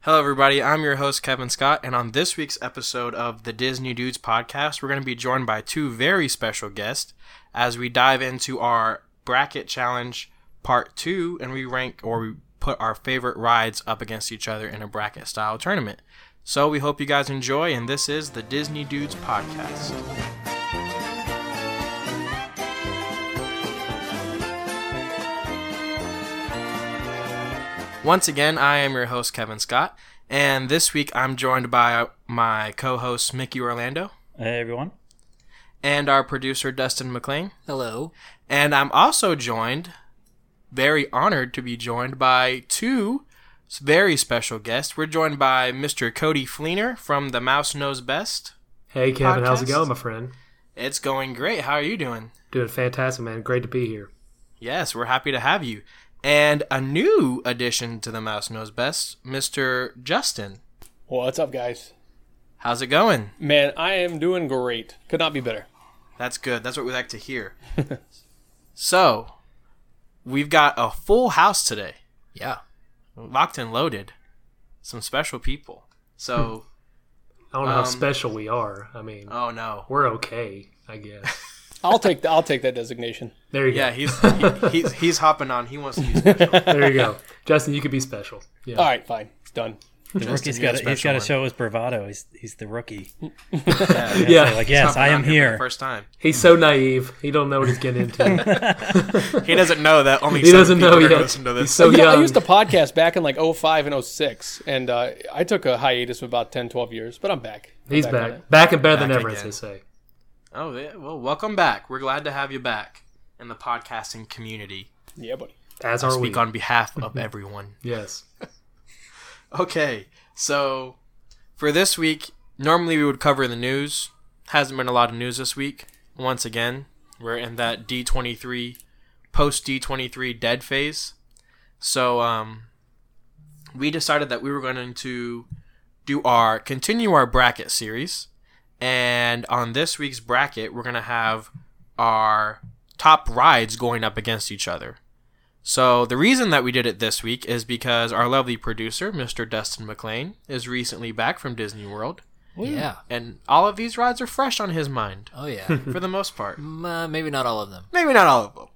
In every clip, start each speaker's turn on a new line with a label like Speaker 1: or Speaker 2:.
Speaker 1: Hello, everybody. I'm your host, Kevin Scott, and on this week's episode of the Disney Dudes podcast, we're going to be joined by two very special guests as we dive into our bracket challenge part two and we rank or we put our favorite rides up against each other in a bracket style tournament. So we hope you guys enjoy, and this is the Disney Dudes podcast. Once again, I am your host, Kevin Scott, and this week I'm joined by my co host, Mickey Orlando,
Speaker 2: Hey everyone.
Speaker 1: and our producer, Dustin McLean.
Speaker 3: Hello.
Speaker 1: And I'm also joined, very honored to be joined by two very special guests. We're joined by Mr. Cody Fleener from the Mouse Knows Best.
Speaker 4: Hey Kevin, how's it
Speaker 1: podcast.
Speaker 4: going, my friend?
Speaker 1: It's going great. How are you doing?
Speaker 4: Doing fantastic, man. Great to be here.
Speaker 1: Yes, we're happy to have you. And a new addition to the Mouse Knows Best, Mr. Justin.
Speaker 5: What's up, guys?
Speaker 1: How's it going?
Speaker 5: Man, I am doing great. Could not be better.
Speaker 1: That's good. That's what we like to hear. so, we've got a full house today.
Speaker 3: Yeah.
Speaker 1: Locked and loaded. Some special people. So,
Speaker 4: I don't know how
Speaker 1: Um,
Speaker 4: special we are. I mean,
Speaker 1: oh no.
Speaker 4: we're okay, I guess.
Speaker 5: I'll take the, I'll take that designation.
Speaker 4: There you
Speaker 1: Yeah,
Speaker 4: go.
Speaker 1: he's he, he's he's hopping on. He wants to be special.
Speaker 4: There you go. Justin, you could be special. Yeah.
Speaker 5: All right, fine. It's done.
Speaker 2: The rookie's
Speaker 1: you're
Speaker 2: got
Speaker 1: the
Speaker 2: to, he's
Speaker 1: special
Speaker 2: got to
Speaker 1: one.
Speaker 2: show his bravado. He's he's the rookie.
Speaker 4: yeah.
Speaker 2: Like yes,
Speaker 1: Hopping
Speaker 2: I am
Speaker 1: on for the
Speaker 2: here.
Speaker 1: First time.
Speaker 4: he's so naive. He don't know what he's getting into.
Speaker 1: He doesn't know that only
Speaker 4: He doesn't know
Speaker 1: people are gonna
Speaker 4: yet.
Speaker 1: listen to
Speaker 4: He's
Speaker 1: this.
Speaker 4: so
Speaker 5: Yeah,
Speaker 4: young.
Speaker 5: I used to podcast back in like 05 and 06, and uh, I took a hiatus of about 10, 12 years, but I'm back. I'm
Speaker 4: he's
Speaker 5: on
Speaker 4: back.
Speaker 5: it.
Speaker 4: back, and better than
Speaker 1: Back
Speaker 4: ever, as
Speaker 1: again.
Speaker 4: they say.
Speaker 1: oh yeah. Well, welcome back. We're glad to have you back in the podcasting community.
Speaker 5: Yeah, buddy.
Speaker 4: As
Speaker 1: I
Speaker 4: are we. Mm-hmm.
Speaker 1: speak on behalf of everyone.
Speaker 4: yes.
Speaker 1: Okay, so for this week, normally we would cover the news. Hasn't been a lot of news this week. Once again, we're in that D23, post D23 dead phase. So um, we decided that we were going to do our continue our bracket series, and on this week's bracket, we're going to have our top rides going up against each other. So the reason that we did it this week is because our lovely producer, Mr. Dustin McLean, is recently back from Disney World,
Speaker 3: Yeah.
Speaker 1: and all of these rides are fresh on his mind
Speaker 3: Oh yeah.
Speaker 1: for the most part.
Speaker 3: Mm, uh, maybe not all of them.
Speaker 1: Maybe not all of them.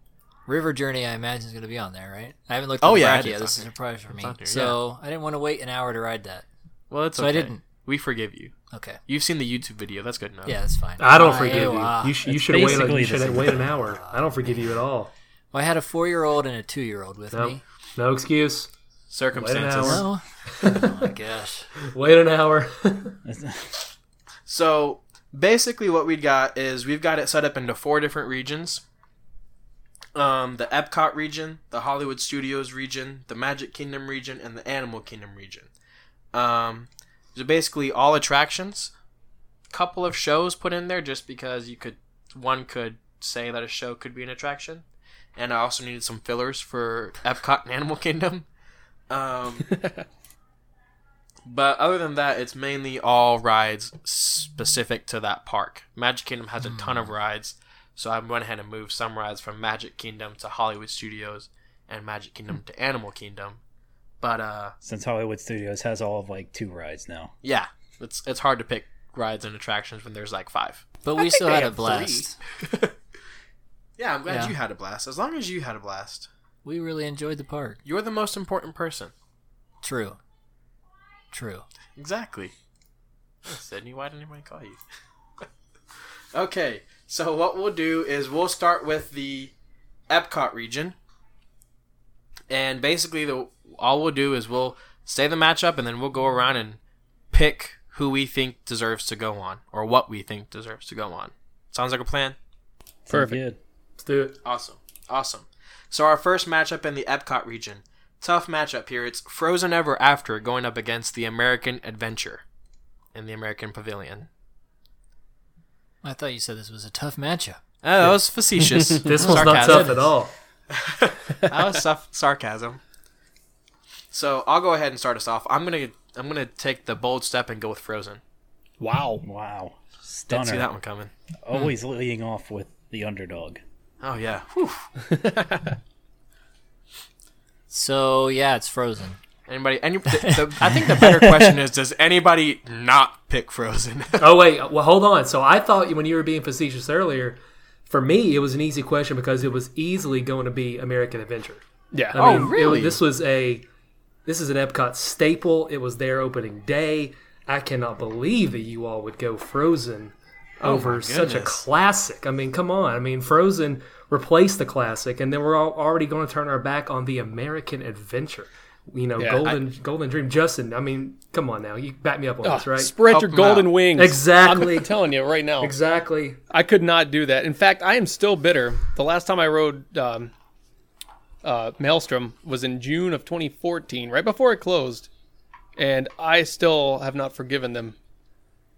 Speaker 3: River Journey, I imagine, is going to be on there, right? I haven't looked.
Speaker 1: Oh,
Speaker 3: at the
Speaker 1: yeah, it
Speaker 3: bracket
Speaker 1: is
Speaker 3: yet.
Speaker 1: on
Speaker 3: This is a
Speaker 1: there.
Speaker 3: surprise for me.
Speaker 1: on there,
Speaker 3: so I didn't want to wait an hour to ride that.
Speaker 1: Well, it's
Speaker 3: So
Speaker 1: okay.
Speaker 3: I didn't.
Speaker 1: We forgive you.
Speaker 3: Okay.
Speaker 1: You've seen the YouTube video. That's good enough.
Speaker 3: Yeah, that's fine.
Speaker 4: I don't
Speaker 3: Uh,
Speaker 4: forgive
Speaker 3: ew, ah.
Speaker 4: you. You, sh- you
Speaker 2: It's
Speaker 4: should wait. Like,
Speaker 2: basically
Speaker 4: you
Speaker 2: the
Speaker 4: should
Speaker 2: same.
Speaker 4: wait an hour. I don't forgive you at all.
Speaker 3: Well, I had a four-year-old and a two-year-old with
Speaker 4: No.
Speaker 3: me.
Speaker 4: No excuse.
Speaker 1: Circumstances.
Speaker 4: Wait an hour.
Speaker 3: No. oh my gosh.
Speaker 4: Wait an hour.
Speaker 1: So basically, what we've got is we've got it set up into four different regions. Um, the Epcot region, the Hollywood Studios region, the Magic Kingdom region, and the Animal Kingdom region. Um, so basically, all attractions, couple of shows put in there just because you could one could say that a show could be an attraction, and I also needed some fillers for Epcot and Animal Kingdom. Um, but other than that, it's mainly all rides specific to that park. Magic Kingdom has a ton of rides, so I went ahead and moved some rides from Magic Kingdom to Hollywood Studios and Magic Kingdom to Animal Kingdom. But uh,
Speaker 2: Since Hollywood Studios has all of like two rides now.
Speaker 1: yeah, it's it's hard to pick rides and attractions when there's like five.
Speaker 3: But
Speaker 1: I
Speaker 3: we
Speaker 1: think
Speaker 3: still
Speaker 1: they
Speaker 3: had a
Speaker 1: have three.
Speaker 3: blast.
Speaker 1: Yeah, I'm glad
Speaker 3: Yeah.
Speaker 1: you had a blast. As long as you had a blast,
Speaker 3: We really enjoyed the park.
Speaker 1: you're the most important person.
Speaker 3: True. True.
Speaker 1: Exactly. Sydney, why didn't anybody call you? okay, so what we'll do is we'll start with the Epcot region. And basically, the all we'll do is we'll say the matchup and then we'll go around and pick who we think deserves to go on or what we think deserves to go on. Sounds like a plan?
Speaker 2: Perfect. Good.
Speaker 4: Let's do it.
Speaker 1: Awesome. Awesome. So our first matchup in the Epcot region. Tough matchup here. It's Frozen Ever After going up against the American Adventure in the American Pavilion.
Speaker 3: I thought you said this was a tough matchup.
Speaker 1: Oh, that was facetious.
Speaker 4: This one's not tough at all.
Speaker 1: that was saf- sarcasm. So I'll go ahead and start us off. I'm gonna I'm gonna take the bold step and go with Frozen.
Speaker 5: Wow.
Speaker 2: Wow.
Speaker 1: Didn't see
Speaker 2: Stunner.
Speaker 1: that one Hmm. coming.
Speaker 2: Always leading off with the underdog.
Speaker 1: Oh yeah. Whew.
Speaker 3: So yeah, it's Frozen.
Speaker 1: Anybody? Any? The, the, I think the better question is, does anybody not pick Frozen?
Speaker 4: Oh wait, well hold on. So I thought when you were being facetious earlier, for me it was an easy question because it was easily going to be American Adventure.
Speaker 5: Yeah.
Speaker 4: I
Speaker 1: Oh,
Speaker 4: mean, it-
Speaker 1: really?
Speaker 4: this was a this is an Epcot staple. It was their opening day. I cannot believe that you all would go Frozen over such a
Speaker 1: Oh, goodness.
Speaker 4: classic. I mean, come on. I mean, Frozen replaced the classic, and then we're all already going to turn our back on the American Adventure. You know,
Speaker 5: Yeah,
Speaker 4: Golden Golden Dream. Justin, I mean, come on now. You back me up on
Speaker 5: Oh,
Speaker 4: this, right?
Speaker 5: Spread
Speaker 1: Help
Speaker 5: your
Speaker 1: 'em
Speaker 5: golden
Speaker 1: out.
Speaker 5: wings.
Speaker 4: Exactly.
Speaker 5: I'm telling you right now.
Speaker 4: exactly.
Speaker 5: I could not do that. In fact, I am still bitter. The last time I rode um, uh, Maelstrom was in June of 2014, right before it closed, and I still have not forgiven them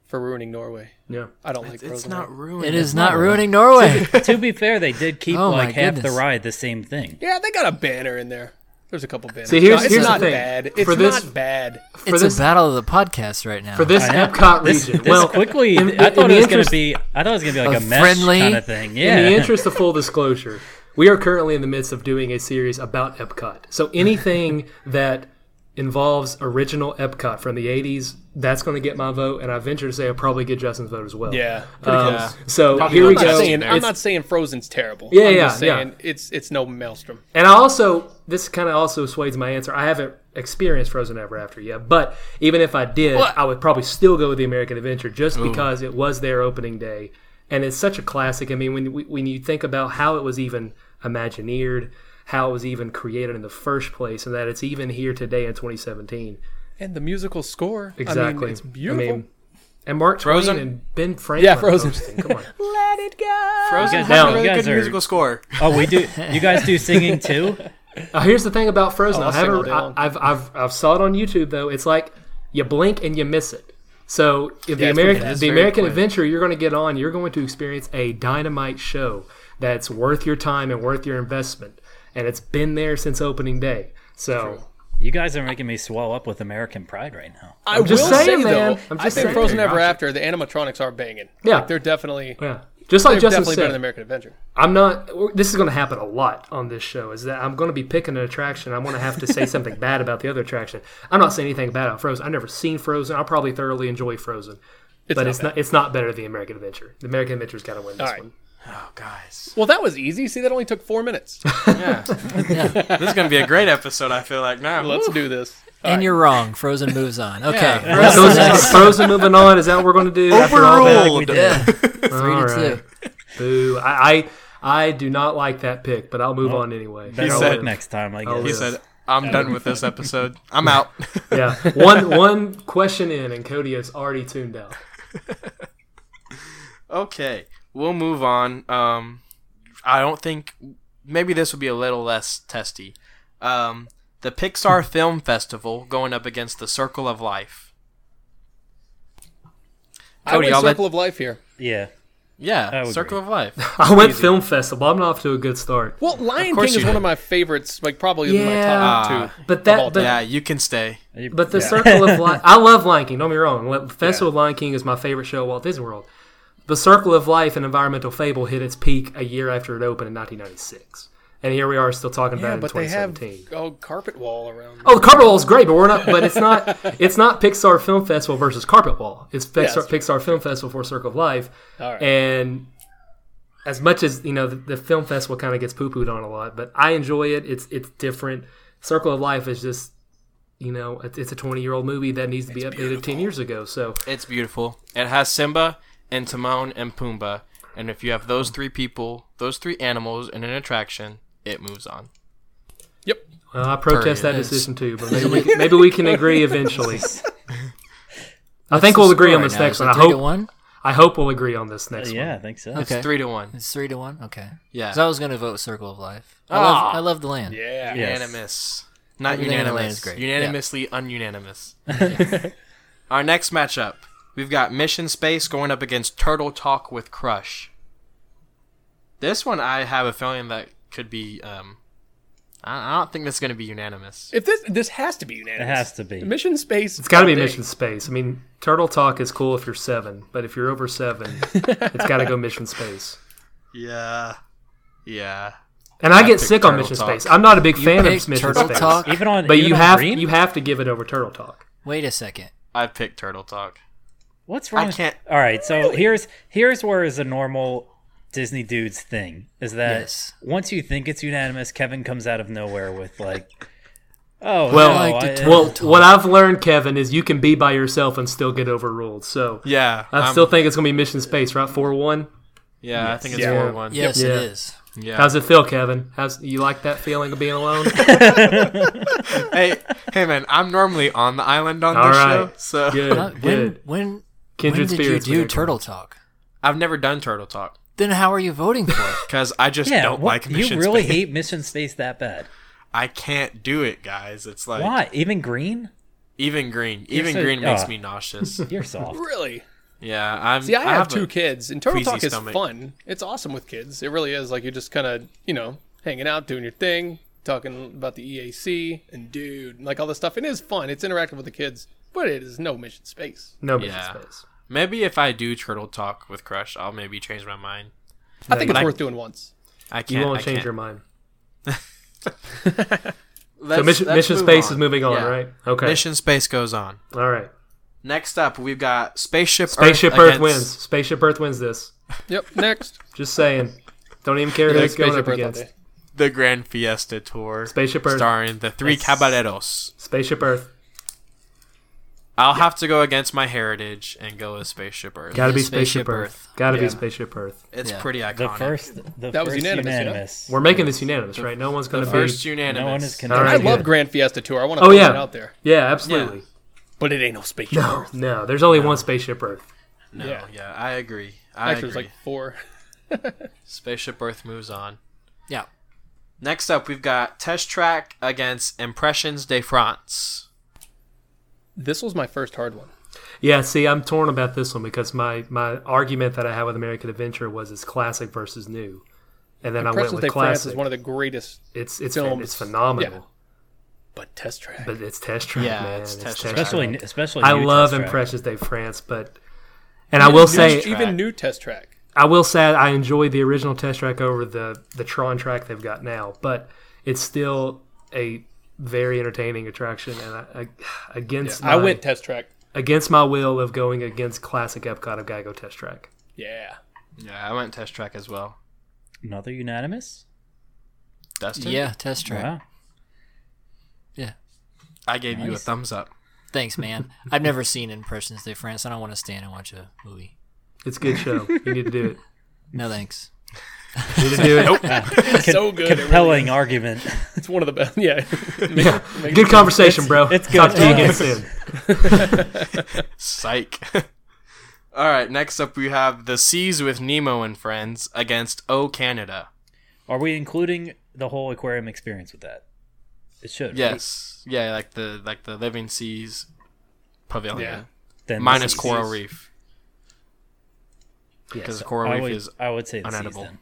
Speaker 5: for ruining Norway.
Speaker 4: Yeah.
Speaker 5: I don't like
Speaker 1: it's
Speaker 5: Frozen
Speaker 1: not
Speaker 5: Lake.
Speaker 1: ruined.
Speaker 3: It is not ruining Norway.
Speaker 2: to be fair, they did keep
Speaker 3: Oh, my
Speaker 2: like half the
Speaker 3: goodness.
Speaker 2: ride the same thing.
Speaker 5: Yeah, they got a banner in there. There's a couple banners.
Speaker 4: See, here's-
Speaker 5: No, it's
Speaker 4: here's the
Speaker 5: not
Speaker 4: thing.
Speaker 5: bad.
Speaker 4: For
Speaker 5: It's
Speaker 4: this-
Speaker 5: not bad.
Speaker 4: For
Speaker 3: It's
Speaker 4: this
Speaker 3: a battle of the podcasts right now.
Speaker 4: for this
Speaker 2: I know.
Speaker 4: Epcot
Speaker 2: This,
Speaker 4: region.
Speaker 2: this
Speaker 4: well,
Speaker 2: quickly,
Speaker 4: in- in
Speaker 2: I thought
Speaker 4: the
Speaker 2: it was
Speaker 4: interest-
Speaker 2: gonna be. I thought it was gonna be like
Speaker 3: of
Speaker 2: a mesh
Speaker 3: friendly-
Speaker 2: kind of thing.
Speaker 4: In
Speaker 2: Yeah.
Speaker 4: the interest of full disclosure, we are currently in the midst of doing a series about Epcot. So anything that involves original Epcot from the 80s, that's going to get my vote, and I venture to say I'll probably get Justin's vote as well.
Speaker 5: Yeah. Uh,
Speaker 4: Um,
Speaker 1: close.
Speaker 4: So
Speaker 1: Probably
Speaker 4: here we
Speaker 5: I'm
Speaker 1: not
Speaker 5: not,
Speaker 4: go.
Speaker 5: saying, I'm
Speaker 4: It's-
Speaker 5: not saying Frozen's terrible.
Speaker 4: Yeah,
Speaker 5: I'm
Speaker 4: yeah,
Speaker 5: just
Speaker 4: yeah.
Speaker 5: saying It's it's no Maelstrom.
Speaker 4: And I also, this kind of also sways my answer. I haven't experienced Frozen Ever After yet, but even if I did, I would probably still go with the American Adventure just because it was their opening day, and it's such a classic. I mean, when when you think about how it was even imagineered, how it was even created in the first place, and that it's even here today in 2017.
Speaker 5: And the musical score. I
Speaker 4: Exactly,
Speaker 5: mean, it's beautiful.
Speaker 4: I mean, and Mark
Speaker 1: Frozen?
Speaker 4: Twain and Ben Franklin.
Speaker 5: Yeah, Frozen.
Speaker 4: hosting. Come on.
Speaker 5: Let it go.
Speaker 1: Frozen
Speaker 2: You guys-
Speaker 1: has a
Speaker 2: you
Speaker 1: really
Speaker 2: guys
Speaker 1: good
Speaker 2: are-
Speaker 1: musical score.
Speaker 2: oh, we do. You guys do singing too?
Speaker 4: Uh, here's the thing about Frozen.
Speaker 5: Oh,
Speaker 4: I
Speaker 5: I'll sing all
Speaker 4: haven't.
Speaker 5: day
Speaker 4: I,
Speaker 5: long.
Speaker 4: I've I've I've saw it on YouTube though. It's like you blink and you miss it. So if the
Speaker 5: it's
Speaker 4: American
Speaker 1: pretty- it's
Speaker 4: the
Speaker 1: very
Speaker 4: American
Speaker 1: quick.
Speaker 4: Adventure you're going to get on, you're going to experience a dynamite show that's worth your time and worth your investment, and it's been there since opening day. So
Speaker 2: You guys are making me swell up with American pride right now.
Speaker 5: I
Speaker 4: just
Speaker 5: will
Speaker 4: saying,
Speaker 5: say
Speaker 4: man.
Speaker 5: though,
Speaker 4: I'm
Speaker 5: I
Speaker 4: just
Speaker 5: think
Speaker 4: saying.
Speaker 5: Frozen Ever
Speaker 4: Roger.
Speaker 5: After the animatronics are banging.
Speaker 4: Yeah.
Speaker 5: like, they're definitely
Speaker 4: yeah, just like
Speaker 5: they're
Speaker 4: Justin
Speaker 5: definitely better than
Speaker 4: said,
Speaker 5: American Adventure.
Speaker 4: I'm not. This is going to happen a lot on this show. Is that I'm going to be picking an attraction. I'm going to have to say something bad about the other attraction. I'm not saying anything bad about Frozen. I've never seen Frozen. I'll probably thoroughly enjoy Frozen, but
Speaker 5: not
Speaker 4: it's
Speaker 5: bad.
Speaker 4: not. It's not better than the American Adventure. The American Adventure's got to win this
Speaker 5: All right.
Speaker 4: one.
Speaker 1: Oh, guys,
Speaker 5: Well, that was easy. See, that only took four minutes.
Speaker 1: this is gonna be a great episode. I feel like now.
Speaker 5: Let's do this.
Speaker 3: and you're wrong. Frozen moves on. Okay.
Speaker 1: Yeah.
Speaker 4: So is is Frozen moving on? Is that what we're going to do? after all that?
Speaker 1: Overruled.
Speaker 3: Yeah. Three
Speaker 4: All
Speaker 3: to
Speaker 4: right.
Speaker 3: two.
Speaker 4: Boo. I, I I do not like that pick, but I'll move on anyway.
Speaker 2: Better
Speaker 1: said-
Speaker 2: luck next time. I
Speaker 4: Oh,
Speaker 2: guess.
Speaker 1: He
Speaker 4: yeah.
Speaker 1: said, "I'm done with this episode. I'm out."
Speaker 4: yeah. One one question in, and Cody is already tuned out.
Speaker 1: Okay, we'll move on. Um, I don't think maybe this will be a little less testy. Um, the Pixar Film Festival going up against the Circle of Life.
Speaker 5: I
Speaker 1: Cody,
Speaker 5: went
Speaker 1: I'll let-
Speaker 5: Circle of Life here.
Speaker 2: Yeah.
Speaker 1: Yeah,
Speaker 2: would
Speaker 1: Circle of Life.
Speaker 4: I went film festival. I'm off to a good start.
Speaker 5: Well, Lion
Speaker 1: course
Speaker 5: King is
Speaker 1: you
Speaker 5: one
Speaker 1: did.
Speaker 5: of my favorites. Like probably my top
Speaker 4: Yeah. Ah,
Speaker 5: two.
Speaker 4: But
Speaker 5: of all
Speaker 4: that but
Speaker 1: yeah, you can stay.
Speaker 2: You-
Speaker 4: But the
Speaker 2: yeah.
Speaker 4: Circle of Life, I love Lion King. Don't be wrong. Li- Festival of Lion King is my favorite show at Walt Disney World. The Circle of Life, an environmental fable, hit its peak a year after it opened in 1996, and here we are still talking
Speaker 5: Yeah,
Speaker 4: about
Speaker 5: but
Speaker 4: it
Speaker 5: they
Speaker 4: in
Speaker 5: have
Speaker 4: 2017.
Speaker 5: oh carpet wall around.
Speaker 4: Oh, the Carpet Wall is great, but we're not. But it's not. it's not Pixar Film Festival versus Carpet Wall. It's Pixar,
Speaker 5: that's
Speaker 4: Pixar Film Festival for Circle of Life,
Speaker 5: All right.
Speaker 4: and as much as you know, the, the film festival kind of gets poo pooed on a lot, but I enjoy it. It's it's different. Circle of Life is just. You know, it- it's a 20 year old movie that needs to be updated 10 years ago. So,
Speaker 1: It's beautiful. It has Simba and Timon and Pumbaa, and if you have those three people, those three animals in an attraction, it moves on.
Speaker 5: Yep.
Speaker 4: well, uh, I protest
Speaker 1: Period.
Speaker 4: that decision too, but maybe we, can, maybe we can agree eventually. I think we'll
Speaker 3: What's the
Speaker 4: agree
Speaker 3: score
Speaker 4: on
Speaker 3: right
Speaker 4: this
Speaker 3: now?
Speaker 4: next
Speaker 3: Is
Speaker 4: one.
Speaker 3: it
Speaker 4: I
Speaker 3: three to
Speaker 4: hope
Speaker 3: one. Uh,
Speaker 4: I hope we'll agree on this next
Speaker 2: Yeah, I
Speaker 4: one.
Speaker 2: think so.
Speaker 1: It's
Speaker 3: Okay.
Speaker 1: three to one.
Speaker 3: It's three to one. Okay.
Speaker 1: Yeah,
Speaker 3: So I was gonna vote Circle of Life. I,
Speaker 1: Ah.
Speaker 3: love, I love the land.
Speaker 5: Yeah.
Speaker 2: Yes.
Speaker 1: unanimous. Not
Speaker 3: Everything in the land
Speaker 1: unanimous.
Speaker 3: is great.
Speaker 1: Unanimously ununanimous. Our next matchup, we've got Mission Space going up against Turtle Talk with Crush. This one, I have a feeling that could be. Um, I, I don't think that's going to be unanimous.
Speaker 5: If this this has to be unanimous.
Speaker 2: It has to be.
Speaker 5: Mission Space.
Speaker 4: It's got to be Mission Space. I mean, Turtle Talk is cool if you're seven, but if you're over seven, it's got to go Mission Space.
Speaker 1: Yeah, yeah.
Speaker 4: And I, get
Speaker 1: picked
Speaker 4: sick on
Speaker 1: Turtle
Speaker 4: Mission
Speaker 1: Talk.
Speaker 4: Space. I'm not a big fan of
Speaker 3: picked
Speaker 4: Mission
Speaker 3: Turtle
Speaker 4: Space,
Speaker 3: Talk?
Speaker 2: Even on
Speaker 4: but
Speaker 2: even
Speaker 4: you
Speaker 2: on
Speaker 4: have
Speaker 2: Dream?
Speaker 4: you have to give it over Turtle Talk.
Speaker 3: Wait a second.
Speaker 1: I picked Turtle Talk.
Speaker 2: What's wrong?
Speaker 1: I can't-
Speaker 2: All right, so here's here's where is a normal Disney dude's thing is that
Speaker 3: Yes.
Speaker 2: once you think it's unanimous, Kevin comes out of nowhere with like, oh
Speaker 4: Well,
Speaker 2: no,
Speaker 4: I
Speaker 3: like the
Speaker 2: I-
Speaker 4: Well,
Speaker 3: Turtle
Speaker 4: what I've learned, Kevin, is you can be by yourself and still get overruled. So
Speaker 1: Yeah,
Speaker 4: I
Speaker 1: I'm-
Speaker 4: still think it's going to be Mission Space, right? Four one.
Speaker 1: yeah, I think it's
Speaker 4: Yeah.
Speaker 1: four one.
Speaker 3: Yes,
Speaker 4: Yeah.
Speaker 3: it is.
Speaker 1: Yeah.
Speaker 4: How's it feel, Kevin? How's you like that feeling of being alone?
Speaker 1: hey, hey, man, I'm normally on the island on
Speaker 4: All
Speaker 1: this
Speaker 4: right.
Speaker 1: show, so
Speaker 3: Uh,
Speaker 4: Good,
Speaker 3: when
Speaker 4: good.
Speaker 3: when when
Speaker 4: Kindred
Speaker 3: did you
Speaker 4: spirits.
Speaker 3: do
Speaker 4: whatever.
Speaker 3: Turtle Talk?
Speaker 1: I've never done Turtle Talk
Speaker 3: Then how are you voting for it?
Speaker 1: because I just
Speaker 2: yeah,
Speaker 1: don't
Speaker 2: what-
Speaker 1: like
Speaker 2: you
Speaker 1: Mission
Speaker 2: really
Speaker 1: Space.
Speaker 2: hate Mission Space that bad?
Speaker 1: I can't do it, guys. It's like
Speaker 2: Why? Even Green?
Speaker 1: even green, even
Speaker 2: so-
Speaker 1: green makes
Speaker 2: uh.
Speaker 1: me nauseous.
Speaker 2: You're soft.
Speaker 5: Really?
Speaker 1: yeah, I'm.
Speaker 5: See, I, have,
Speaker 1: a-
Speaker 5: two kids, and Turtle
Speaker 1: queasy
Speaker 5: Talk is
Speaker 1: stomach.
Speaker 5: fun. It's awesome with kids. It really is. Like you're just kind of, you know, hanging out, doing your thing, talking about the EAC and dude, and like all this stuff. It is fun. It's interactive with the kids, but it is no mission space.
Speaker 4: No Mission
Speaker 1: Yeah.
Speaker 4: Space.
Speaker 1: Maybe if I do Turtle Talk with Crush, I'll maybe change my mind.
Speaker 5: I think it's
Speaker 1: I-
Speaker 5: worth doing once.
Speaker 1: I
Speaker 4: You
Speaker 1: can't.
Speaker 4: won't
Speaker 1: I
Speaker 4: change
Speaker 1: can't.
Speaker 4: your mind.
Speaker 1: Let's-
Speaker 4: So Mission,
Speaker 1: let's
Speaker 4: Mission
Speaker 1: move
Speaker 4: Space
Speaker 1: on.
Speaker 4: is moving on,
Speaker 1: Yeah.
Speaker 4: right? Okay.
Speaker 1: Mission Space goes on.
Speaker 4: All right.
Speaker 1: Next up, we've got Spaceship
Speaker 4: Spaceship Earth,
Speaker 1: Earth, against-
Speaker 4: wins. Spaceship Earth wins this.
Speaker 5: Yep. Next.
Speaker 4: Just saying. Don't even care who it's going
Speaker 5: Spaceship
Speaker 4: up
Speaker 5: Earth all
Speaker 4: against.
Speaker 5: day.
Speaker 1: the Grand Fiesta Tour,
Speaker 4: Spaceship Earth.
Speaker 1: starring the three caballeros.
Speaker 4: Spaceship Earth.
Speaker 1: I'll have to go against my heritage and go with Spaceship Earth.
Speaker 4: Gotta be
Speaker 3: Spaceship
Speaker 4: Spaceship Earth. Gotta be
Speaker 5: Yeah.
Speaker 4: Spaceship Earth.
Speaker 1: it's
Speaker 3: Yeah.
Speaker 1: pretty iconic.
Speaker 2: The first, the
Speaker 5: That was
Speaker 2: first
Speaker 5: unanimous, yeah.
Speaker 2: unanimous.
Speaker 4: We're making this unanimous, right? No one's going to be.
Speaker 1: First unanimous.
Speaker 2: No one is
Speaker 4: All
Speaker 2: contesting.
Speaker 4: right,
Speaker 5: I love
Speaker 4: good.
Speaker 5: Grand Fiesta Tour. I want to
Speaker 4: Oh,
Speaker 5: put
Speaker 4: yeah.
Speaker 5: it out there,
Speaker 4: Yeah, absolutely.
Speaker 5: but it ain't no spaceship.
Speaker 4: No, no. There's only one Spaceship Earth.
Speaker 1: no, Oh, yeah.
Speaker 5: Yeah.
Speaker 1: I agree. I
Speaker 5: Actually,
Speaker 1: agree.
Speaker 5: there's like four.
Speaker 1: Spaceship Earth moves on.
Speaker 3: Yeah.
Speaker 1: Next up, we've got Test Track against Impressions de France.
Speaker 5: This was my first hard one.
Speaker 4: Yeah, see, I'm torn about this one because my, my argument that I had with American Adventure was it's classic versus new. And then I
Speaker 5: Impressions
Speaker 4: went
Speaker 5: Day
Speaker 4: with
Speaker 5: France is
Speaker 4: classic.
Speaker 5: one of the greatest,
Speaker 4: it's it's,
Speaker 5: films.
Speaker 4: it's phenomenal.
Speaker 5: Yeah. but test track.
Speaker 4: But it's Test Track,
Speaker 1: Yeah,
Speaker 4: man.
Speaker 1: it's
Speaker 4: It's,
Speaker 1: Test
Speaker 4: Test
Speaker 1: Track.
Speaker 4: Track.
Speaker 2: especially, especially.
Speaker 4: I
Speaker 2: new
Speaker 4: love
Speaker 2: test track.
Speaker 4: Impressions Day France, but and I will say
Speaker 1: Test Track.
Speaker 5: even new test track.
Speaker 4: I will say I enjoy the original test track over the the Tron track they've got now, but it's still a very entertaining attraction, and I, I, against
Speaker 5: I
Speaker 4: my,
Speaker 5: went test track.
Speaker 4: against my will of going against classic Epcot of Geico test track.
Speaker 5: Yeah.
Speaker 1: Yeah, I went Test Track as well.
Speaker 2: Another unanimous.
Speaker 1: Dustin,
Speaker 3: Yeah, test track.
Speaker 2: Wow.
Speaker 3: Yeah.
Speaker 1: I gave you a
Speaker 2: Nice.
Speaker 1: thumbs up.
Speaker 3: Thanks, man. I've never seen Impressions de France. I don't want to stand and watch a movie.
Speaker 4: It's a good show. you need to do it.
Speaker 3: No thanks.
Speaker 4: You need to do it.
Speaker 5: so good. it really
Speaker 2: Compelling
Speaker 5: is.
Speaker 2: argument.
Speaker 5: It's one of the best. Yeah.
Speaker 4: Good conversation, bro.
Speaker 2: it's good.
Speaker 4: Talk to you again soon.
Speaker 1: Psych. All right, next up we have The Seas with Nemo and Friends against O Canada.
Speaker 2: Are we including the whole aquarium experience with that? It should. right?
Speaker 1: Yes. Yeah, like the like the Living Seas Pavilion.
Speaker 2: Then
Speaker 1: Minus
Speaker 2: this is-
Speaker 1: Coral Reef.
Speaker 2: yes,
Speaker 1: 'cause coral
Speaker 2: I
Speaker 1: reef
Speaker 2: would-
Speaker 1: is
Speaker 2: I would say the seas
Speaker 1: unedible.
Speaker 2: then.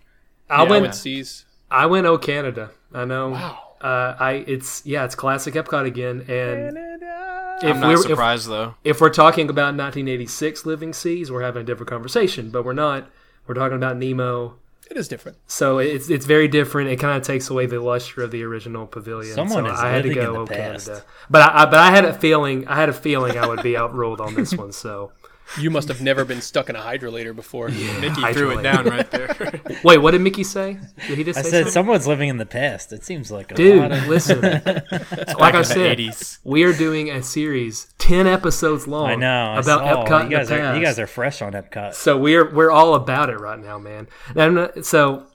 Speaker 4: I
Speaker 5: Yeah,
Speaker 4: went.
Speaker 5: with C's.
Speaker 4: I went. Oh Canada. I know.
Speaker 5: Wow.
Speaker 4: Uh, I it's yeah. It's classic Epcot again, and
Speaker 1: I'm
Speaker 4: if
Speaker 1: not
Speaker 4: we're if
Speaker 1: surprised though.
Speaker 4: if we're talking about 1986 Living Seas, we're having a different conversation, but we're not. We're talking about Nemo,
Speaker 5: It is different.
Speaker 4: so it's it's very different. It kind of takes away the luster of the original pavilion.
Speaker 2: Someone
Speaker 4: so
Speaker 2: is
Speaker 4: I had to
Speaker 2: living
Speaker 4: go
Speaker 2: in the
Speaker 4: "Oh,
Speaker 2: past."
Speaker 4: Canada, but I, I but I had a feeling I had a feeling I would be outruled on this one. So
Speaker 5: You must have never been stuck in a hydrolator before.
Speaker 1: Mickey
Speaker 4: I
Speaker 1: threw it
Speaker 4: relate.
Speaker 1: down right there.
Speaker 4: wait, what did Mickey say? Did he just
Speaker 2: I
Speaker 4: say
Speaker 2: said
Speaker 4: something?
Speaker 2: someone's living in the past. It seems like a
Speaker 4: Dude,
Speaker 2: lot of.
Speaker 4: listen. like I said,
Speaker 1: 80s.
Speaker 4: we are doing a series ten episodes long.
Speaker 2: I know. I
Speaker 4: about
Speaker 2: saw.
Speaker 4: Epcot. in
Speaker 2: You
Speaker 4: the
Speaker 2: guys are you
Speaker 4: past.
Speaker 2: guys are fresh on Epcot.
Speaker 4: So we're we're all about it right now, man. And I'm not- so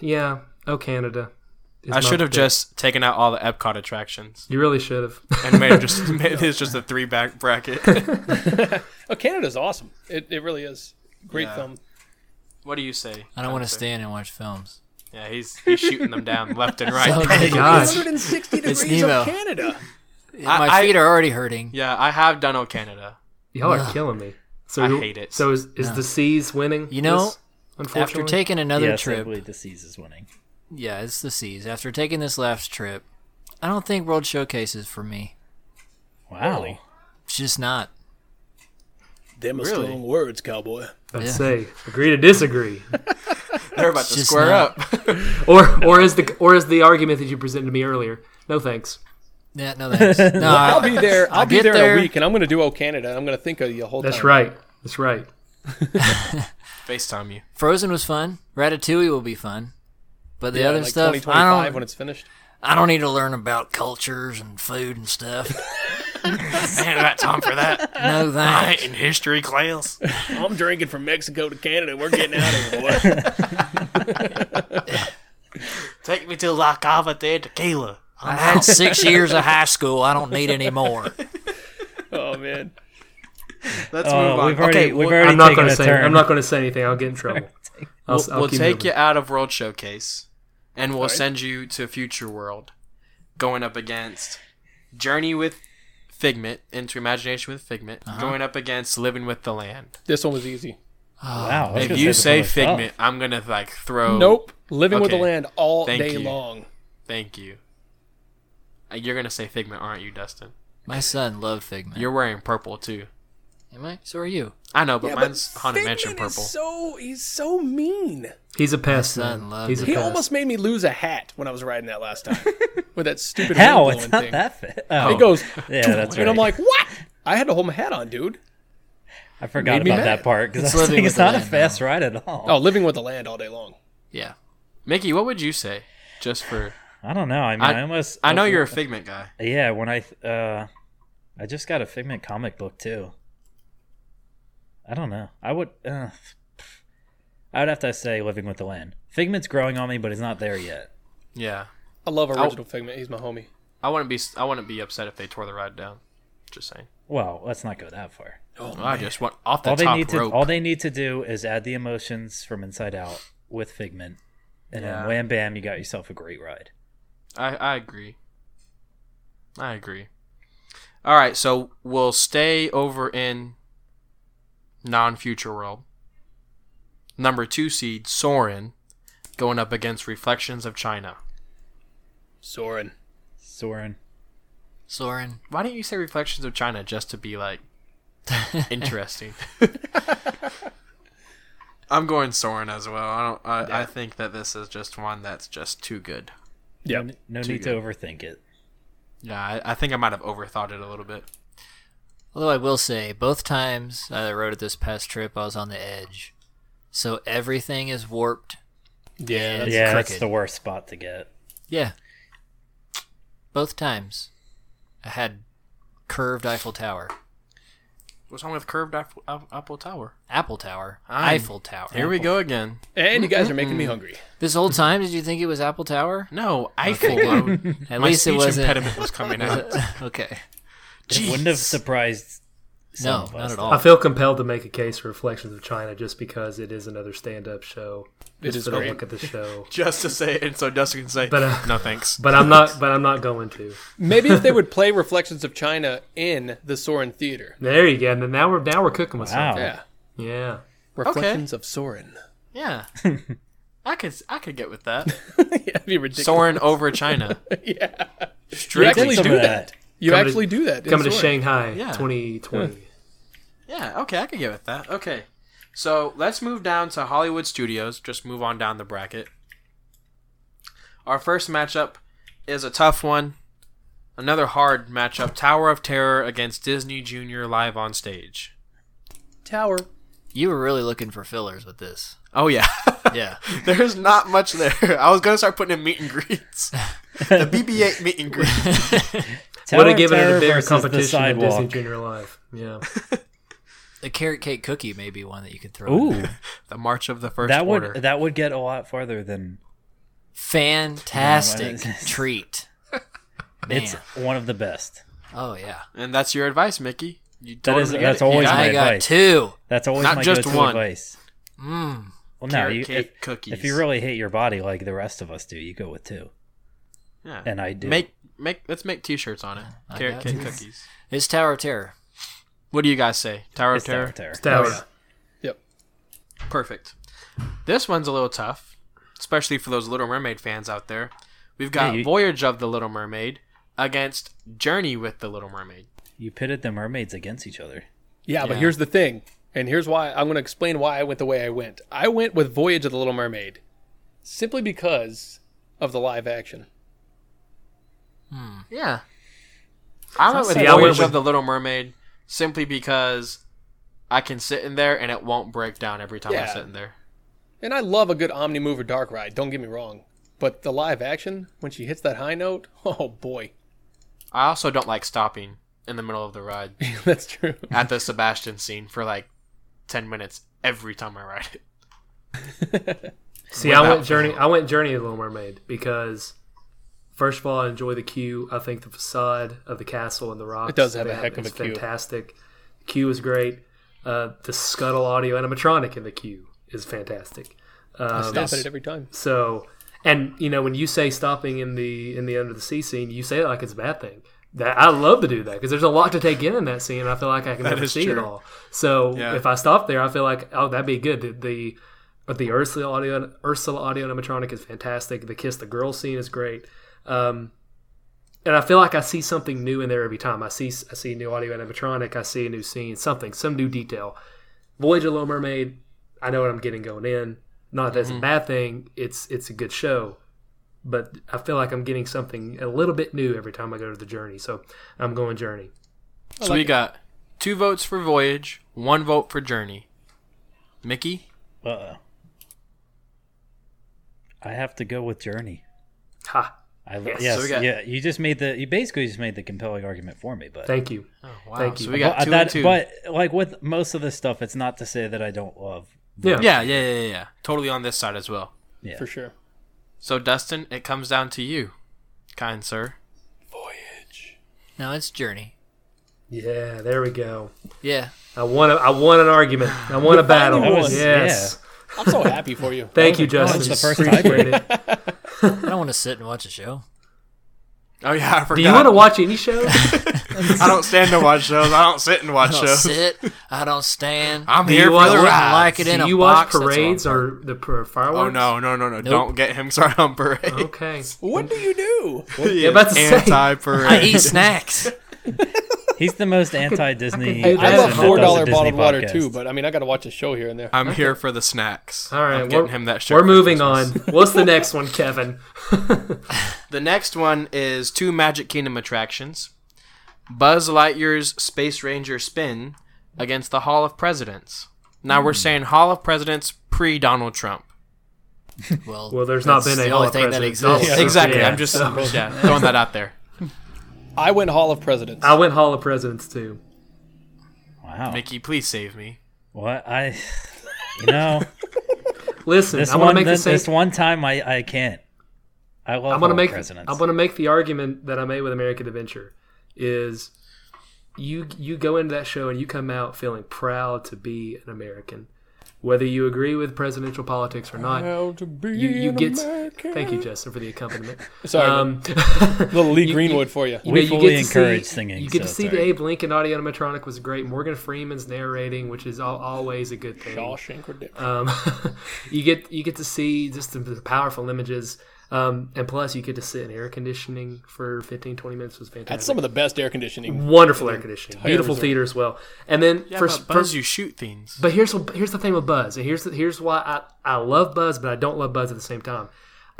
Speaker 4: yeah, oh Canada. is
Speaker 1: I
Speaker 4: my
Speaker 1: should have
Speaker 4: pick.
Speaker 1: just taken out all the Epcot attractions
Speaker 4: You really should have.
Speaker 1: and made it just made this just a three back bracket.
Speaker 5: Oh, Canada's awesome. It, it really is. Great film.
Speaker 1: what do you say?
Speaker 3: I don't want to stand and watch films.
Speaker 1: Yeah, he's he's shooting them down left and right.
Speaker 3: Okay.
Speaker 4: Gosh,
Speaker 5: 160
Speaker 3: It's degrees of Nemo.
Speaker 5: Canada.
Speaker 3: My
Speaker 1: I-
Speaker 3: feet are already hurting.
Speaker 1: Yeah, I have done O Canada.
Speaker 4: y'all are killing me. So
Speaker 1: I
Speaker 4: who-
Speaker 1: hate it.
Speaker 4: So is, is the seas winning?
Speaker 3: You know,
Speaker 4: this, unfortunately,
Speaker 3: After taking another
Speaker 2: yes, I
Speaker 3: trip,
Speaker 2: believe the seas is winning.
Speaker 3: yeah, it's the seas. After taking this last trip, I don't think World Showcase is for me.
Speaker 2: Wow.
Speaker 5: Really?
Speaker 3: It's just not.
Speaker 5: Them are
Speaker 1: Really?
Speaker 5: words, cowboy.
Speaker 4: I'd
Speaker 3: yeah.
Speaker 4: say agree to disagree.
Speaker 1: They're about to
Speaker 3: just
Speaker 1: square
Speaker 3: not-
Speaker 1: up.
Speaker 4: Or or is the or is the argument that you presented to me earlier? No thanks.
Speaker 3: Yeah, no thanks. No,
Speaker 5: I'll
Speaker 3: I,
Speaker 5: be there. I'll,
Speaker 3: I'll
Speaker 5: be
Speaker 3: get
Speaker 5: there,
Speaker 3: there.
Speaker 5: in a week, and I'm gonna do O Canada. and I'm gonna think of you the whole
Speaker 4: That's
Speaker 3: Oh.
Speaker 5: time.
Speaker 4: right. That's right.
Speaker 1: FaceTime you.
Speaker 3: Frozen was fun. Ratatouille will be fun. But the
Speaker 5: Yeah,
Speaker 3: other
Speaker 5: like
Speaker 3: stuff, I
Speaker 5: 2025
Speaker 3: don't.
Speaker 5: when it's finished.
Speaker 3: I don't need to learn about cultures and food and stuff.
Speaker 1: I ain't got time for that.
Speaker 3: No thanks.
Speaker 1: in history class.
Speaker 5: I'm drinking from Mexico to Canada. We're getting out of here. boy.
Speaker 1: Take me to La Cava de Tequila.
Speaker 3: I had six years of high school. I don't need any more.
Speaker 5: oh man.
Speaker 1: Let's move
Speaker 2: Oh,
Speaker 1: on.
Speaker 2: we've already,
Speaker 1: okay,
Speaker 2: we've
Speaker 1: we'll,
Speaker 2: already
Speaker 4: I'm not
Speaker 2: taken
Speaker 4: going
Speaker 2: a
Speaker 4: to say.
Speaker 2: turn.
Speaker 4: I'm not going to say anything. I'll get in trouble. I'll,
Speaker 1: we'll,
Speaker 4: I'll
Speaker 1: we'll
Speaker 4: keep
Speaker 1: take
Speaker 4: moving.
Speaker 1: you out of World Showcase, and we'll send you to Future World, going up against Journey with Figment, Into Imagination with Figment,
Speaker 2: Uh-huh.
Speaker 1: going up against Living with the Land.
Speaker 5: This one was easy.
Speaker 2: wow. I was
Speaker 1: If
Speaker 2: gonna
Speaker 1: you
Speaker 2: this
Speaker 1: say
Speaker 2: one was tough.
Speaker 1: Figment, I'm gonna like throw.
Speaker 5: Nope. Living with the
Speaker 1: Okay.
Speaker 5: land all
Speaker 1: Thank
Speaker 5: day
Speaker 1: you.
Speaker 5: long.
Speaker 1: Thank you. Uh, You're gonna say Figment, aren't you, Dustin?
Speaker 3: My son loved Figment.
Speaker 1: You're wearing purple too.
Speaker 3: Am I? So are you.
Speaker 1: I know, but mine's Haunted Mansion purple.
Speaker 5: so he's so mean.
Speaker 4: He's a pest.
Speaker 3: son
Speaker 4: man.
Speaker 3: loved
Speaker 4: He's a
Speaker 3: it.
Speaker 5: He
Speaker 4: pest.
Speaker 5: almost made me lose a hat when I was riding that last time with that stupid
Speaker 2: How?
Speaker 5: wind
Speaker 2: Oh, It's
Speaker 5: blowing
Speaker 2: not
Speaker 5: thing.
Speaker 2: that fit.
Speaker 5: It
Speaker 2: Oh,
Speaker 5: goes,
Speaker 2: yeah, that's
Speaker 5: and
Speaker 2: right.
Speaker 5: I'm like, what? I had to hold my hat on, dude.
Speaker 2: I forgot
Speaker 5: made me
Speaker 2: about
Speaker 5: mad.
Speaker 2: that part because
Speaker 3: It's
Speaker 2: I was like,
Speaker 3: living with
Speaker 2: it's not
Speaker 3: the
Speaker 2: a
Speaker 3: land
Speaker 2: fast ride at all.
Speaker 5: Oh, living with the land all day long.
Speaker 3: Yeah.
Speaker 1: Mickey, what would you say? Just for
Speaker 2: I don't know. I mean,
Speaker 1: I-
Speaker 2: I, almost.
Speaker 1: I know you're a Figment guy.
Speaker 2: Yeah, when I th- uh, I just got a Figment comic book too. I don't know. I would. Uh, I would have to say Living with the Land. Figment's growing on me, but he's not there yet.
Speaker 1: Yeah,
Speaker 5: I love
Speaker 2: Oh.
Speaker 5: original Figment. He's my homie.
Speaker 1: I wouldn't be. I wouldn't be upset if they tore the ride down. Just saying.
Speaker 2: Well, let's not go that far.
Speaker 5: Oh,
Speaker 1: I just want off the
Speaker 2: all they
Speaker 1: top
Speaker 2: need
Speaker 1: rope.
Speaker 2: to all they need to do is add the emotions from Inside Out with Figment, and
Speaker 1: Yeah.
Speaker 2: then wham bam, you got yourself a great ride.
Speaker 1: I, I agree. I agree. All right, so we'll stay over in non-future world. Number two seed Soren going up against Reflections of China.
Speaker 5: Soren.
Speaker 2: Soren.
Speaker 3: Soren.
Speaker 1: Why didn't you say Reflections of China just to be like interesting? I'm going Soren as well. I don't. I, I think that this is just one that's just too good.
Speaker 5: Yeah.
Speaker 2: No
Speaker 1: Too
Speaker 2: need to
Speaker 1: good.
Speaker 2: overthink it.
Speaker 1: Yeah, I, I think I might have overthought it a little bit.
Speaker 3: Although I will say, both times I rode it this past trip, I was on the edge. So everything is warped.
Speaker 5: Yeah.
Speaker 3: It's
Speaker 2: yeah, that's
Speaker 3: crooked.
Speaker 2: the worst spot to get.
Speaker 3: Yeah. Both times I had curved Eiffel Tower.
Speaker 1: What's wrong with curved Apple, Apple Tower?
Speaker 3: Apple Tower.
Speaker 1: I'm-
Speaker 3: Eiffel Tower.
Speaker 1: Here we go again.
Speaker 5: And you guys are making me hungry.
Speaker 3: This whole time, did you think it was Apple Tower?
Speaker 1: No, Eiffel. I,
Speaker 3: At
Speaker 1: my
Speaker 3: least it
Speaker 1: speech
Speaker 3: wasn't.
Speaker 1: impediment was coming out.
Speaker 3: okay.
Speaker 2: It wouldn't have surprised. Some
Speaker 3: No,
Speaker 2: of
Speaker 3: not
Speaker 2: us.
Speaker 3: at
Speaker 4: I
Speaker 3: all.
Speaker 4: feel compelled to make a case for Reflections of China just because it is another stand-up show.
Speaker 5: It
Speaker 4: Just
Speaker 5: is
Speaker 4: for the
Speaker 5: great.
Speaker 4: look at the show.
Speaker 1: Just to say it, and so Dustin can say,
Speaker 4: But, uh,
Speaker 1: no thanks.
Speaker 4: But I'm not. But I'm not going to.
Speaker 5: Maybe if they would play Reflections of China in the Soren Theater.
Speaker 4: There you go. And then now we're now we're cooking with
Speaker 2: Wow.
Speaker 4: something.
Speaker 5: Yeah.
Speaker 4: Yeah.
Speaker 5: Reflections of Soren.
Speaker 1: Yeah, I could I could get with that.
Speaker 5: yeah, that'd be ridiculous.
Speaker 1: Soaring over China.
Speaker 5: Yeah. You
Speaker 1: Strictly.
Speaker 5: actually
Speaker 2: some
Speaker 5: do
Speaker 2: of
Speaker 5: that.
Speaker 2: that.
Speaker 5: You
Speaker 4: Coming to-
Speaker 5: actually do that. in
Speaker 4: Coming to
Speaker 5: Soren.
Speaker 4: Shanghai,
Speaker 1: Yeah.
Speaker 4: 2020.
Speaker 1: Yeah, okay, I could get with that. Okay. So let's move down to Hollywood Studios. Just move on down the bracket. Our first matchup is a tough one. Another hard matchup Tower of Terror against Disney Junior live on stage.
Speaker 5: Tower.
Speaker 3: You were really looking for fillers with this.
Speaker 1: Oh, yeah.
Speaker 3: Yeah.
Speaker 1: There's not much there. I was going to start putting in meet and greets. The BB 8 meet and greet.
Speaker 2: Tower
Speaker 4: Would have
Speaker 2: of
Speaker 4: given it
Speaker 2: Terror
Speaker 4: a bigger
Speaker 2: versus the
Speaker 4: competition than Disney
Speaker 2: sidewalk.
Speaker 4: Junior Live. Yeah.
Speaker 3: A carrot cake cookie may be one that you could throw. in
Speaker 2: Ooh,
Speaker 3: there.
Speaker 1: The March of the First
Speaker 2: that
Speaker 1: Order.
Speaker 2: would that would get a lot farther than
Speaker 3: Fantastic
Speaker 2: No, I don't-
Speaker 3: treat. Man.
Speaker 2: it's one of the best.
Speaker 3: oh, yeah.
Speaker 1: And that's your advice, Mickey. You
Speaker 2: That
Speaker 1: told
Speaker 2: is
Speaker 1: him to get
Speaker 2: that's
Speaker 1: it. You
Speaker 2: always
Speaker 1: got
Speaker 2: my
Speaker 3: I got
Speaker 2: advice.
Speaker 3: two.
Speaker 2: That's always
Speaker 1: Not
Speaker 2: my
Speaker 1: just
Speaker 2: go-to
Speaker 1: one.
Speaker 2: advice.
Speaker 3: Mm.
Speaker 2: Well, no,
Speaker 1: carrot
Speaker 2: you,
Speaker 1: cake
Speaker 2: if,
Speaker 1: cookies.
Speaker 2: if you really hate your body like the rest of us do, you go with two.
Speaker 1: Yeah.
Speaker 2: And I do.
Speaker 1: Make make let's make t-shirts on it.
Speaker 3: I
Speaker 1: Carrot
Speaker 3: got
Speaker 1: cake
Speaker 3: you.
Speaker 1: cookies.
Speaker 3: It's Tower of Terror.
Speaker 1: What do you guys say? Tower of
Speaker 2: It's Tower
Speaker 1: Terror.
Speaker 2: of Terror.
Speaker 4: Tower.
Speaker 5: Yep.
Speaker 1: Perfect. This one's a little tough, especially for those Little Mermaid fans out there. We've got
Speaker 2: Yeah, you-
Speaker 1: Voyage of the Little Mermaid against Journey with the Little Mermaid.
Speaker 2: You pitted the mermaids against each other.
Speaker 5: Yeah, but
Speaker 1: Yeah.
Speaker 5: here's the thing, and here's why I'm going to explain why I went the way I went. I went with Voyage of the Little Mermaid simply because of the live action.
Speaker 1: Yeah.
Speaker 6: I went with
Speaker 1: The
Speaker 4: Yeah, I
Speaker 6: Voyage
Speaker 1: Voyage
Speaker 4: went
Speaker 1: of the Little Mermaid simply because I can sit in there and it won't break down every time I
Speaker 5: Yeah.
Speaker 1: sit in there.
Speaker 5: And I love a good Omni Mover dark ride, don't get me wrong. But the live action, when she hits that high note, oh boy.
Speaker 1: I also don't like stopping in the middle of the ride
Speaker 5: That's true.
Speaker 1: at the Sebastian scene for like 10 minutes every time I ride it.
Speaker 4: See, I went
Speaker 1: Without
Speaker 4: journey. I went journey of the Little Mermaid because, first of all, I enjoy the queue. I think the facade of the castle and the rocks.
Speaker 5: It does have
Speaker 4: they
Speaker 5: a heck of
Speaker 4: is
Speaker 5: a queue.
Speaker 4: Fantastic. The queue is great. Uh, the scuttle audio animatronic in the queue is fantastic. Um,
Speaker 5: Stop at it every time.
Speaker 4: so, and you know, when you say stopping in the in the under the sea scene, you say it like it's a bad thing. That I love to do that because there's a lot to take in in that scene, and I feel like I can never
Speaker 1: is
Speaker 4: see it
Speaker 1: true.
Speaker 4: all. So
Speaker 1: Yeah.
Speaker 4: if I stop there, I feel like oh, that'd be good. The the, but the Ursula audio Ursula audio animatronic is fantastic. The kiss the girl scene is great. Um, and I feel like I see something new in there every time. I see I see new audio animatronic. I see a new scene, something, some new detail. Voyage of the Little Mermaid, I know what I'm getting going in. Not that it's
Speaker 3: Mm-hmm.
Speaker 4: a bad thing. It's it's a good show, but I feel like I'm getting something a little bit new every time I go to the journey. So I'm going journey.
Speaker 1: So we got two votes for Voyage, one vote for Journey. Mickey?
Speaker 2: Uh oh. I have to go with Journey.
Speaker 4: Ha!
Speaker 2: I yes,
Speaker 4: Yes.
Speaker 2: yes
Speaker 1: So we got-
Speaker 2: yeah. You just made the you basically just made the compelling argument for me, but
Speaker 4: Thank you.
Speaker 1: Oh, wow.
Speaker 4: Thank
Speaker 1: So
Speaker 4: you.
Speaker 1: we got
Speaker 2: Well,
Speaker 1: two
Speaker 2: that-
Speaker 1: and two.
Speaker 2: but like with most of this stuff, it's not to say that I don't love.
Speaker 4: Yeah.
Speaker 1: yeah, yeah, yeah, yeah, yeah. Totally on this side as well.
Speaker 2: Yeah,
Speaker 5: For sure.
Speaker 1: So, Dustin, it comes down to you, kind sir.
Speaker 5: Voyage.
Speaker 3: No, it's Journey.
Speaker 4: Yeah. There we go.
Speaker 3: Yeah.
Speaker 4: I want a, I want an argument. I want a battle.
Speaker 5: finally won.
Speaker 4: Yes.
Speaker 5: I'm so happy for you.
Speaker 4: Thank
Speaker 2: Oh,
Speaker 4: you,
Speaker 2: that was
Speaker 4: Justin.
Speaker 2: the first time.
Speaker 4: Appreciate it.
Speaker 3: I don't want to sit and watch a show.
Speaker 1: Oh, yeah, I forgot.
Speaker 4: Do you want to watch any show?
Speaker 1: I don't stand to watch shows. I don't sit and watch
Speaker 3: I don't sit. I don't stand.
Speaker 1: I'm
Speaker 4: Do
Speaker 1: here
Speaker 4: you
Speaker 1: for
Speaker 4: watch-
Speaker 1: the
Speaker 4: wouldn't
Speaker 1: ride.
Speaker 3: like it in
Speaker 4: Do
Speaker 3: a
Speaker 4: you watch
Speaker 3: box, that's all.
Speaker 4: parades or the par- fireworks?
Speaker 1: Oh no, no, no, no! Don't get him started on parade.
Speaker 4: Okay.
Speaker 5: What do you do?
Speaker 1: yeah,
Speaker 4: Oh. about to say.
Speaker 1: anti parade.
Speaker 3: I eat snacks.
Speaker 2: he's the most anti-Disney.
Speaker 4: I
Speaker 5: I love
Speaker 4: That's a-
Speaker 2: person that
Speaker 5: four
Speaker 2: does a
Speaker 5: dollar
Speaker 2: Disney
Speaker 5: bottled water
Speaker 2: podcast.
Speaker 5: too, but I mean I gotta watch a show here and there.
Speaker 1: I'm here for the snacks.
Speaker 4: All right,
Speaker 1: I'm getting
Speaker 4: we're-
Speaker 1: him that shirt.
Speaker 4: We're
Speaker 1: for
Speaker 4: moving
Speaker 1: Christmas.
Speaker 4: on. What's the next one, Kevin?
Speaker 1: The next one is two Magic Kingdom attractions: Buzz Lightyear's Space Ranger Spin against the Hall of Presidents. Now
Speaker 4: Hmm.
Speaker 1: we're saying Hall of Presidents pre Donald Trump.
Speaker 3: Well,
Speaker 4: Well, there's not
Speaker 3: that's
Speaker 4: been a
Speaker 3: the
Speaker 4: Hall
Speaker 3: only
Speaker 4: of
Speaker 3: thing that
Speaker 4: Presidents.
Speaker 3: exists.
Speaker 4: Yeah.
Speaker 1: Exactly.
Speaker 4: Yeah.
Speaker 1: I'm just yeah, throwing that out there.
Speaker 5: I went Hall of Presidents.
Speaker 4: I went Hall of Presidents too.
Speaker 2: Wow.
Speaker 1: Mickey, please save me.
Speaker 2: What I, you know,
Speaker 4: Listen,
Speaker 2: this
Speaker 4: I want to
Speaker 2: one,
Speaker 4: make the
Speaker 2: this,
Speaker 4: same.
Speaker 2: this one time I I can't. I love.
Speaker 4: I'm gonna
Speaker 2: all
Speaker 4: make.
Speaker 2: presidents.
Speaker 4: I'm gonna make the argument that I made with American Adventure is you you go into that show and you come out feeling proud to be an American, whether you agree with presidential politics or not.
Speaker 5: How to be
Speaker 4: You, you
Speaker 5: an
Speaker 4: get.
Speaker 5: American.
Speaker 4: Thank you, Justin, for the accompaniment.
Speaker 5: Sorry,
Speaker 4: Um,
Speaker 5: little Lee Greenwood for you.
Speaker 4: you
Speaker 2: We
Speaker 4: know, you
Speaker 2: fully
Speaker 4: get to
Speaker 2: encourage
Speaker 4: see,
Speaker 2: singing,
Speaker 4: You get to
Speaker 2: so
Speaker 4: see
Speaker 2: it's
Speaker 4: the
Speaker 2: alright.
Speaker 4: Abe Lincoln audio animatronic was great. Morgan Freeman's narrating, which is al always a good thing.
Speaker 5: Shawshank Redemption.
Speaker 4: Um, you get you get to see just the, the powerful images, um, and plus you get to sit in air conditioning for 15, 20 minutes was fantastic.
Speaker 5: That's some of the best air conditioning.
Speaker 4: wonderful air conditioning, beautiful
Speaker 5: resort.
Speaker 4: theater as well. And then
Speaker 1: Yeah,
Speaker 4: for,
Speaker 1: but
Speaker 4: for-
Speaker 1: Buzz, you shoot things.
Speaker 4: but here's what- here's the thing with Buzz, and here's the, here's why I, I love Buzz, but I don't love Buzz at the same time.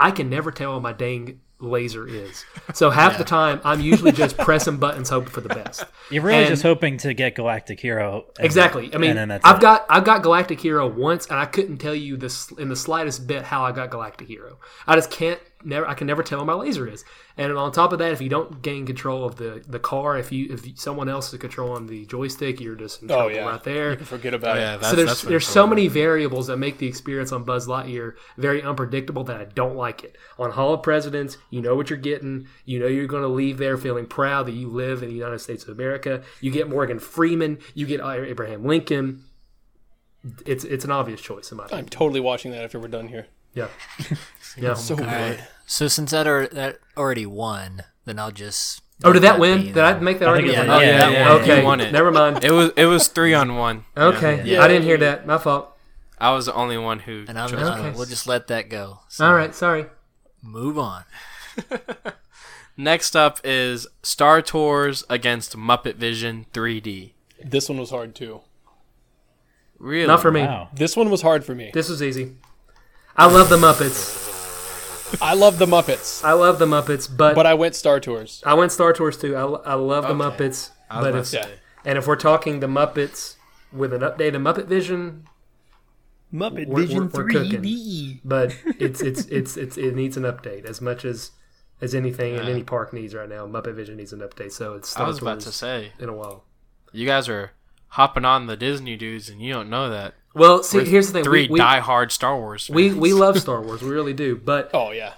Speaker 4: I can never tell where my dang laser is. So half the time I'm usually just pressing buttons, hoping for the best.
Speaker 2: You're really
Speaker 4: and-
Speaker 2: just hoping to get Galactic Hero. and-
Speaker 4: Exactly. I mean,
Speaker 2: and then that's
Speaker 4: I've
Speaker 2: it.
Speaker 4: got I've got Galactic Hero once, and I couldn't tell you this in the slightest bit how I got Galactic Hero. I just can't never I can never tell where my laser is. And on top of that, if you don't gain control of the the car, if you if someone else is controlling the joystick, you're just in
Speaker 5: Oh,
Speaker 4: trouble
Speaker 5: yeah.
Speaker 4: right there.
Speaker 5: Forget about it.
Speaker 1: that's,
Speaker 4: so there's
Speaker 1: that's what
Speaker 4: there's
Speaker 1: it's
Speaker 4: so
Speaker 1: all
Speaker 4: many variables that make the experience on Buzz Lightyear very unpredictable that I don't like it. On Hall of Presidents, you know what you're getting. You know you're going to leave there feeling proud that you live in the United States of America. You get Morgan Freeman. You get Abraham Lincoln. It's it's an obvious choice in my opinion.
Speaker 5: I'm totally watching that after we're done here.
Speaker 4: Yeah, yeah.
Speaker 5: So good.
Speaker 3: So since that are that already won, then I'll just.
Speaker 4: oh, did that
Speaker 3: be
Speaker 4: win? Did
Speaker 3: the-
Speaker 4: I make that
Speaker 2: think
Speaker 4: argument?
Speaker 2: it
Speaker 4: Oh,
Speaker 2: was- yeah, yeah,
Speaker 1: yeah,
Speaker 4: Okay,
Speaker 1: you won it.
Speaker 4: never mind.
Speaker 1: It was it was three on one.
Speaker 4: Okay,
Speaker 5: Yeah.
Speaker 4: I didn't hear that. My fault.
Speaker 1: I was the only one who.
Speaker 3: And I'm,
Speaker 1: chose
Speaker 3: uh,
Speaker 1: that.
Speaker 4: Okay.
Speaker 3: we'll just let that go. So
Speaker 4: All right, sorry.
Speaker 3: Move on.
Speaker 1: Next up is Star Tours against Muppet Vision 3D.
Speaker 5: This one was hard too.
Speaker 1: Really?
Speaker 4: Not for me.
Speaker 2: Wow.
Speaker 5: This one was hard for me.
Speaker 4: This was easy. I love the Muppets.
Speaker 5: I love the Muppets,
Speaker 4: I love the Muppets, but,
Speaker 5: but
Speaker 4: I,
Speaker 5: I went Star Tours.
Speaker 4: went Star Tours too. I, I love the Muppets,
Speaker 1: I was
Speaker 4: but
Speaker 1: about
Speaker 4: if,
Speaker 1: to
Speaker 5: Yeah.
Speaker 1: say.
Speaker 4: and if we're talking the Muppets with an updated Muppet Vision,
Speaker 5: Muppet
Speaker 4: We're- Vision we're- we're cooking. but it's it's it's it's it needs an update as much as as anything in any park needs right now. Muppet Vision needs an update, so it's
Speaker 1: I
Speaker 4: Star
Speaker 1: was about
Speaker 4: Tours
Speaker 1: to say
Speaker 4: in a while.
Speaker 1: you guys are hopping on the Disney dudes and you don't know that.
Speaker 4: Well, see, here's the thing:
Speaker 1: Three
Speaker 4: we, we,
Speaker 1: diehard Star Wars.
Speaker 4: we
Speaker 1: fans.
Speaker 4: we love Star Wars, we really do. But
Speaker 5: Oh yeah.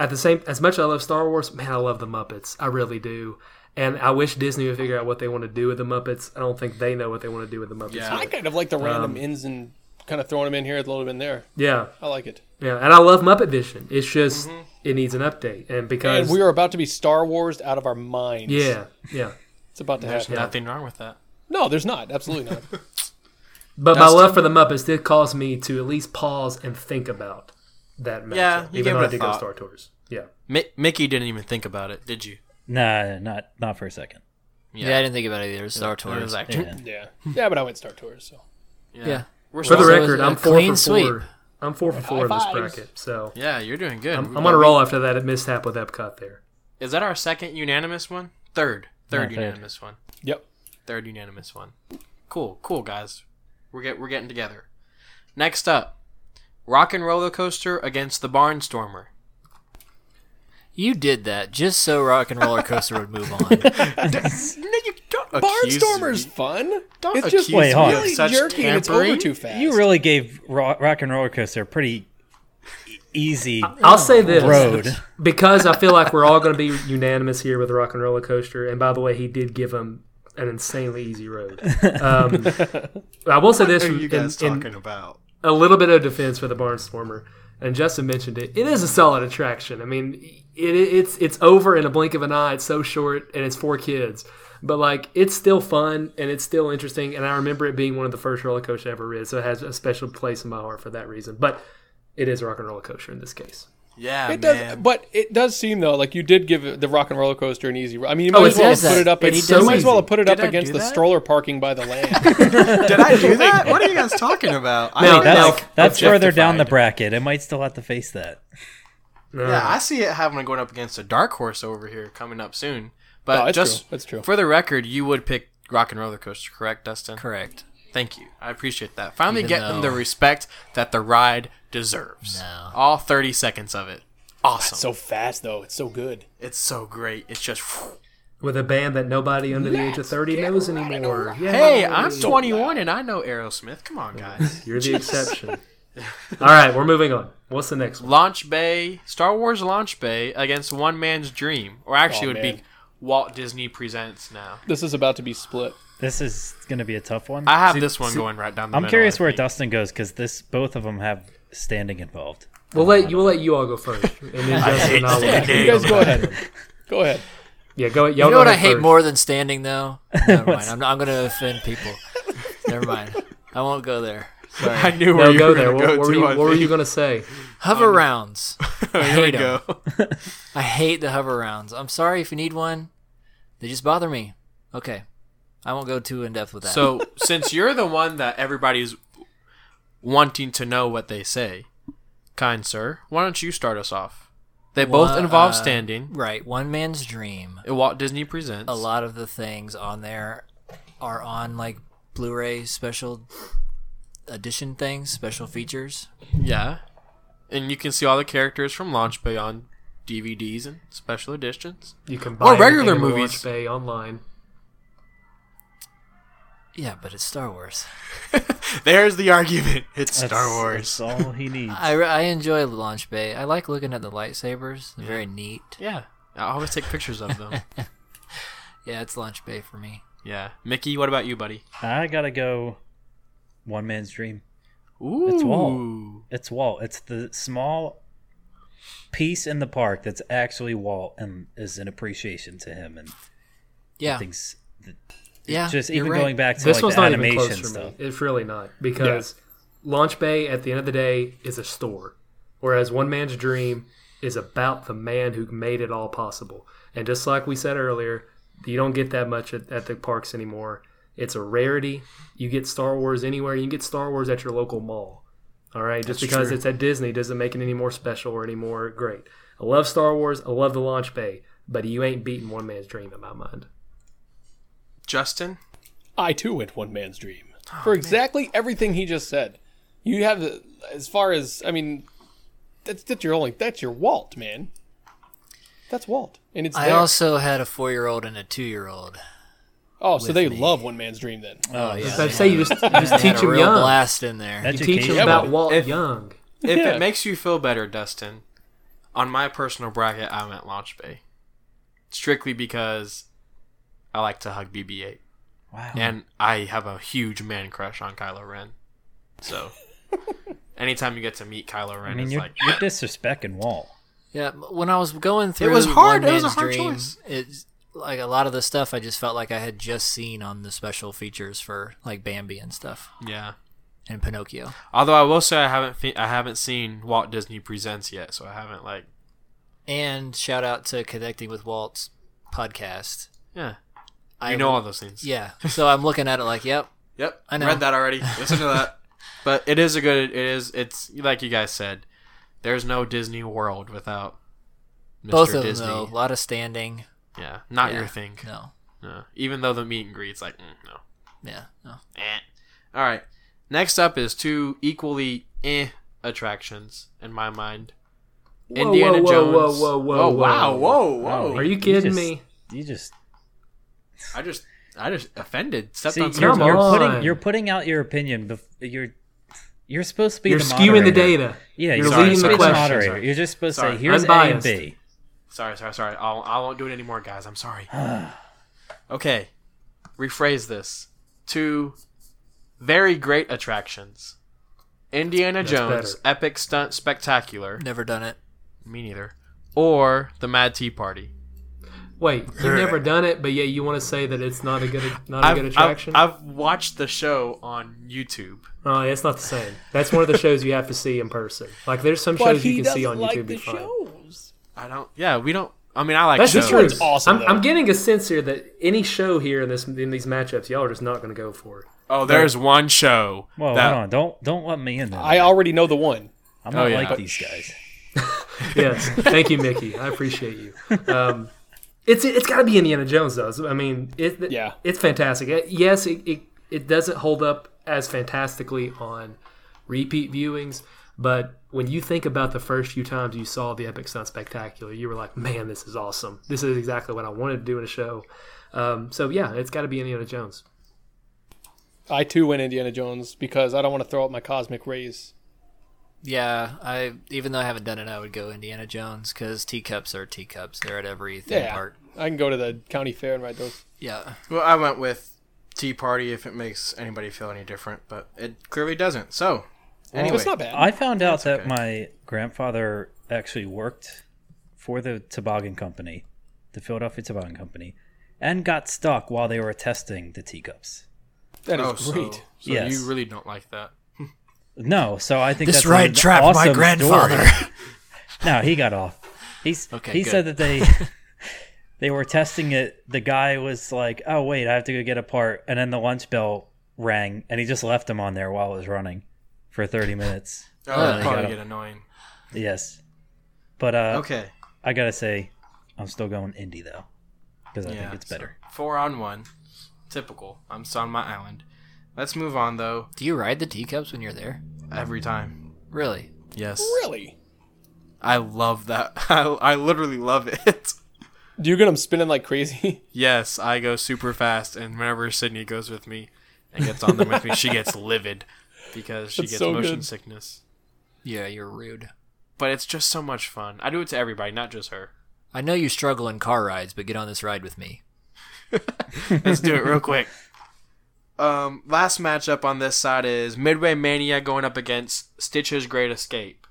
Speaker 4: at the same, as much as I love Star Wars, man, I love the Muppets. I really do. And I wish Disney would figure out what they want to do with the Muppets. I don't think they know what they want to do with the Muppets.
Speaker 1: Yeah.
Speaker 4: yet.
Speaker 5: I kind of like the random ins and kind of throwing them in here, a little bit in there.
Speaker 4: yeah,
Speaker 5: I like it.
Speaker 4: yeah. And I love Muppet Vision. It's just
Speaker 1: Mm-hmm.
Speaker 4: it needs an update, and because
Speaker 5: And we are about to be Star Wars out of our minds.
Speaker 4: yeah, yeah.
Speaker 5: It's about to happen.
Speaker 1: Nothing wrong with that.
Speaker 5: No, there's not. Absolutely not.
Speaker 4: But
Speaker 1: Dustin?
Speaker 4: my love for the Muppets did cause me to at least pause and think about that matchup.
Speaker 1: Yeah, you gave
Speaker 4: even though
Speaker 1: it
Speaker 4: I
Speaker 1: a
Speaker 4: did
Speaker 1: thought.
Speaker 4: go Star Tours. Yeah.
Speaker 1: Mi- Mickey didn't even think about it, did you?
Speaker 2: Nah, not not for a second.
Speaker 3: Yeah. I didn't think about it either. Star Tours.
Speaker 1: It was like,
Speaker 2: Yeah.
Speaker 5: yeah. Yeah, but I went Star Tours. So
Speaker 1: yeah.
Speaker 3: yeah.
Speaker 1: We're
Speaker 4: For
Speaker 1: still,
Speaker 4: the
Speaker 3: So it was
Speaker 4: record,
Speaker 3: a
Speaker 4: I'm four
Speaker 3: clean
Speaker 4: for
Speaker 3: sweep.
Speaker 4: four. I'm four for four in this
Speaker 5: fives.
Speaker 4: bracket. So
Speaker 1: yeah, you're doing good.
Speaker 4: I'm, I'm on a roll after that mishap with Epcot there.
Speaker 1: Is that our second unanimous one? Third. Third
Speaker 2: No, third.
Speaker 1: unanimous one.
Speaker 5: yep.
Speaker 1: Third unanimous one. Cool, cool guys. We're get we're getting together. Next up, Rock and Roller Coaster against the Barnstormer.
Speaker 3: You did that just so Rock and Roller Coaster would move on.
Speaker 1: don't
Speaker 5: Barnstormer's fun.
Speaker 1: Don't
Speaker 5: it's just
Speaker 1: accuse
Speaker 2: Wait,
Speaker 1: me
Speaker 2: hold
Speaker 1: of
Speaker 2: on.
Speaker 5: really
Speaker 1: such
Speaker 5: jerky. and It's over
Speaker 1: tampering.
Speaker 5: too fast.
Speaker 2: You really gave Ro- Rock and Roller Coaster a pretty e- easy
Speaker 4: I'll say this
Speaker 2: road.
Speaker 4: because I feel like we're all going to be unanimous here with Rock and Roller Coaster. And by the way, he did give him an insanely easy road. Um, I will say this:
Speaker 1: What are you
Speaker 4: in-
Speaker 1: guys
Speaker 4: in-
Speaker 1: talking about?
Speaker 4: a little bit of defense for the Barnstormer, and Justin mentioned it. It is a solid attraction. I mean, it, it's it's over in a blink of an eye. It's so short, and it's for kids, but like it's still fun and it's still interesting. And I remember it being one of the first roller coasters I ever rid, so it has a special place in my heart for that reason. But it is rock and roller coaster in this case.
Speaker 1: Yeah,
Speaker 5: It does,
Speaker 1: man.
Speaker 5: but it does seem though like you did give the rock and roller coaster an easy. I mean, you
Speaker 4: Oh,
Speaker 5: might
Speaker 4: it
Speaker 5: as well have
Speaker 4: does
Speaker 5: put
Speaker 4: that.
Speaker 5: it up.
Speaker 4: It's
Speaker 5: you
Speaker 4: so
Speaker 5: might as well
Speaker 4: easy.
Speaker 5: have put it up
Speaker 1: Did I
Speaker 5: against
Speaker 1: do
Speaker 5: the
Speaker 1: that?
Speaker 5: stroller parking by the land.
Speaker 1: Did I do that? What are you guys talking about? I
Speaker 4: No,
Speaker 1: mean,
Speaker 2: That's,
Speaker 4: like,
Speaker 2: that's further down the
Speaker 1: objectified.
Speaker 2: bracket. It might still have to face that.
Speaker 1: Yeah, I see it having it going up against a dark horse over here coming up soon. But
Speaker 5: No, that's
Speaker 1: just
Speaker 5: true. That's true.
Speaker 1: for the record, you would pick Rock and Roller Coaster, correct, Dustin?
Speaker 3: Correct.
Speaker 1: Thank you. I appreciate that. Finally
Speaker 3: Even
Speaker 1: getting them
Speaker 3: though-
Speaker 1: the respect that the ride deserves.
Speaker 3: No.
Speaker 1: All 30 seconds of it. Awesome.
Speaker 5: so fast though, it's so good.
Speaker 1: it's so great. It's just
Speaker 4: With a band that nobody under the age of thirty knows anymore. Yeah,
Speaker 1: Hey, I'm 21 and I know Aerosmith. Come on, guys.
Speaker 4: you're the exception. All right, we're moving on. What's the next one?
Speaker 1: Launch Bay, Star Wars Launch Bay against One Man's Dream. Or actually,
Speaker 5: Aw,
Speaker 1: it would be
Speaker 5: man.
Speaker 1: Walt Disney Presents now.
Speaker 5: This is about to be split.
Speaker 2: This is going to be a tough one.
Speaker 1: I have this one going right down the
Speaker 2: I'm
Speaker 1: middle,
Speaker 2: curious
Speaker 1: I
Speaker 2: where
Speaker 1: think.
Speaker 2: Dustin goes because this both of them have standing involved.
Speaker 4: We'll let you. We'll let you all go first, and then Justin and I will.
Speaker 5: You guys go ahead. Go ahead.
Speaker 4: Yeah, go. Y'all
Speaker 3: You
Speaker 4: go
Speaker 3: know what I
Speaker 4: ahead
Speaker 3: hate
Speaker 4: first.
Speaker 3: more than standing though? Never mind. I'm, not- I'm going to offend people. Never mind. I won't go there.
Speaker 1: I knew where
Speaker 4: No,
Speaker 1: you
Speaker 4: go
Speaker 1: were
Speaker 4: there.
Speaker 1: going
Speaker 4: What,
Speaker 1: to go
Speaker 4: what were
Speaker 1: to.
Speaker 4: you,
Speaker 1: I
Speaker 4: what were you
Speaker 1: think.
Speaker 4: going to say?
Speaker 3: Hover rounds.
Speaker 1: Here Um,
Speaker 3: I
Speaker 1: we
Speaker 3: hate 'em.
Speaker 1: go.
Speaker 3: I hate the hover rounds. I'm sorry if you need one. They just bother me. Okay. I won't go too in depth with that.
Speaker 1: So since you're the one that everybody's wanting to know what they say, kind sir, why don't you start us off? They both
Speaker 3: Well,
Speaker 1: involve
Speaker 3: uh,
Speaker 1: standing.
Speaker 3: right, one man's dream.
Speaker 1: Walt Disney presents.
Speaker 3: A lot of the things on there are on like Blu-ray special edition things, special features.
Speaker 1: Yeah, and you can see all the characters from Launch Bay on DVDs and special editions.
Speaker 4: You can buy
Speaker 1: Or regular
Speaker 4: everything in the
Speaker 1: movies.
Speaker 4: Launch Bay online.
Speaker 3: Yeah, but it's Star Wars.
Speaker 1: There's the argument. It's Star
Speaker 2: That's-
Speaker 1: Wars.
Speaker 2: That's all he needs.
Speaker 3: I, I enjoy Launch Bay. I like looking at the lightsabers. They're very neat.
Speaker 1: Yeah, I always take pictures of them.
Speaker 3: Yeah, it's Launch Bay for me.
Speaker 1: yeah, Mickey, what about you, buddy?
Speaker 2: I gotta go. One man's dream.
Speaker 1: Ooh,
Speaker 2: Walt. It's Walt. It's the small piece in the park that's actually Walt, and is an appreciation to him and
Speaker 3: Yeah.
Speaker 2: things. that-
Speaker 3: Yeah.
Speaker 2: Just
Speaker 3: you're
Speaker 2: even
Speaker 3: right.
Speaker 2: going back to
Speaker 4: This
Speaker 2: like
Speaker 4: one's
Speaker 2: the
Speaker 4: not even
Speaker 2: animation
Speaker 4: close for
Speaker 2: stuff.
Speaker 4: me. It's really not because Launch Bay at the end of the day is a store, whereas One Man's Dream is about the man who made it all possible. And just like we said earlier, you don't get that much at, at the parks anymore. It's a rarity. You get Star Wars anywhere. You can get Star Wars at your local mall. All right, just
Speaker 1: That's
Speaker 4: because
Speaker 1: true.
Speaker 4: it's at Disney doesn't make it any more special or any more great. I love Star Wars. I love the launch bay, but you ain't beating one man's dream in my mind.
Speaker 1: Justin?
Speaker 5: I too went one man's dream for exactly everything he just said. You have the- as far as I mean, that's that's your only that's your Walt man. That's Walt, and it's
Speaker 3: I
Speaker 5: there.
Speaker 3: also had a four year old and a two year old.
Speaker 5: oh, so they love one man's dream then.
Speaker 3: Oh, yeah.
Speaker 4: So I'd say you just, you just
Speaker 3: They had
Speaker 4: teach
Speaker 3: a
Speaker 4: them
Speaker 3: real
Speaker 4: young.
Speaker 3: blast in there.
Speaker 4: You teach them
Speaker 2: Education.
Speaker 4: about Walt
Speaker 1: If-
Speaker 4: Young.
Speaker 1: If
Speaker 5: Yeah.
Speaker 1: it makes you feel better, Dustin, on my personal bracket, I'm at Launch Bay. Strictly because I like to hug BB 8.
Speaker 2: Wow.
Speaker 1: And I have a huge man crush on Kylo Ren. So, anytime you get to meet Kylo Ren,
Speaker 2: I mean,
Speaker 1: it's
Speaker 2: you're,
Speaker 1: like,
Speaker 2: you're disrespecting Walt.
Speaker 3: Yeah, m- when I was going through,
Speaker 1: was hard.
Speaker 3: One
Speaker 1: It was a
Speaker 3: Man's
Speaker 1: hard
Speaker 3: Dream,
Speaker 1: choice.
Speaker 3: It's like a lot of the stuff I just felt like I had just seen on the special features for like Bambi and stuff
Speaker 1: yeah.
Speaker 3: and Pinocchio.
Speaker 1: Although I will say I haven't fe- I haven't seen Walt Disney Presents yet, so I haven't like
Speaker 3: And shout out to Connecting with Walt's podcast.
Speaker 1: yeah. You
Speaker 3: I
Speaker 1: know all those things.
Speaker 3: Yeah, so I'm looking at it like, yep,
Speaker 1: Yep,
Speaker 3: I know.
Speaker 1: Read that already. Listen to that. But it is a good. It is. It's like you guys said. There's no Disney World without Mr.
Speaker 3: both of
Speaker 1: Disney.
Speaker 3: them though. A lot of standing.
Speaker 1: Yeah, not
Speaker 3: Yeah.
Speaker 1: your thing.
Speaker 3: No,
Speaker 1: No. Even though the meet and greet's like mm, no.
Speaker 3: yeah, no.
Speaker 1: Eh. All right. Next up is two equally eh attractions in my mind.
Speaker 4: Whoa,
Speaker 1: Indiana
Speaker 4: whoa, whoa, whoa,
Speaker 1: Jones.
Speaker 4: whoa, whoa,
Speaker 1: Oh, wow!
Speaker 4: whoa.
Speaker 1: Whoa! Whoa!
Speaker 4: Are you kidding
Speaker 2: just-
Speaker 4: me?
Speaker 2: You just
Speaker 1: I just, I just offended. Stepped
Speaker 2: see,
Speaker 1: on
Speaker 2: you're,
Speaker 1: some
Speaker 4: Come
Speaker 2: you're
Speaker 4: on.
Speaker 2: putting you're putting out your opinion. Bef- you're you're supposed to be
Speaker 4: You're
Speaker 2: the
Speaker 4: skewing the
Speaker 2: moderator.
Speaker 4: data.
Speaker 2: Yeah,
Speaker 4: You're
Speaker 2: you're,
Speaker 1: leading
Speaker 2: supposed
Speaker 1: the
Speaker 2: to be the
Speaker 1: question.
Speaker 2: moderator.
Speaker 1: Sorry.
Speaker 2: You're just supposed
Speaker 1: Sorry.
Speaker 2: to say here's
Speaker 4: I'm
Speaker 2: A and
Speaker 4: biased.
Speaker 2: B.
Speaker 1: Sorry, sorry, sorry. I'll, I won't do it anymore, guys. I'm sorry. okay, rephrase this. Two very great attractions Indiana Jones,
Speaker 4: better.
Speaker 1: Epic Stunt Spectacular.
Speaker 3: Never done it.
Speaker 1: Me neither. Or the Mad Tea Party.
Speaker 4: Wait, you've never done it, but yet you want to say that it's not a good, not a
Speaker 1: I've,
Speaker 4: good
Speaker 1: I've-
Speaker 4: attraction.
Speaker 1: I've watched the show on YouTube.
Speaker 4: Oh, it's not the same. That's one of the shows you have to see in person. Like, there's some shows you can see on YouTube. be fine.
Speaker 5: shows.
Speaker 1: I don't. Yeah, we don't. I mean, I like
Speaker 4: That's the
Speaker 1: shows.
Speaker 4: truth.
Speaker 5: awesome,
Speaker 4: I'm, I'm
Speaker 5: though.
Speaker 4: getting a sense here that any show here in this in these matchups, y'all are just not going to go for it.
Speaker 1: Oh, there's one show.
Speaker 2: Whoa,
Speaker 1: that-
Speaker 2: hold on! Don't don't let me in there.
Speaker 5: I already know the one.
Speaker 2: I'm not
Speaker 1: Oh, yeah.
Speaker 2: like
Speaker 1: But-
Speaker 2: these guys.
Speaker 4: Yes, thank you, Mickey. I appreciate you. Um, it's it's got to be Indiana Jones, though. So, I mean, it,
Speaker 5: Yeah.
Speaker 4: it's fantastic. Uh, Yes, it, it it doesn't hold up as fantastically on repeat viewings, but when you think about the first few times you saw the Epic Stunt Spectacular, you were like, "Man, this is awesome! This is exactly what I wanted to do in a show." Um, so yeah, it's got to be Indiana Jones.
Speaker 5: I too went Indiana Jones because I don't want to throw out my cosmic rays.
Speaker 3: Yeah, I even though I haven't done it, I would go Indiana Jones because teacups are teacups. They're at every theme
Speaker 5: Yeah,
Speaker 3: park.
Speaker 5: I can go to the county fair and ride those.
Speaker 3: Yeah,
Speaker 1: Well, I went with Tea Party if it makes anybody feel any different, but it clearly doesn't. So, anyway.
Speaker 5: It's not bad.
Speaker 2: I found out that my grandfather actually worked for the toboggan company, the Philadelphia Toboggan Company, and got stuck while they were testing the teacups.
Speaker 5: that is
Speaker 1: Oh, so,
Speaker 5: great.
Speaker 1: so
Speaker 2: Yes.
Speaker 1: you really don't like that.
Speaker 2: No, so I think
Speaker 3: this
Speaker 2: that's
Speaker 3: ride
Speaker 2: an
Speaker 3: trapped
Speaker 2: awesome
Speaker 3: my grandfather.
Speaker 2: story. No, he got off. He's
Speaker 3: Okay,
Speaker 2: He
Speaker 3: good.
Speaker 2: said that they they were testing it. The guy was like, "Oh wait, I have to go get a part," and then the lunch bell rang, and he just left him on there while it was running for thirty minutes.
Speaker 1: Oh,
Speaker 3: Oh,
Speaker 1: that'd
Speaker 3: they
Speaker 1: probably
Speaker 2: got
Speaker 1: get annoying.
Speaker 2: Yes, but uh,
Speaker 1: Okay.
Speaker 2: I gotta say, I'm still going indie though, because I think it's
Speaker 1: so
Speaker 2: better.
Speaker 1: four on one. Typical. I'm still on my island. Let's move on, though,
Speaker 3: Do you ride the teacups when you're there?
Speaker 1: every time.
Speaker 3: Really?
Speaker 1: Yes.
Speaker 5: Really?
Speaker 1: I love that. I, I literally love it.
Speaker 5: Do you get them spinning like crazy?
Speaker 1: Yes, I go super fast, and whenever Sydney goes with me and gets on them with me, she gets livid because she
Speaker 5: That's
Speaker 1: gets
Speaker 5: so
Speaker 1: motion
Speaker 5: good.
Speaker 1: sickness.
Speaker 3: Yeah, you're rude.
Speaker 1: But it's just so much fun. I do it to everybody, not just her.
Speaker 3: I know you struggle in car rides, but get on this ride with me.
Speaker 1: Let's do it real quick. Um, last matchup on this side is Midway Mania going up against Stitch's Great Escape.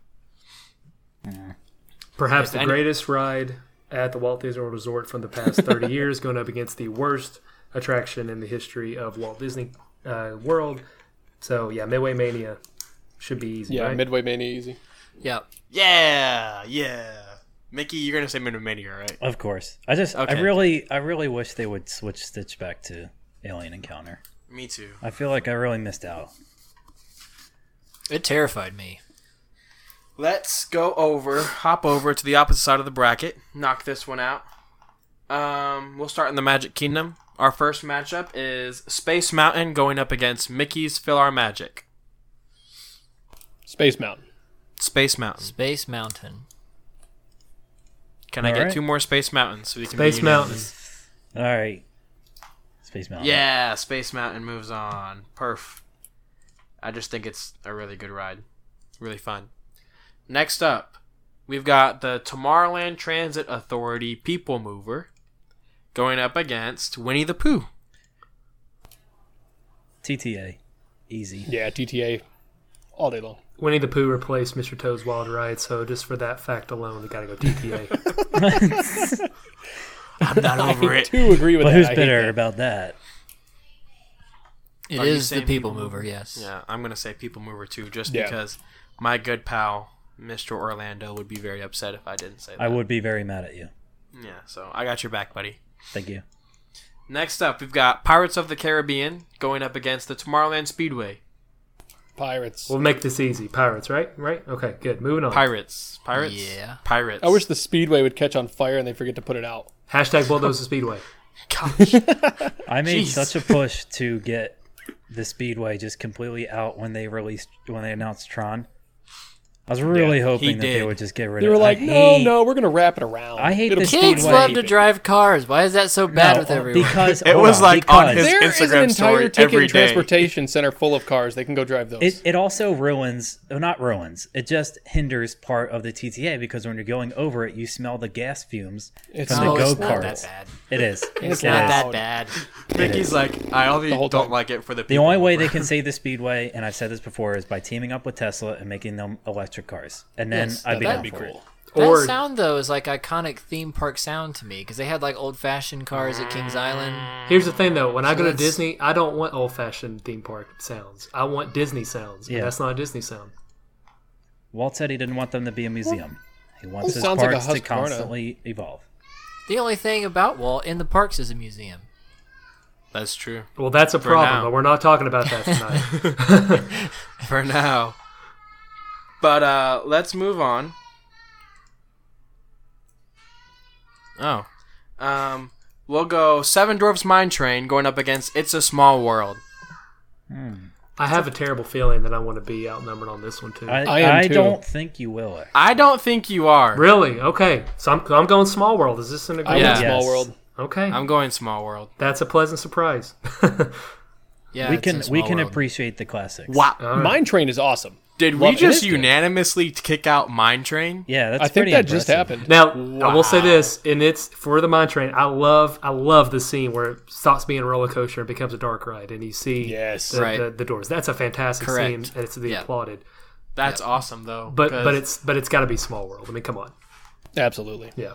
Speaker 4: Perhaps the
Speaker 1: any-
Speaker 4: greatest ride at the Walt Disney World Resort from the past 30 years, going up against the worst attraction in the history of Walt Disney uh, World. So, yeah, Midway Mania should be easy.
Speaker 5: Yeah,
Speaker 4: right?
Speaker 5: Midway Mania easy.
Speaker 3: Yeah.
Speaker 1: Yeah, yeah. Mickey, you're gonna say Midway Mania, right?
Speaker 2: Of course, I just
Speaker 1: Okay.
Speaker 2: I really I really wish they would switch Stitch back to Alien Encounter.
Speaker 1: Me too.
Speaker 2: I feel like I really missed out.
Speaker 3: It terrified me.
Speaker 1: Let's go over, hop over to the opposite side of the bracket, knock this one out. Um, we'll start in the Magic Kingdom. Our first matchup is Space Mountain going up against Mickey's Fill Our Magic.
Speaker 5: Space Mountain.
Speaker 1: Space Mountain.
Speaker 3: Space Mountain.
Speaker 1: Can I get
Speaker 2: Alright.
Speaker 1: two more Space Mountains so we can be
Speaker 4: Space
Speaker 1: unanimous?
Speaker 4: Mountain.
Speaker 2: All right. Space Mountain.
Speaker 1: Yeah, Space Mountain moves on. Perf. I just think it's a really good ride. Really fun. Next up, we've got the Tomorrowland Transit Authority People Mover going up against Winnie the Pooh.
Speaker 2: TTA. Easy.
Speaker 5: Yeah, TTA all day long.
Speaker 4: Winnie the Pooh replaced Mr. Toad's Wild Ride, so just for that fact alone, we gotta go TTA.
Speaker 1: I'm not over it.
Speaker 5: Do agree with
Speaker 2: But
Speaker 5: that.
Speaker 2: who's
Speaker 5: I hate
Speaker 2: bitter
Speaker 5: that.
Speaker 2: about that?
Speaker 3: It is
Speaker 1: Are you
Speaker 3: the
Speaker 1: saying
Speaker 3: people
Speaker 1: People
Speaker 3: mover,
Speaker 1: Mover?
Speaker 3: yes.
Speaker 1: Yeah, I'm gonna say People Mover too, just
Speaker 5: Yeah.
Speaker 1: because my good pal Mr. Orlando would be very upset if I didn't say that.
Speaker 2: I would be very mad at you.
Speaker 1: Yeah, so I got your back, buddy.
Speaker 2: Thank you.
Speaker 1: Next up, we've got Pirates of the Caribbean going up against the Tomorrowland Speedway.
Speaker 5: Pirates.
Speaker 4: we'll make this easy. Pirates, right? Right? Okay, good. Moving on.
Speaker 1: Pirates. Pirates?
Speaker 3: Yeah.
Speaker 1: Pirates.
Speaker 5: I wish the Speedway would catch on fire and they forget to put it out.
Speaker 4: Hashtag Bulldozer Speedway.
Speaker 2: I made
Speaker 1: Jeez.
Speaker 2: such a push to get the Speedway just completely out when they released when they announced Tron. I was really
Speaker 1: he
Speaker 2: hoping that they
Speaker 1: did.
Speaker 2: would just get rid
Speaker 5: They
Speaker 2: of.
Speaker 5: were
Speaker 2: it. I
Speaker 5: like,
Speaker 2: hate-
Speaker 5: no, no, we're gonna wrap it around.
Speaker 2: I hate
Speaker 5: It'll
Speaker 2: the
Speaker 5: be
Speaker 2: Speedway.
Speaker 3: Kids
Speaker 5: fine."
Speaker 2: Wait.
Speaker 3: love to drive cars. Why is that so bad
Speaker 2: No,
Speaker 3: with everyone?
Speaker 2: because
Speaker 1: It
Speaker 2: hold
Speaker 1: was
Speaker 2: on,
Speaker 1: like on his-
Speaker 2: because-
Speaker 5: There is an
Speaker 1: Instagram story
Speaker 5: entire ticket
Speaker 1: every
Speaker 5: and
Speaker 1: day.
Speaker 5: transportation center full of cars. They can go drive those.
Speaker 2: It, it also ruins, well, not ruins, it just hinders part of the TTA because when you're going over it, you smell the gas fumes
Speaker 5: It's
Speaker 2: from
Speaker 3: no,
Speaker 2: the go
Speaker 3: Oh, it's not that
Speaker 2: karts.
Speaker 3: bad.
Speaker 2: It is.
Speaker 5: It's
Speaker 2: It
Speaker 5: not
Speaker 2: is.
Speaker 5: that
Speaker 3: That bad.
Speaker 1: Mickey's like, I only
Speaker 5: whole
Speaker 1: don't
Speaker 5: time.
Speaker 1: like it for the
Speaker 2: The only way they can save the Speedway, and I've said this before, is by teaming up with Tesla and making them electric cars. And then
Speaker 5: Yes,
Speaker 2: I'd be
Speaker 5: that'd
Speaker 2: down
Speaker 5: be
Speaker 2: for
Speaker 5: cool.
Speaker 4: Or-
Speaker 3: that sound though is like iconic theme park sound to me because they had like old fashioned cars at Kings Island.
Speaker 4: Here's the thing though, when I go to
Speaker 3: that's-
Speaker 4: Disney, I don't want old fashioned theme park sounds. I want Disney sounds. Yeah.
Speaker 2: Yeah.
Speaker 4: That's not a Disney sound.
Speaker 2: it. Walt said he didn't want them to be a museum. He wants his
Speaker 5: Sounds like a
Speaker 2: parks to
Speaker 5: Husqvarna.
Speaker 2: constantly evolve.
Speaker 3: The only thing about Walt in the parks is a museum.
Speaker 1: That's true.
Speaker 4: Well that's a
Speaker 1: now.
Speaker 4: problem, but we're not talking about that tonight.
Speaker 1: For now. But uh let's move on. Oh. Um we'll go Seven Dwarfs Mine Train going up against It's a Small World.
Speaker 4: I have a terrible feeling that I want to be outnumbered on this one too.
Speaker 2: I,
Speaker 5: Mm. I
Speaker 2: I,
Speaker 5: am too.
Speaker 2: don't think you will. actually.
Speaker 1: I don't think you are.
Speaker 4: Really? Okay. So I'm, I'm going small world. Is this an
Speaker 5: I
Speaker 4: agreement?
Speaker 1: Yeah.
Speaker 5: went Small
Speaker 2: Yes.
Speaker 5: World.
Speaker 4: Okay.
Speaker 1: I'm going Small World.
Speaker 4: That's a pleasant surprise.
Speaker 3: Yeah,
Speaker 2: We
Speaker 3: it's
Speaker 2: can
Speaker 3: in
Speaker 2: we
Speaker 3: Small
Speaker 2: can
Speaker 3: World.
Speaker 2: appreciate the classics.
Speaker 1: Wow.
Speaker 5: Mine Train is awesome.
Speaker 1: Did we
Speaker 5: Love it.
Speaker 1: just
Speaker 5: It is good.
Speaker 1: unanimously kick out Mine Train?
Speaker 2: Yeah, that's
Speaker 5: I think
Speaker 2: pretty
Speaker 5: that just
Speaker 2: impressive.
Speaker 5: happened.
Speaker 4: now I will say this, and it's for the mine train. I love I love the scene where it stops being a roller coaster and becomes a dark ride, and you see
Speaker 5: Yes.
Speaker 4: the,
Speaker 3: Right.
Speaker 4: the, the doors. That's a fantastic
Speaker 3: Correct.
Speaker 4: scene, and it's to be
Speaker 3: Yeah.
Speaker 4: applauded.
Speaker 1: That's awesome though.
Speaker 4: But but
Speaker 1: 'cause
Speaker 4: it's but it's got to be small world. I mean, come on.
Speaker 5: Absolutely.
Speaker 4: Yeah.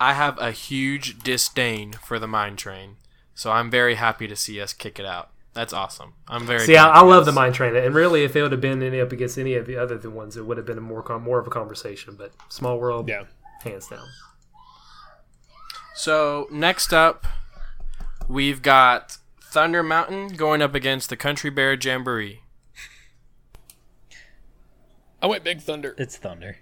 Speaker 1: I have a huge disdain for the Mine Train. So I'm very happy to see us kick it out. That's awesome. I'm very
Speaker 4: See, I,
Speaker 1: glad
Speaker 4: I
Speaker 1: you
Speaker 4: love the
Speaker 1: guys-
Speaker 4: mine train, and really, if it would have been any up against any of the other the ones, it would have been a more con- more of a conversation. But small world,
Speaker 5: Yeah.
Speaker 4: hands down.
Speaker 1: So next up, we've got Thunder Mountain going up against the Country Bear Jamboree.
Speaker 5: I went Big Thunder.
Speaker 2: It's Thunder.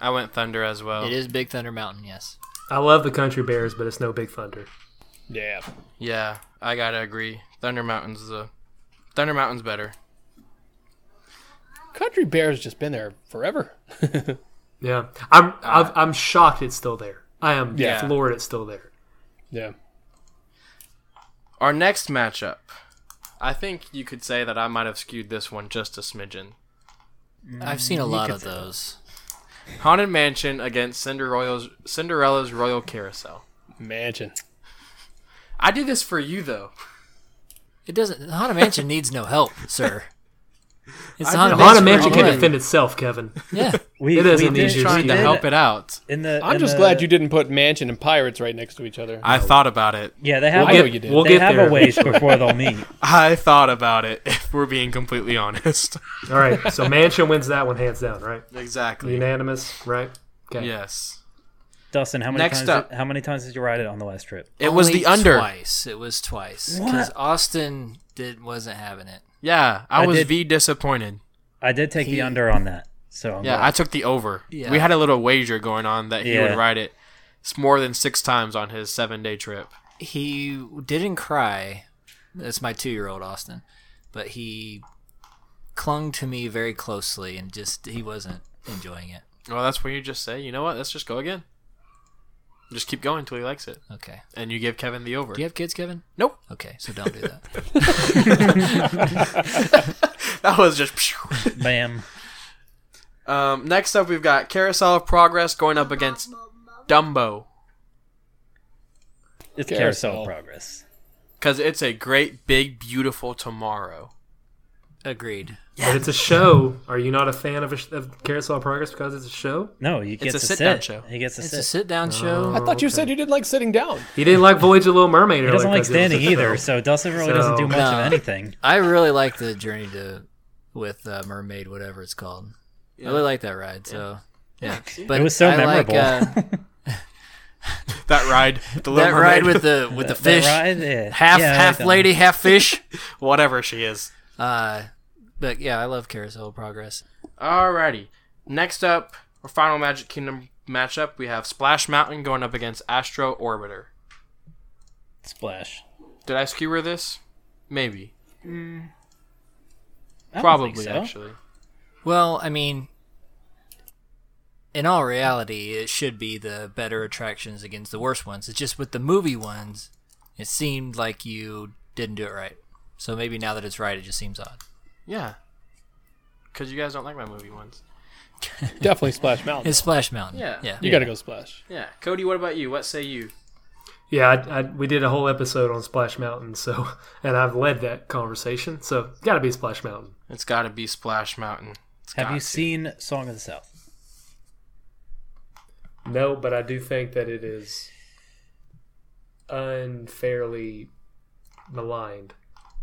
Speaker 1: I went Thunder as well.
Speaker 3: It is Big Thunder Mountain. Yes.
Speaker 4: I love the country bears, but it's no big thunder.
Speaker 5: Yeah.
Speaker 1: Yeah, I gotta agree. Thunder Mountain's the Thunder Mountain's better.
Speaker 5: Country Bear's just been there forever.
Speaker 4: Yeah, I'm I've, I'm shocked it's still there. I am
Speaker 5: Uh, Yeah.
Speaker 4: floored it's still there.
Speaker 5: Yeah.
Speaker 1: Our next matchup, I think you could say that I might have skewed this one just a smidgen.
Speaker 3: I've seen a lot
Speaker 2: could
Speaker 3: of
Speaker 2: say
Speaker 3: those.
Speaker 1: Haunted Mansion against Cinderella's Cinderella's Royal Carousel.
Speaker 5: Mansion.
Speaker 1: I did this for you though.
Speaker 3: It doesn't. Haunted Mansion needs no help, sir. It's the Haunted
Speaker 4: The Haunted
Speaker 3: Mansion.
Speaker 4: Mansion can
Speaker 3: alone.
Speaker 4: defend itself, Kevin.
Speaker 3: Yeah.
Speaker 2: We,
Speaker 4: It doesn't
Speaker 2: we
Speaker 4: need
Speaker 2: did-
Speaker 4: you.
Speaker 1: Trying
Speaker 2: we
Speaker 1: to
Speaker 2: did
Speaker 1: help it out.
Speaker 2: In the,
Speaker 5: I'm
Speaker 2: in
Speaker 5: just
Speaker 2: the-
Speaker 5: glad you didn't put Mansion and Pirates right next to each other.
Speaker 1: I thought about it.
Speaker 2: Yeah, they have
Speaker 5: I know
Speaker 2: a,
Speaker 5: you did.
Speaker 4: We'll
Speaker 2: they
Speaker 4: get
Speaker 2: have
Speaker 4: there.
Speaker 2: a ways before they'll meet.
Speaker 1: I thought about it. If we're being completely honest.
Speaker 4: All right, so Mansion wins that one hands down, right?
Speaker 1: Exactly.
Speaker 4: Unanimous, right? Okay.
Speaker 1: Yes.
Speaker 2: Dustin, how many
Speaker 1: Next
Speaker 2: times?
Speaker 1: up.
Speaker 2: Did, how many times did you ride it on the last trip?
Speaker 1: It was
Speaker 3: Only
Speaker 1: the under.
Speaker 3: Twice. It was twice because
Speaker 2: What?
Speaker 3: Austin did wasn't having it.
Speaker 1: Yeah, I,
Speaker 2: I
Speaker 1: was
Speaker 2: did-
Speaker 1: V disappointed.
Speaker 2: I I did take the under on that. So I'm
Speaker 1: Yeah,
Speaker 2: going-
Speaker 1: I took the over.
Speaker 3: Yeah.
Speaker 1: We had a little wager going on that he
Speaker 2: Yeah.
Speaker 1: would ride it s- more than six times on his seven day trip.
Speaker 3: He didn't cry. That's my two year old Austin, but he clung to me very closely and just he wasn't enjoying it.
Speaker 1: Well, that's where you just say, you know what? Let's just go again. Just keep going until he likes it,
Speaker 3: Okay.
Speaker 1: and you give Kevin the over.
Speaker 3: Do you have kids, Kevin?
Speaker 1: Nope,
Speaker 3: Okay, so don't do that.
Speaker 1: that was just.
Speaker 2: bam.
Speaker 1: um, next up, we've got Carousel of Progress going up against Dumbo
Speaker 2: It's
Speaker 5: Carousel.
Speaker 2: carousel, progress.
Speaker 1: because it's a great, big, beautiful tomorrow.
Speaker 3: Agreed.
Speaker 4: But it's a show. Are you not a fan of, a sh- of Carousel of Progress because it's a show?
Speaker 2: No, he gets
Speaker 1: a
Speaker 2: to
Speaker 1: sit-down
Speaker 2: sit.
Speaker 1: show.
Speaker 2: He gets to
Speaker 3: It's
Speaker 2: sit.
Speaker 3: a sit down show.
Speaker 2: Oh.
Speaker 5: I thought you said you didn't like sitting down.
Speaker 4: He didn't like Voyage of the Little Mermaid.
Speaker 2: He
Speaker 4: earlier
Speaker 2: doesn't like
Speaker 4: 'cause it was a
Speaker 2: standing either,
Speaker 4: show.
Speaker 2: so Dustin really doesn't
Speaker 4: So-
Speaker 2: do much
Speaker 3: No.
Speaker 2: of anything.
Speaker 3: I really like the journey to with uh, mermaid, whatever it's called. I really like that ride. So yeah, but
Speaker 2: It was so
Speaker 3: I
Speaker 2: memorable.
Speaker 3: Like, uh,
Speaker 1: That ride, with the
Speaker 3: that
Speaker 1: Little
Speaker 3: ride
Speaker 1: Mermaid,
Speaker 3: with the with the
Speaker 2: That
Speaker 3: fish,
Speaker 2: ride, yeah.
Speaker 3: half
Speaker 2: Yeah, um, I like
Speaker 3: half
Speaker 2: that one.
Speaker 3: lady, half fish.
Speaker 1: whatever she is.
Speaker 3: Uh, but yeah, I love Carousel of Progress.
Speaker 1: Alrighty. Next up, our final Magic Kingdom matchup, we have Splash Mountain going up against Astro Orbiter.
Speaker 2: Splash.
Speaker 1: Did I skewer this? Maybe.
Speaker 2: I don't
Speaker 1: Probably,
Speaker 2: think so.
Speaker 1: actually.
Speaker 3: Well, I mean, in all reality, it should be the better attractions against the worst ones. It's just with the movie ones, it seemed like you didn't do it right. So maybe now that it's right, it just seems odd.
Speaker 1: Yeah. Because you guys don't like my movie ones.
Speaker 5: Definitely Splash Mountain.
Speaker 3: It's Splash Mountain.
Speaker 1: Yeah.
Speaker 3: yeah.
Speaker 5: You got to go Splash.
Speaker 1: Yeah. Cody, what about you? What say you?
Speaker 4: Yeah, I, I, we did a whole episode on Splash Mountain, so and I've led that conversation. So got to be Splash Mountain.
Speaker 1: It's got to be Splash Mountain. It's
Speaker 2: Have you
Speaker 1: got to.
Speaker 2: seen Song of the South?
Speaker 4: No, but I do think that it is unfairly maligned,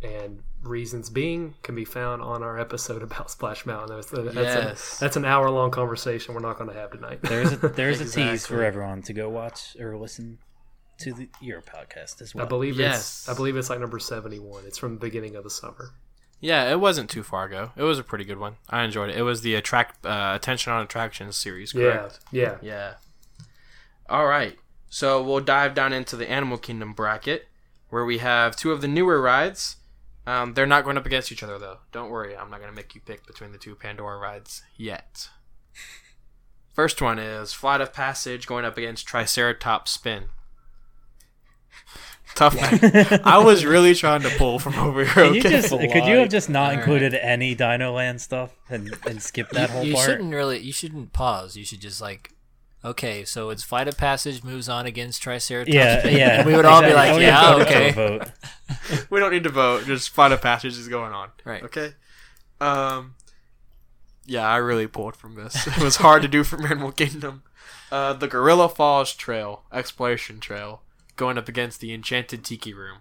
Speaker 4: and reasons being can be found on our episode about Splash Mountain. That's, that's,
Speaker 1: Yes.
Speaker 4: a, that's an hour long conversation we're not going to have tonight.
Speaker 2: There's a there's a tease for
Speaker 1: Exactly.
Speaker 2: everyone to go watch or listen to the, your podcast as
Speaker 4: I
Speaker 2: well.
Speaker 4: believe
Speaker 1: Yes.
Speaker 4: it's I believe it's like number seventy one. It's from the beginning of the summer.
Speaker 1: Yeah, it wasn't too far ago. It was a pretty good one. I enjoyed it. It was the attract uh, Attention on Attractions series, correct?
Speaker 4: Yeah, yeah.
Speaker 1: Yeah. All right. So we'll dive down into the Animal Kingdom bracket, where we have two of the newer rides. Um, they're not going up against each other, though. Don't worry, I'm not going to make you pick between the two Pandora rides yet. First one is Flight of Passage going up against Triceratops Spin. Tough night. I was really trying to pull from over here.
Speaker 2: Can
Speaker 1: Okay.
Speaker 2: you just,
Speaker 5: Fly.
Speaker 2: could you have just not included any Dino Land stuff and, and skip that whole
Speaker 3: you
Speaker 2: part?
Speaker 3: shouldn't really. You shouldn't pause. You should just like, okay, so it's Flight of Passage moves on against Triceratops.
Speaker 2: Yeah, yeah.
Speaker 3: We would all be
Speaker 2: exactly.
Speaker 3: like,
Speaker 2: I would
Speaker 3: "Yeah,
Speaker 2: have voted
Speaker 3: okay."
Speaker 2: for a vote.
Speaker 1: we don't need to vote. Just Flight of Passage is going on.
Speaker 3: Right.
Speaker 1: Okay. Um. Yeah, I really pulled from this. It was hard to do from Animal Kingdom. Uh, the Gorilla Falls Trail Exploration Trail going up against the Enchanted Tiki Room.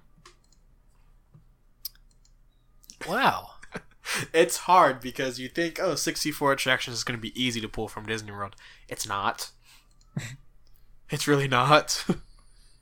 Speaker 3: Wow.
Speaker 1: It's hard because you think, oh, 64 attractions is going to be easy to pull from Disney World. It's not. it's really not.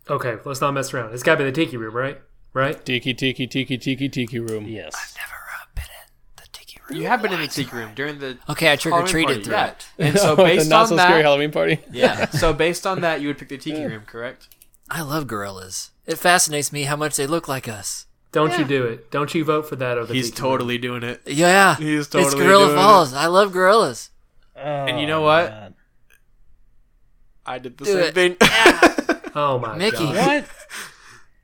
Speaker 4: Okay, let's not mess around. It's got to be the Tiki Room, right? Right.
Speaker 5: Tiki tiki tiki tiki tiki room.
Speaker 2: Yes.
Speaker 3: Never uh, been in the Tiki Room.
Speaker 1: you have been in the Tiki Room during the
Speaker 3: Okay, I trick or
Speaker 1: Halloween party,
Speaker 3: treated through
Speaker 1: yeah.
Speaker 3: it.
Speaker 1: And so
Speaker 5: the
Speaker 1: based
Speaker 5: not
Speaker 1: on
Speaker 5: so
Speaker 1: that,
Speaker 5: scary Halloween party.
Speaker 1: yeah. So based on that, you would pick the Tiki Room, correct?
Speaker 3: I love gorillas. It fascinates me how much they look like us.
Speaker 4: Don't you do it. Don't you vote for that over
Speaker 1: He's
Speaker 4: Tiki
Speaker 1: totally doing it.
Speaker 3: Yeah,
Speaker 1: He's
Speaker 3: it's
Speaker 1: totally
Speaker 3: Gorilla
Speaker 1: doing it.
Speaker 3: Falls. I love gorillas.
Speaker 1: you
Speaker 2: Oh,
Speaker 1: know what?
Speaker 2: God.
Speaker 1: I did the
Speaker 3: Do
Speaker 1: same
Speaker 3: it.
Speaker 1: thing.
Speaker 4: Room. Oh my
Speaker 3: Mickey.
Speaker 4: god.
Speaker 2: What?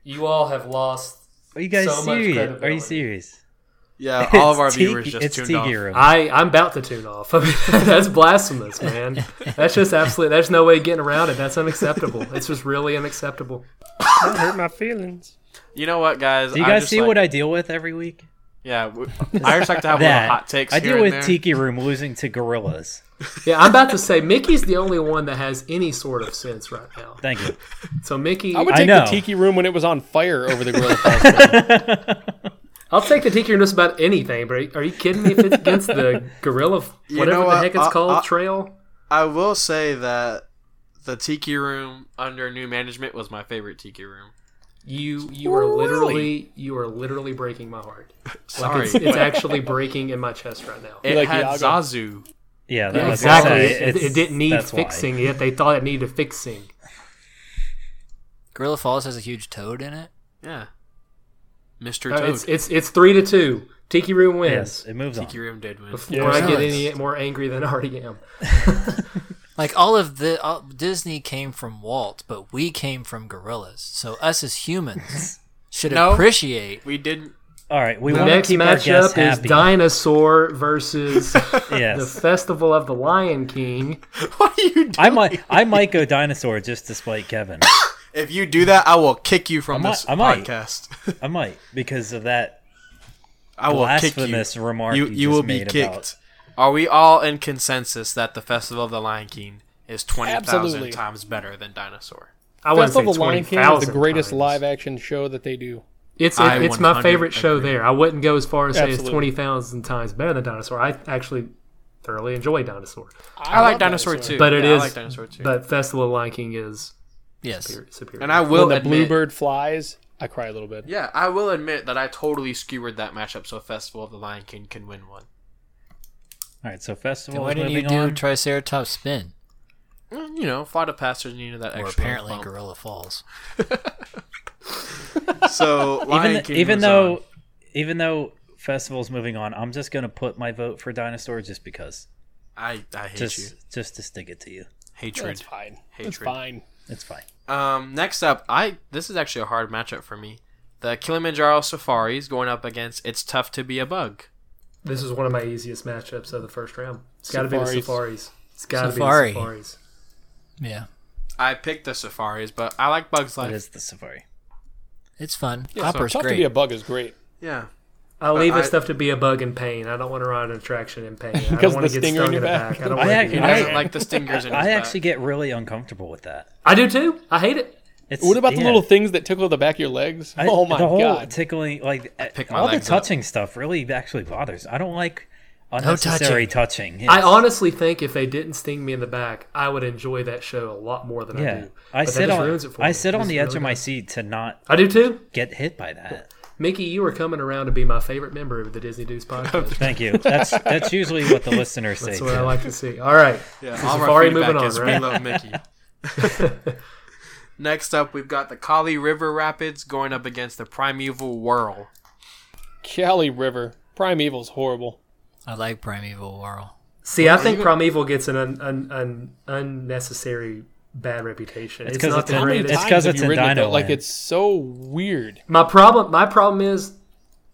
Speaker 4: You all have lost.
Speaker 2: Are you guys
Speaker 4: So much
Speaker 2: serious? Are
Speaker 4: credibility.
Speaker 2: you serious?
Speaker 1: yeah, all of our
Speaker 2: It's tiki-
Speaker 1: viewers just
Speaker 2: it's
Speaker 1: tuned
Speaker 2: tiki
Speaker 1: off.
Speaker 2: room.
Speaker 4: I I'm about to tune off. I mean, that's blasphemous, man. That's just absolutely. There's no way getting around it. That's unacceptable. It's just really unacceptable.
Speaker 5: That hurt my feelings.
Speaker 1: You know what, guys?
Speaker 2: Do you guys see what I deal with every week?
Speaker 1: Yeah, we- I just like to have little
Speaker 2: That
Speaker 1: hot takes.
Speaker 2: I
Speaker 1: here
Speaker 2: deal
Speaker 1: and
Speaker 2: with
Speaker 1: there.
Speaker 2: Tiki Room losing to gorillas.
Speaker 4: Yeah, I'm about to say Mickey's the only one that has any sort of sense right now.
Speaker 2: Thank you.
Speaker 4: So Mickey,
Speaker 5: I would
Speaker 2: I
Speaker 5: take the
Speaker 2: know.
Speaker 5: tiki room when it was on fire over the gorilla falls.
Speaker 4: I'll take the Tiki Room just about anything. But are you, are you kidding me? If it's against the gorilla,
Speaker 1: You
Speaker 4: whatever
Speaker 1: know
Speaker 4: the
Speaker 1: what?
Speaker 4: heck it's
Speaker 1: I-
Speaker 4: called,
Speaker 1: I-
Speaker 4: trail.
Speaker 1: I will say that the Tiki Room under new management was my favorite Tiki Room.
Speaker 4: You you are literally you are literally breaking my heart.
Speaker 1: Sorry.
Speaker 4: It's, it's actually breaking in my chest right now.
Speaker 1: it
Speaker 5: like
Speaker 1: had
Speaker 5: Iago.
Speaker 1: Zazu.
Speaker 2: Yeah, that
Speaker 4: Yeah,
Speaker 2: was gonna
Speaker 4: exactly.
Speaker 2: say,
Speaker 4: It,
Speaker 2: it's-
Speaker 4: it didn't need
Speaker 2: that's why.
Speaker 4: fixing, yet they thought it needed fixing.
Speaker 3: Gorilla Falls has a huge toad in it.
Speaker 1: Yeah. Mr.
Speaker 4: Uh,
Speaker 1: Toad.
Speaker 4: it's it's it's three to two. Tiki Room
Speaker 2: Yes,
Speaker 4: wins.
Speaker 2: it moves on.
Speaker 1: Tiki Room did win.
Speaker 4: Before
Speaker 5: Yes.
Speaker 4: I get
Speaker 3: Yes.
Speaker 4: any more angry than I already am.
Speaker 3: Like all of the all, Disney came from Walt, but we came from gorillas. So us as humans should
Speaker 1: No.
Speaker 3: appreciate.
Speaker 1: We didn't.
Speaker 2: All right, we
Speaker 4: The
Speaker 2: want to
Speaker 4: next
Speaker 2: keep our guests
Speaker 4: matchup is
Speaker 2: happy.
Speaker 4: Dinosaur versus the
Speaker 2: yes,
Speaker 4: Festival of the Lion King.
Speaker 1: What are you doing?
Speaker 2: I might, I might go dinosaur just to spite Kevin.
Speaker 1: If you do that, I will kick you from
Speaker 2: I might-
Speaker 1: this
Speaker 2: I might.
Speaker 1: podcast.
Speaker 2: I might because of that
Speaker 1: I will kick you.
Speaker 2: blasphemous remark you,
Speaker 1: you,
Speaker 2: just
Speaker 1: will be
Speaker 2: made
Speaker 1: kicked.
Speaker 2: about.
Speaker 1: Are we all in consensus that the Festival of the Lion King is twenty
Speaker 5: Absolutely.
Speaker 1: thousand times better than Dinosaur?
Speaker 4: I wouldn't
Speaker 5: Festival of
Speaker 4: say
Speaker 5: the Lion
Speaker 4: twenty
Speaker 5: King is
Speaker 4: thousand.
Speaker 5: the greatest live action show that they do.
Speaker 4: It's
Speaker 1: I
Speaker 4: it, it's my
Speaker 1: 100
Speaker 4: favorite show
Speaker 1: agree.
Speaker 4: there. I wouldn't go as far as say it's
Speaker 5: Absolutely.
Speaker 4: twenty thousand times better than Dinosaur. I actually thoroughly enjoy Dinosaur,
Speaker 1: I, like
Speaker 5: love
Speaker 1: Dinosaur, too,
Speaker 4: but it
Speaker 1: Yeah,
Speaker 4: is
Speaker 1: I like Dinosaur too.
Speaker 4: but Festival of the Lion King is
Speaker 3: Yes,
Speaker 4: superior.
Speaker 1: and I
Speaker 5: When
Speaker 1: will
Speaker 5: the
Speaker 1: admit,
Speaker 5: bluebird flies, I cry a little bit.
Speaker 1: yeah, I will admit that I totally skewered that matchup. So Festival of the Lion King can win one.
Speaker 2: All right, so festival.
Speaker 3: Then why
Speaker 2: is
Speaker 3: didn't you
Speaker 2: moving
Speaker 3: do
Speaker 2: on.
Speaker 3: Triceratops spin?
Speaker 1: Mm, You know, flight of passage needed that
Speaker 3: Or
Speaker 1: extra.
Speaker 3: apparently
Speaker 1: bump.
Speaker 3: Gorilla Falls.
Speaker 1: So Lion
Speaker 2: even
Speaker 1: King
Speaker 2: even
Speaker 1: was um,
Speaker 2: though
Speaker 1: on.
Speaker 2: even though festival's moving on, I'm just gonna put my vote for dinosaur just because,
Speaker 1: I I hate
Speaker 2: just
Speaker 1: you,
Speaker 2: just to stick it to you.
Speaker 1: hatred.
Speaker 5: That's fine. That's
Speaker 1: Hatred.
Speaker 5: fine.
Speaker 2: It's fine.
Speaker 1: Um, next up, I this is actually a hard matchup for me. The Kilimanjaro Safaris going up against It's Tough to Be a Bug.
Speaker 4: this is one of my easiest matchups of the first round. It's got to be the
Speaker 5: Safaris.
Speaker 4: Safaris. It's got to be the
Speaker 3: Safari.
Speaker 4: Safaris.
Speaker 3: Yeah,
Speaker 1: I picked the Safaris, but I like Bugs
Speaker 2: It
Speaker 1: Life.
Speaker 2: is the safari.
Speaker 3: it's fun.
Speaker 5: Yeah, so
Speaker 3: Hopper's
Speaker 5: tough
Speaker 3: great.
Speaker 5: to be a bug is great
Speaker 1: Yeah.
Speaker 4: I leave
Speaker 1: I-
Speaker 4: this stuff to be a bug in pain. I don't want to ride an attraction in pain. I
Speaker 5: Because
Speaker 4: don't
Speaker 5: of
Speaker 4: want
Speaker 5: the
Speaker 4: to get
Speaker 5: stinger in
Speaker 4: stung in
Speaker 5: your
Speaker 4: the
Speaker 5: back.
Speaker 4: back. I don't
Speaker 5: I
Speaker 4: want to
Speaker 2: act-
Speaker 4: do
Speaker 1: He
Speaker 2: I-
Speaker 4: that.
Speaker 1: doesn't like the stingers in his
Speaker 2: I
Speaker 1: back.
Speaker 2: actually get really uncomfortable with that.
Speaker 4: I do too. I hate it.
Speaker 2: It's,
Speaker 5: What about the
Speaker 2: yeah.
Speaker 5: little things that tickle the back of your legs?
Speaker 2: I-
Speaker 5: oh my
Speaker 2: the whole
Speaker 5: god!
Speaker 2: tickling, like
Speaker 1: pick my
Speaker 2: all the
Speaker 1: legs up.
Speaker 2: touching stuff, really actually bothers. I don't like unnecessary touching. Yes.
Speaker 4: I honestly think if they didn't sting me in the back, I would enjoy that show a lot more than I
Speaker 2: yeah,
Speaker 4: do. But
Speaker 2: I
Speaker 4: that
Speaker 2: sit
Speaker 4: just
Speaker 2: on
Speaker 4: ruins it for
Speaker 2: I
Speaker 4: me.
Speaker 2: sit on
Speaker 4: This
Speaker 2: the edge
Speaker 4: really
Speaker 2: of my
Speaker 4: does.
Speaker 2: seat to not
Speaker 4: I do too.
Speaker 2: get hit by that.
Speaker 4: Mickey, you are coming around to be my favorite member of the Disney Deuce podcast.
Speaker 2: Thank you. That's that's usually what the listeners say.
Speaker 4: That's what I
Speaker 2: too.
Speaker 4: like to see. All right.
Speaker 1: yeah,
Speaker 4: So
Speaker 1: all of our
Speaker 4: Safari
Speaker 1: feedback
Speaker 4: moving on,
Speaker 1: is
Speaker 4: right?
Speaker 1: we love Mickey. Next up, we've got the Kali River Rapids going up against the Primeval Whirl.
Speaker 5: Cali River Primeval's horrible.
Speaker 3: I like Primeval Whirl.
Speaker 4: See, I think Primeval gets an, un, un, un, unnecessary bad reputation. It's,
Speaker 2: 'cause
Speaker 4: not
Speaker 2: it's
Speaker 4: the
Speaker 2: an-
Speaker 4: greatest.
Speaker 2: it's
Speaker 5: Times
Speaker 2: 'cause
Speaker 5: have you
Speaker 2: it's in
Speaker 5: ridden it, though?
Speaker 2: Dino
Speaker 5: Like
Speaker 2: Land.
Speaker 5: it's so weird.
Speaker 4: My problem. My problem is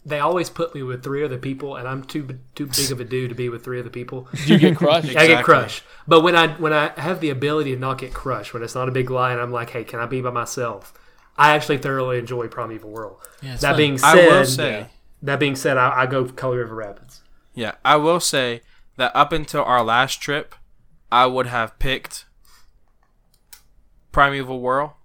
Speaker 4: they always put me with three other people, and I'm too too big of a dude to be with three other people.
Speaker 5: You get crushed.
Speaker 4: I
Speaker 1: Exactly.
Speaker 4: get crushed. But when I when I have the ability to not get crushed, when it's not a big lie, and I'm like, hey, can I be by myself? I actually thoroughly enjoy Primeval World.
Speaker 3: Yeah, it's
Speaker 4: that
Speaker 3: fun.
Speaker 4: being
Speaker 1: I
Speaker 4: said,
Speaker 1: will say,
Speaker 4: that being said, I, I go Color River Rapids.
Speaker 1: yeah, I will say that up until our last trip, I would have picked Primeval Whirl.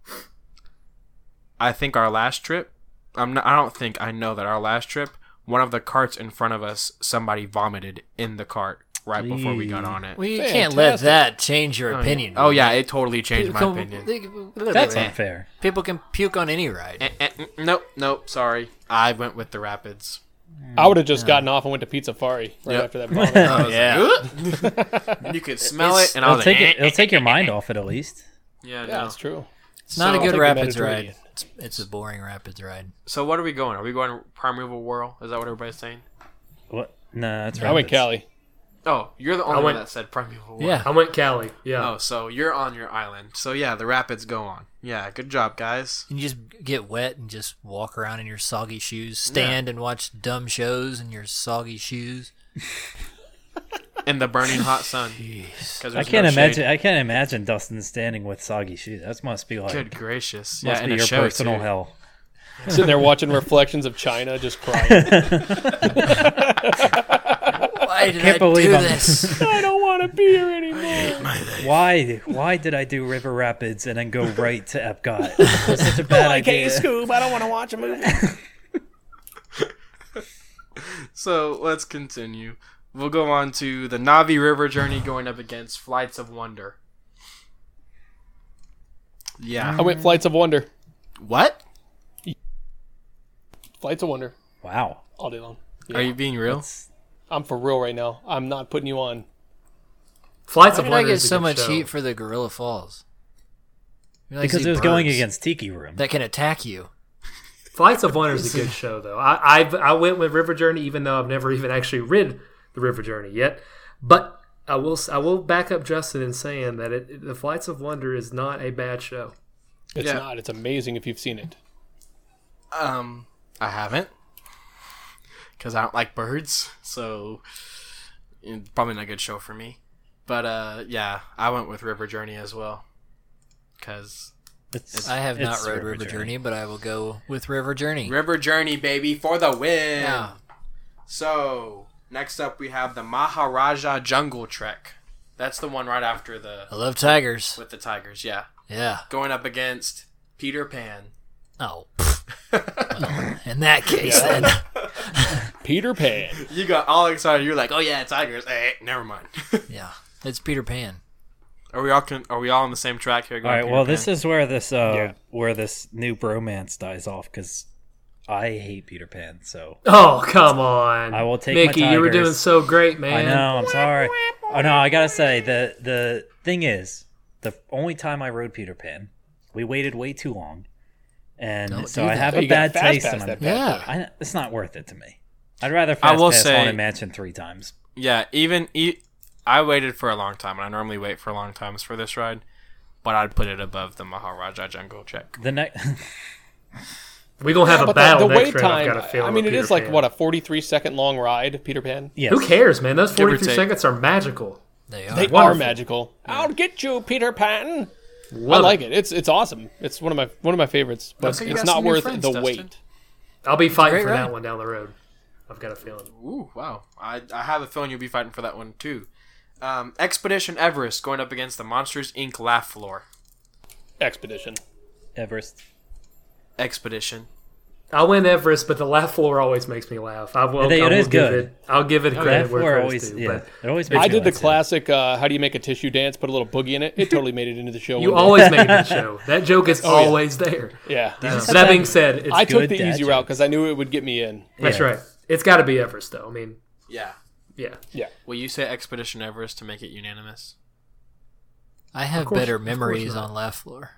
Speaker 1: I think our last trip, I'm not, I don't think I know that our last trip, one of the carts in front of us, somebody vomited in the cart right before we got on it.
Speaker 3: Well, you can't let
Speaker 5: Fantastic.
Speaker 3: that change your opinion.
Speaker 1: Oh yeah, it totally changed
Speaker 3: People
Speaker 1: my
Speaker 3: can-
Speaker 1: opinion.
Speaker 3: they- look at
Speaker 2: That's
Speaker 3: that.
Speaker 2: unfair.
Speaker 3: People can puke on any ride.
Speaker 1: Eh, eh, mm, nope, nope. Sorry, I went with the Rapids.
Speaker 5: I would have just gotten off and went to Pizza Fari right
Speaker 1: Yep.
Speaker 5: after that
Speaker 4: Uh,
Speaker 5: vomit.
Speaker 3: Oh,
Speaker 1: I was like, "Ugh." you could smell it, and I
Speaker 2: It'll
Speaker 1: was like,
Speaker 2: take, it,
Speaker 1: "Eh."
Speaker 2: it'll take your mind off it at least.
Speaker 1: yeah,
Speaker 5: yeah,
Speaker 1: no.
Speaker 5: that's true.
Speaker 3: It's
Speaker 1: So-
Speaker 3: not a
Speaker 1: I'll
Speaker 3: good
Speaker 5: take a
Speaker 3: rapids
Speaker 5: Mediterranean.
Speaker 3: ride. It's, it's a boring rapids ride.
Speaker 1: So what are we going? Are we going Primeval Whirl? Is that what everybody's saying?
Speaker 2: What? No, that's
Speaker 5: I went
Speaker 2: rabbits.
Speaker 5: Cali.
Speaker 1: Oh, you're the only
Speaker 4: went-
Speaker 1: one that said Primeval Whirl.
Speaker 3: Yeah.
Speaker 4: I went Cali. Yeah.
Speaker 1: Oh, so you're on your island. So yeah, the Rapids go on. Yeah, good job, guys.
Speaker 3: And you just get wet and just walk around in your soggy shoes, stand and watch dumb shows in your soggy shoes.
Speaker 1: In the burning hot sun. Because
Speaker 2: I can't imagine. I can't imagine Dustin standing with soggy shoes. That must be like
Speaker 1: Good gracious.
Speaker 2: must
Speaker 1: yeah, in
Speaker 2: be
Speaker 1: a
Speaker 2: your
Speaker 1: show,
Speaker 2: personal
Speaker 1: too.
Speaker 2: hell.
Speaker 5: Sitting there watching reflections of China, just crying.
Speaker 3: Why did I,
Speaker 2: can't believe
Speaker 3: do
Speaker 2: I'm-
Speaker 3: this?
Speaker 5: I don't want to be here anymore.
Speaker 2: Why? Why did I do River Rapids and then go right to Epcot? That's such a bad idea.
Speaker 5: Scoob, I don't want to watch a movie.
Speaker 1: So let's continue. We'll go on to the Navi River journey going up against Flights of Wonder. Yeah.
Speaker 5: Mm. I went Flights of Wonder.
Speaker 1: What?
Speaker 5: Flights of Wonder
Speaker 2: Wow.
Speaker 5: all day long.
Speaker 1: Are you being real?
Speaker 2: That's-
Speaker 5: I'm for real right now. I'm not putting you on.
Speaker 4: Flights
Speaker 3: Why
Speaker 4: of
Speaker 3: did I
Speaker 4: Wonder
Speaker 3: get
Speaker 4: is a
Speaker 3: so
Speaker 4: good
Speaker 3: much
Speaker 4: show.
Speaker 3: heat for the Gorilla Falls? I mean, I
Speaker 2: Because
Speaker 3: see
Speaker 2: it was going
Speaker 3: birds
Speaker 2: against Tiki Room.
Speaker 3: that can attack you.
Speaker 4: Flights of Wonder is a good show, though. I I've, I went with River Journey, even though I've never even actually read the River Journey yet. But I will s- I will back up Justin in saying that it, the Flights of Wonder is not a bad show.
Speaker 5: It's
Speaker 1: Yeah.
Speaker 5: not. It's amazing if you've seen it.
Speaker 1: Um, I haven't because I don't like birds, so it's probably not a good show for me. But uh, yeah, I went with River Journey as well because
Speaker 2: It's-
Speaker 3: I have
Speaker 2: it's
Speaker 3: not read River Journey. but I will go with River Journey.
Speaker 1: River Journey, baby, for the win.
Speaker 3: Yeah.
Speaker 1: So next up, we have the Maharaja Jungle Trek. That's the one right after
Speaker 3: I
Speaker 1: the
Speaker 3: love tigers.
Speaker 1: with the tigers. Yeah,
Speaker 3: Yeah.
Speaker 1: going up against Peter Pan.
Speaker 3: Oh. pff. Well, in that case, then.
Speaker 5: Peter Pan.
Speaker 1: You got all excited. You're like, oh yeah, tigers. Eh, never mind.
Speaker 3: Yeah. It's Peter Pan.
Speaker 1: are we all con- are we all on the same track here?
Speaker 2: All right. Well, this is where this uh
Speaker 5: Yeah.
Speaker 2: where this new bromance dies off because I hate Peter Pan. So
Speaker 4: Oh come on!
Speaker 2: I will take my
Speaker 4: Mickey. you were doing
Speaker 2: Tigers.
Speaker 4: so great, man.
Speaker 2: I know. I'm sorry. Oh no, I gotta say the the thing is the only time I rode Peter Pan, we waited way too long, and
Speaker 3: Don't
Speaker 2: so
Speaker 3: do
Speaker 2: I
Speaker 3: that.
Speaker 2: have
Speaker 5: Well,
Speaker 2: a
Speaker 5: you gotta
Speaker 2: bad
Speaker 5: fast
Speaker 2: taste in
Speaker 5: pass
Speaker 2: my
Speaker 5: that
Speaker 2: mouth.
Speaker 5: bad
Speaker 3: Yeah.
Speaker 2: I, it's not worth it to me. I'd rather fast
Speaker 1: I will
Speaker 2: pass
Speaker 1: say-
Speaker 2: Haunted Mansion three times.
Speaker 1: Yeah, even e- I waited for a long time, and I normally wait for long times for this ride, but I'd put it above the Maharaja Jungle Check.
Speaker 2: The next,
Speaker 4: We're gonna have a
Speaker 5: But
Speaker 4: battle
Speaker 5: the, the
Speaker 4: next
Speaker 5: wait
Speaker 4: round. I've
Speaker 5: time.
Speaker 4: got a feeling
Speaker 5: I mean,
Speaker 4: with
Speaker 5: it is
Speaker 4: Peter
Speaker 5: like
Speaker 4: Pan.
Speaker 5: what a 43 second long ride. Peter Pan.
Speaker 2: yes.
Speaker 4: Who cares, man? Those
Speaker 1: or
Speaker 4: forty three
Speaker 1: take.
Speaker 4: seconds are magical.
Speaker 3: They are.
Speaker 5: They are
Speaker 4: Wonderful.
Speaker 5: magical. I'll get you, Peter Pan.
Speaker 4: Love
Speaker 5: I like it. It's it's awesome. It's one of my one of my favorites, but
Speaker 1: so you
Speaker 5: it's
Speaker 1: got
Speaker 5: not
Speaker 1: some new
Speaker 5: worth
Speaker 1: friends,
Speaker 5: the
Speaker 1: Dustin.
Speaker 5: wait.
Speaker 4: I'll be fighting
Speaker 3: Great
Speaker 4: for
Speaker 3: ride.
Speaker 4: that one down the road. I've got a feeling.
Speaker 1: Ooh, wow. I, I have a feeling you'll be fighting for that one, too. Um, Expedition Everest going up against the Monsters, Inc. Laugh Floor.
Speaker 5: Expedition.
Speaker 2: Everest.
Speaker 1: Expedition.
Speaker 4: I win Everest, but the laugh floor always makes me laugh. I will.
Speaker 2: They- it
Speaker 4: I will
Speaker 2: is
Speaker 4: give
Speaker 2: good.
Speaker 4: It, I'll give it credit
Speaker 2: That
Speaker 4: where
Speaker 2: floor
Speaker 4: credit's
Speaker 2: always,
Speaker 4: due.
Speaker 2: yeah,
Speaker 4: But
Speaker 2: it always makes
Speaker 5: I
Speaker 2: me
Speaker 5: did the
Speaker 2: laugh, yeah.
Speaker 5: classic. Uh, how do you make a tissue dance? Put a little boogie in it. It totally made it into the show.
Speaker 4: you
Speaker 5: window.
Speaker 4: always make that show. That joke is
Speaker 5: yeah.
Speaker 4: always there.
Speaker 5: yeah.
Speaker 4: So that being said, it's,
Speaker 5: I took
Speaker 2: good
Speaker 5: the
Speaker 2: dad
Speaker 5: easy route
Speaker 2: jokes.
Speaker 5: because I knew it would get me in.
Speaker 4: that's
Speaker 2: Yeah.
Speaker 4: right. It's got to be Everest, though. I mean,
Speaker 1: Yeah.
Speaker 4: yeah.
Speaker 5: Yeah.
Speaker 1: Will you say Expedition Everest to make it unanimous?
Speaker 3: I have
Speaker 4: course-
Speaker 3: better
Speaker 4: of course
Speaker 3: memories
Speaker 4: not.
Speaker 3: on Left Floor.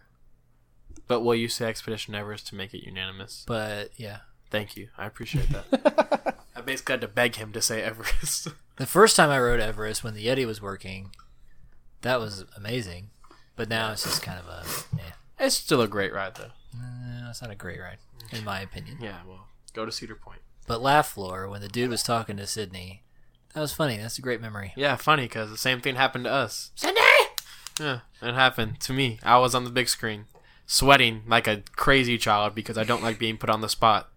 Speaker 1: But will you say Expedition Everest to make it unanimous?
Speaker 3: But yeah.
Speaker 1: Thank you. I appreciate that. I basically had to beg him to say Everest.
Speaker 3: The first time I rode Everest when the Yeti was working, that was amazing. But now it's just kind of a. Yeah.
Speaker 1: it's still a great ride, though.
Speaker 3: No, it's not a great ride, in my opinion.
Speaker 1: Yeah, well, go to Cedar Point.
Speaker 3: But Laugh Floor, when the dude was talking to Sydney, that was funny. That's a great memory.
Speaker 1: Yeah, funny because the same thing happened to us.
Speaker 3: Sydney!
Speaker 1: Yeah, it happened to me. I was on the big screen, sweating like a crazy child because I don't like being put on the spot.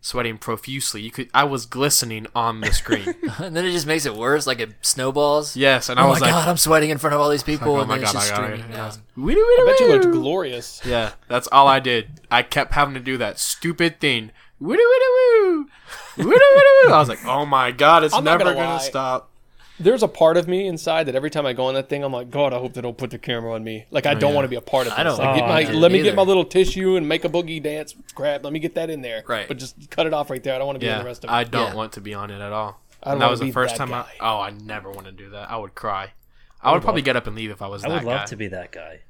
Speaker 1: Sweating profusely. You could. I was glistening on the screen.
Speaker 3: and then it just makes it worse, like it snowballs.
Speaker 1: yes, and I
Speaker 3: Oh my
Speaker 1: was like,
Speaker 3: god, I'm sweating in front of all these people,
Speaker 1: oh
Speaker 3: and
Speaker 1: my
Speaker 3: then it's
Speaker 1: god,
Speaker 3: just
Speaker 1: I got it.
Speaker 3: streaming
Speaker 1: Yeah.
Speaker 3: down.
Speaker 5: I bet you looked glorious.
Speaker 1: Yeah, that's all I did. I kept having to do that stupid thing. Woo woo woo woo woo. I was like, oh my god, it's
Speaker 5: I'm not
Speaker 1: never
Speaker 5: gonna
Speaker 1: gonna,
Speaker 5: lie.
Speaker 1: stop.
Speaker 5: There's a part of me inside that every time I go on that thing, I'm like, God, I hope they don't put the camera on me. Like I don't want to be a part of this.
Speaker 3: I don't
Speaker 5: Like, get
Speaker 2: Oh,
Speaker 5: my,
Speaker 2: I
Speaker 3: don't
Speaker 5: let me
Speaker 3: either.
Speaker 5: get my little tissue and make a boogie dance. Crap, let me get that in there.
Speaker 1: Right.
Speaker 5: But just cut it off right there. I don't want to be on
Speaker 1: Yeah,
Speaker 5: the rest of it.
Speaker 1: I don't
Speaker 3: Yeah.
Speaker 1: want to be on it at all.
Speaker 5: I don't
Speaker 1: And that
Speaker 5: wanna
Speaker 1: was the
Speaker 5: be
Speaker 1: first
Speaker 5: that
Speaker 1: time. I,
Speaker 5: guy.
Speaker 1: oh, I never want to do that. I would cry. I would probably get up and leave if I was
Speaker 2: I
Speaker 1: that
Speaker 2: would love
Speaker 1: guy.
Speaker 2: to be that guy.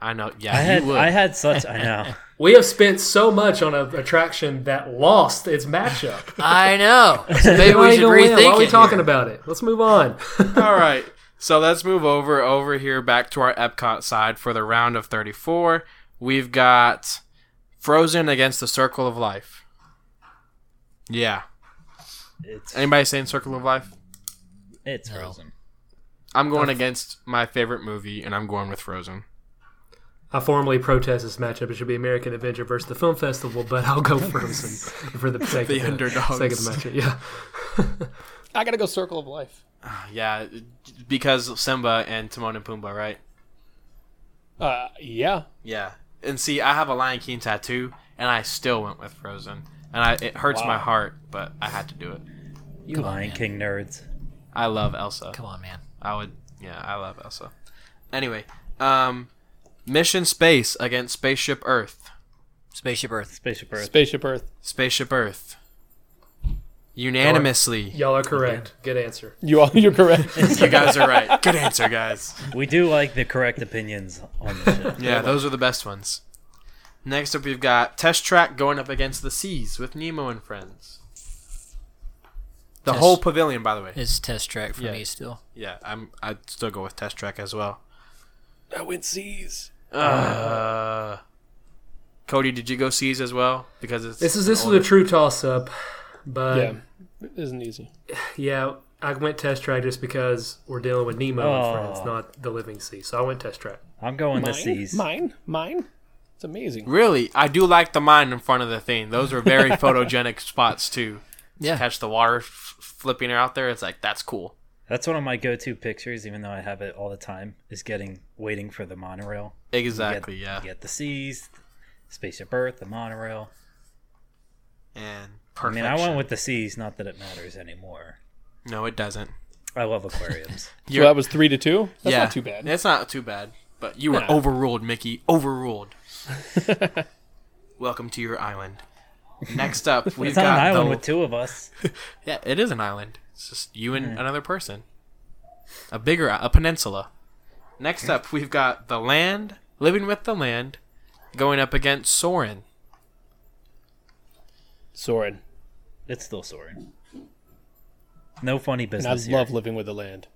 Speaker 1: I know. Yeah,
Speaker 2: I had
Speaker 1: you would.
Speaker 2: I had such I know.
Speaker 4: We have spent so much on an attraction that lost its matchup.
Speaker 3: I know. So maybe
Speaker 4: Why
Speaker 3: we should
Speaker 4: don't win?
Speaker 3: rethink
Speaker 4: Why are we
Speaker 3: it
Speaker 4: talking
Speaker 3: here.
Speaker 4: about it? Let's move on.
Speaker 1: All right. So let's move over over here back to our Epcot side for the round of 34. We've got Frozen against the Circle of Life. Yeah.
Speaker 2: It's
Speaker 1: Anybody saying Circle of Life?
Speaker 2: it's frozen.
Speaker 1: I'm going against my favorite movie and I'm going with Frozen.
Speaker 4: I formally protest this matchup. It should be American Adventure versus the Film Festival, but I'll go Frozen for the sake,
Speaker 1: The
Speaker 4: of, the, sake
Speaker 1: underdogs.
Speaker 4: of the matchup. Yeah.
Speaker 5: I gotta go Circle of Life.
Speaker 1: Yeah, because Simba and Timon and Pumbaa, right?
Speaker 5: Uh, yeah.
Speaker 1: Yeah. And see, I have a Lion King tattoo and I still went with Frozen. And I, it hurts my heart, but I had to do it.
Speaker 2: You Lion King nerds.
Speaker 1: I love Elsa.
Speaker 3: Come on, man.
Speaker 1: I would. Yeah, I love Elsa. Anyway, um, Mission Space against Spaceship Earth.
Speaker 3: Spaceship Earth.
Speaker 2: Spaceship Earth.
Speaker 5: Spaceship Earth.
Speaker 1: Spaceship Earth. Unanimously,
Speaker 4: Y'all are correct. Good answer.
Speaker 5: You all, you're correct.
Speaker 1: you guys are right. Good answer, guys.
Speaker 2: We do like the correct opinions on this show.
Speaker 1: Yeah, those are the best ones. Next up, we've got Test Track going up against the Seas with Nemo and friends. The
Speaker 3: Test-
Speaker 1: whole pavilion, by the way.
Speaker 3: It's test track for
Speaker 1: Yeah.
Speaker 3: me still.
Speaker 1: Yeah, I'm. I'd still go with Test Track as well.
Speaker 5: I went seas.
Speaker 1: Uh, Cody, did you go Seas as well? Because it's
Speaker 4: This is this was a true toss up, but
Speaker 5: Yeah,
Speaker 4: yeah.
Speaker 5: it isn't easy.
Speaker 4: I went test track just because we're dealing with Nemo
Speaker 2: Oh.
Speaker 4: and friends, not the living sea. So I went test track.
Speaker 2: I'm going the seas.
Speaker 5: Mine, mine. It's amazing.
Speaker 1: really. I do like the mine in front of the thing. Those are very photogenic spots too.
Speaker 3: Yeah.
Speaker 1: Catch the water f- flipping out there. It's like that's cool.
Speaker 2: That's one of my go-to pictures, even though I have it all the time. Is getting waiting for the monorail. You get-
Speaker 1: Exactly. yeah.
Speaker 2: You get the seas, Spaceship Earth, the monorail.
Speaker 1: And
Speaker 2: I
Speaker 1: perfection.
Speaker 2: mean, I went with the seas. Not that it matters anymore.
Speaker 1: no, it doesn't.
Speaker 2: I love aquariums.
Speaker 5: So that was three to two. That's
Speaker 1: yeah,
Speaker 5: not too bad.
Speaker 1: It's not too bad. But you were overruled, Mickey. Overruled. Welcome to your island. Next up, we've
Speaker 2: it's on
Speaker 1: got
Speaker 2: an island
Speaker 1: the-
Speaker 2: with two of us.
Speaker 1: Yeah, it is an island. It's just you and another person. A bigger, a peninsula. Next up, we've got the land, living with the land, going up against Soren.
Speaker 5: Soren,
Speaker 2: It's still soaring. No funny
Speaker 5: and I
Speaker 2: business. here.
Speaker 5: love living with the land.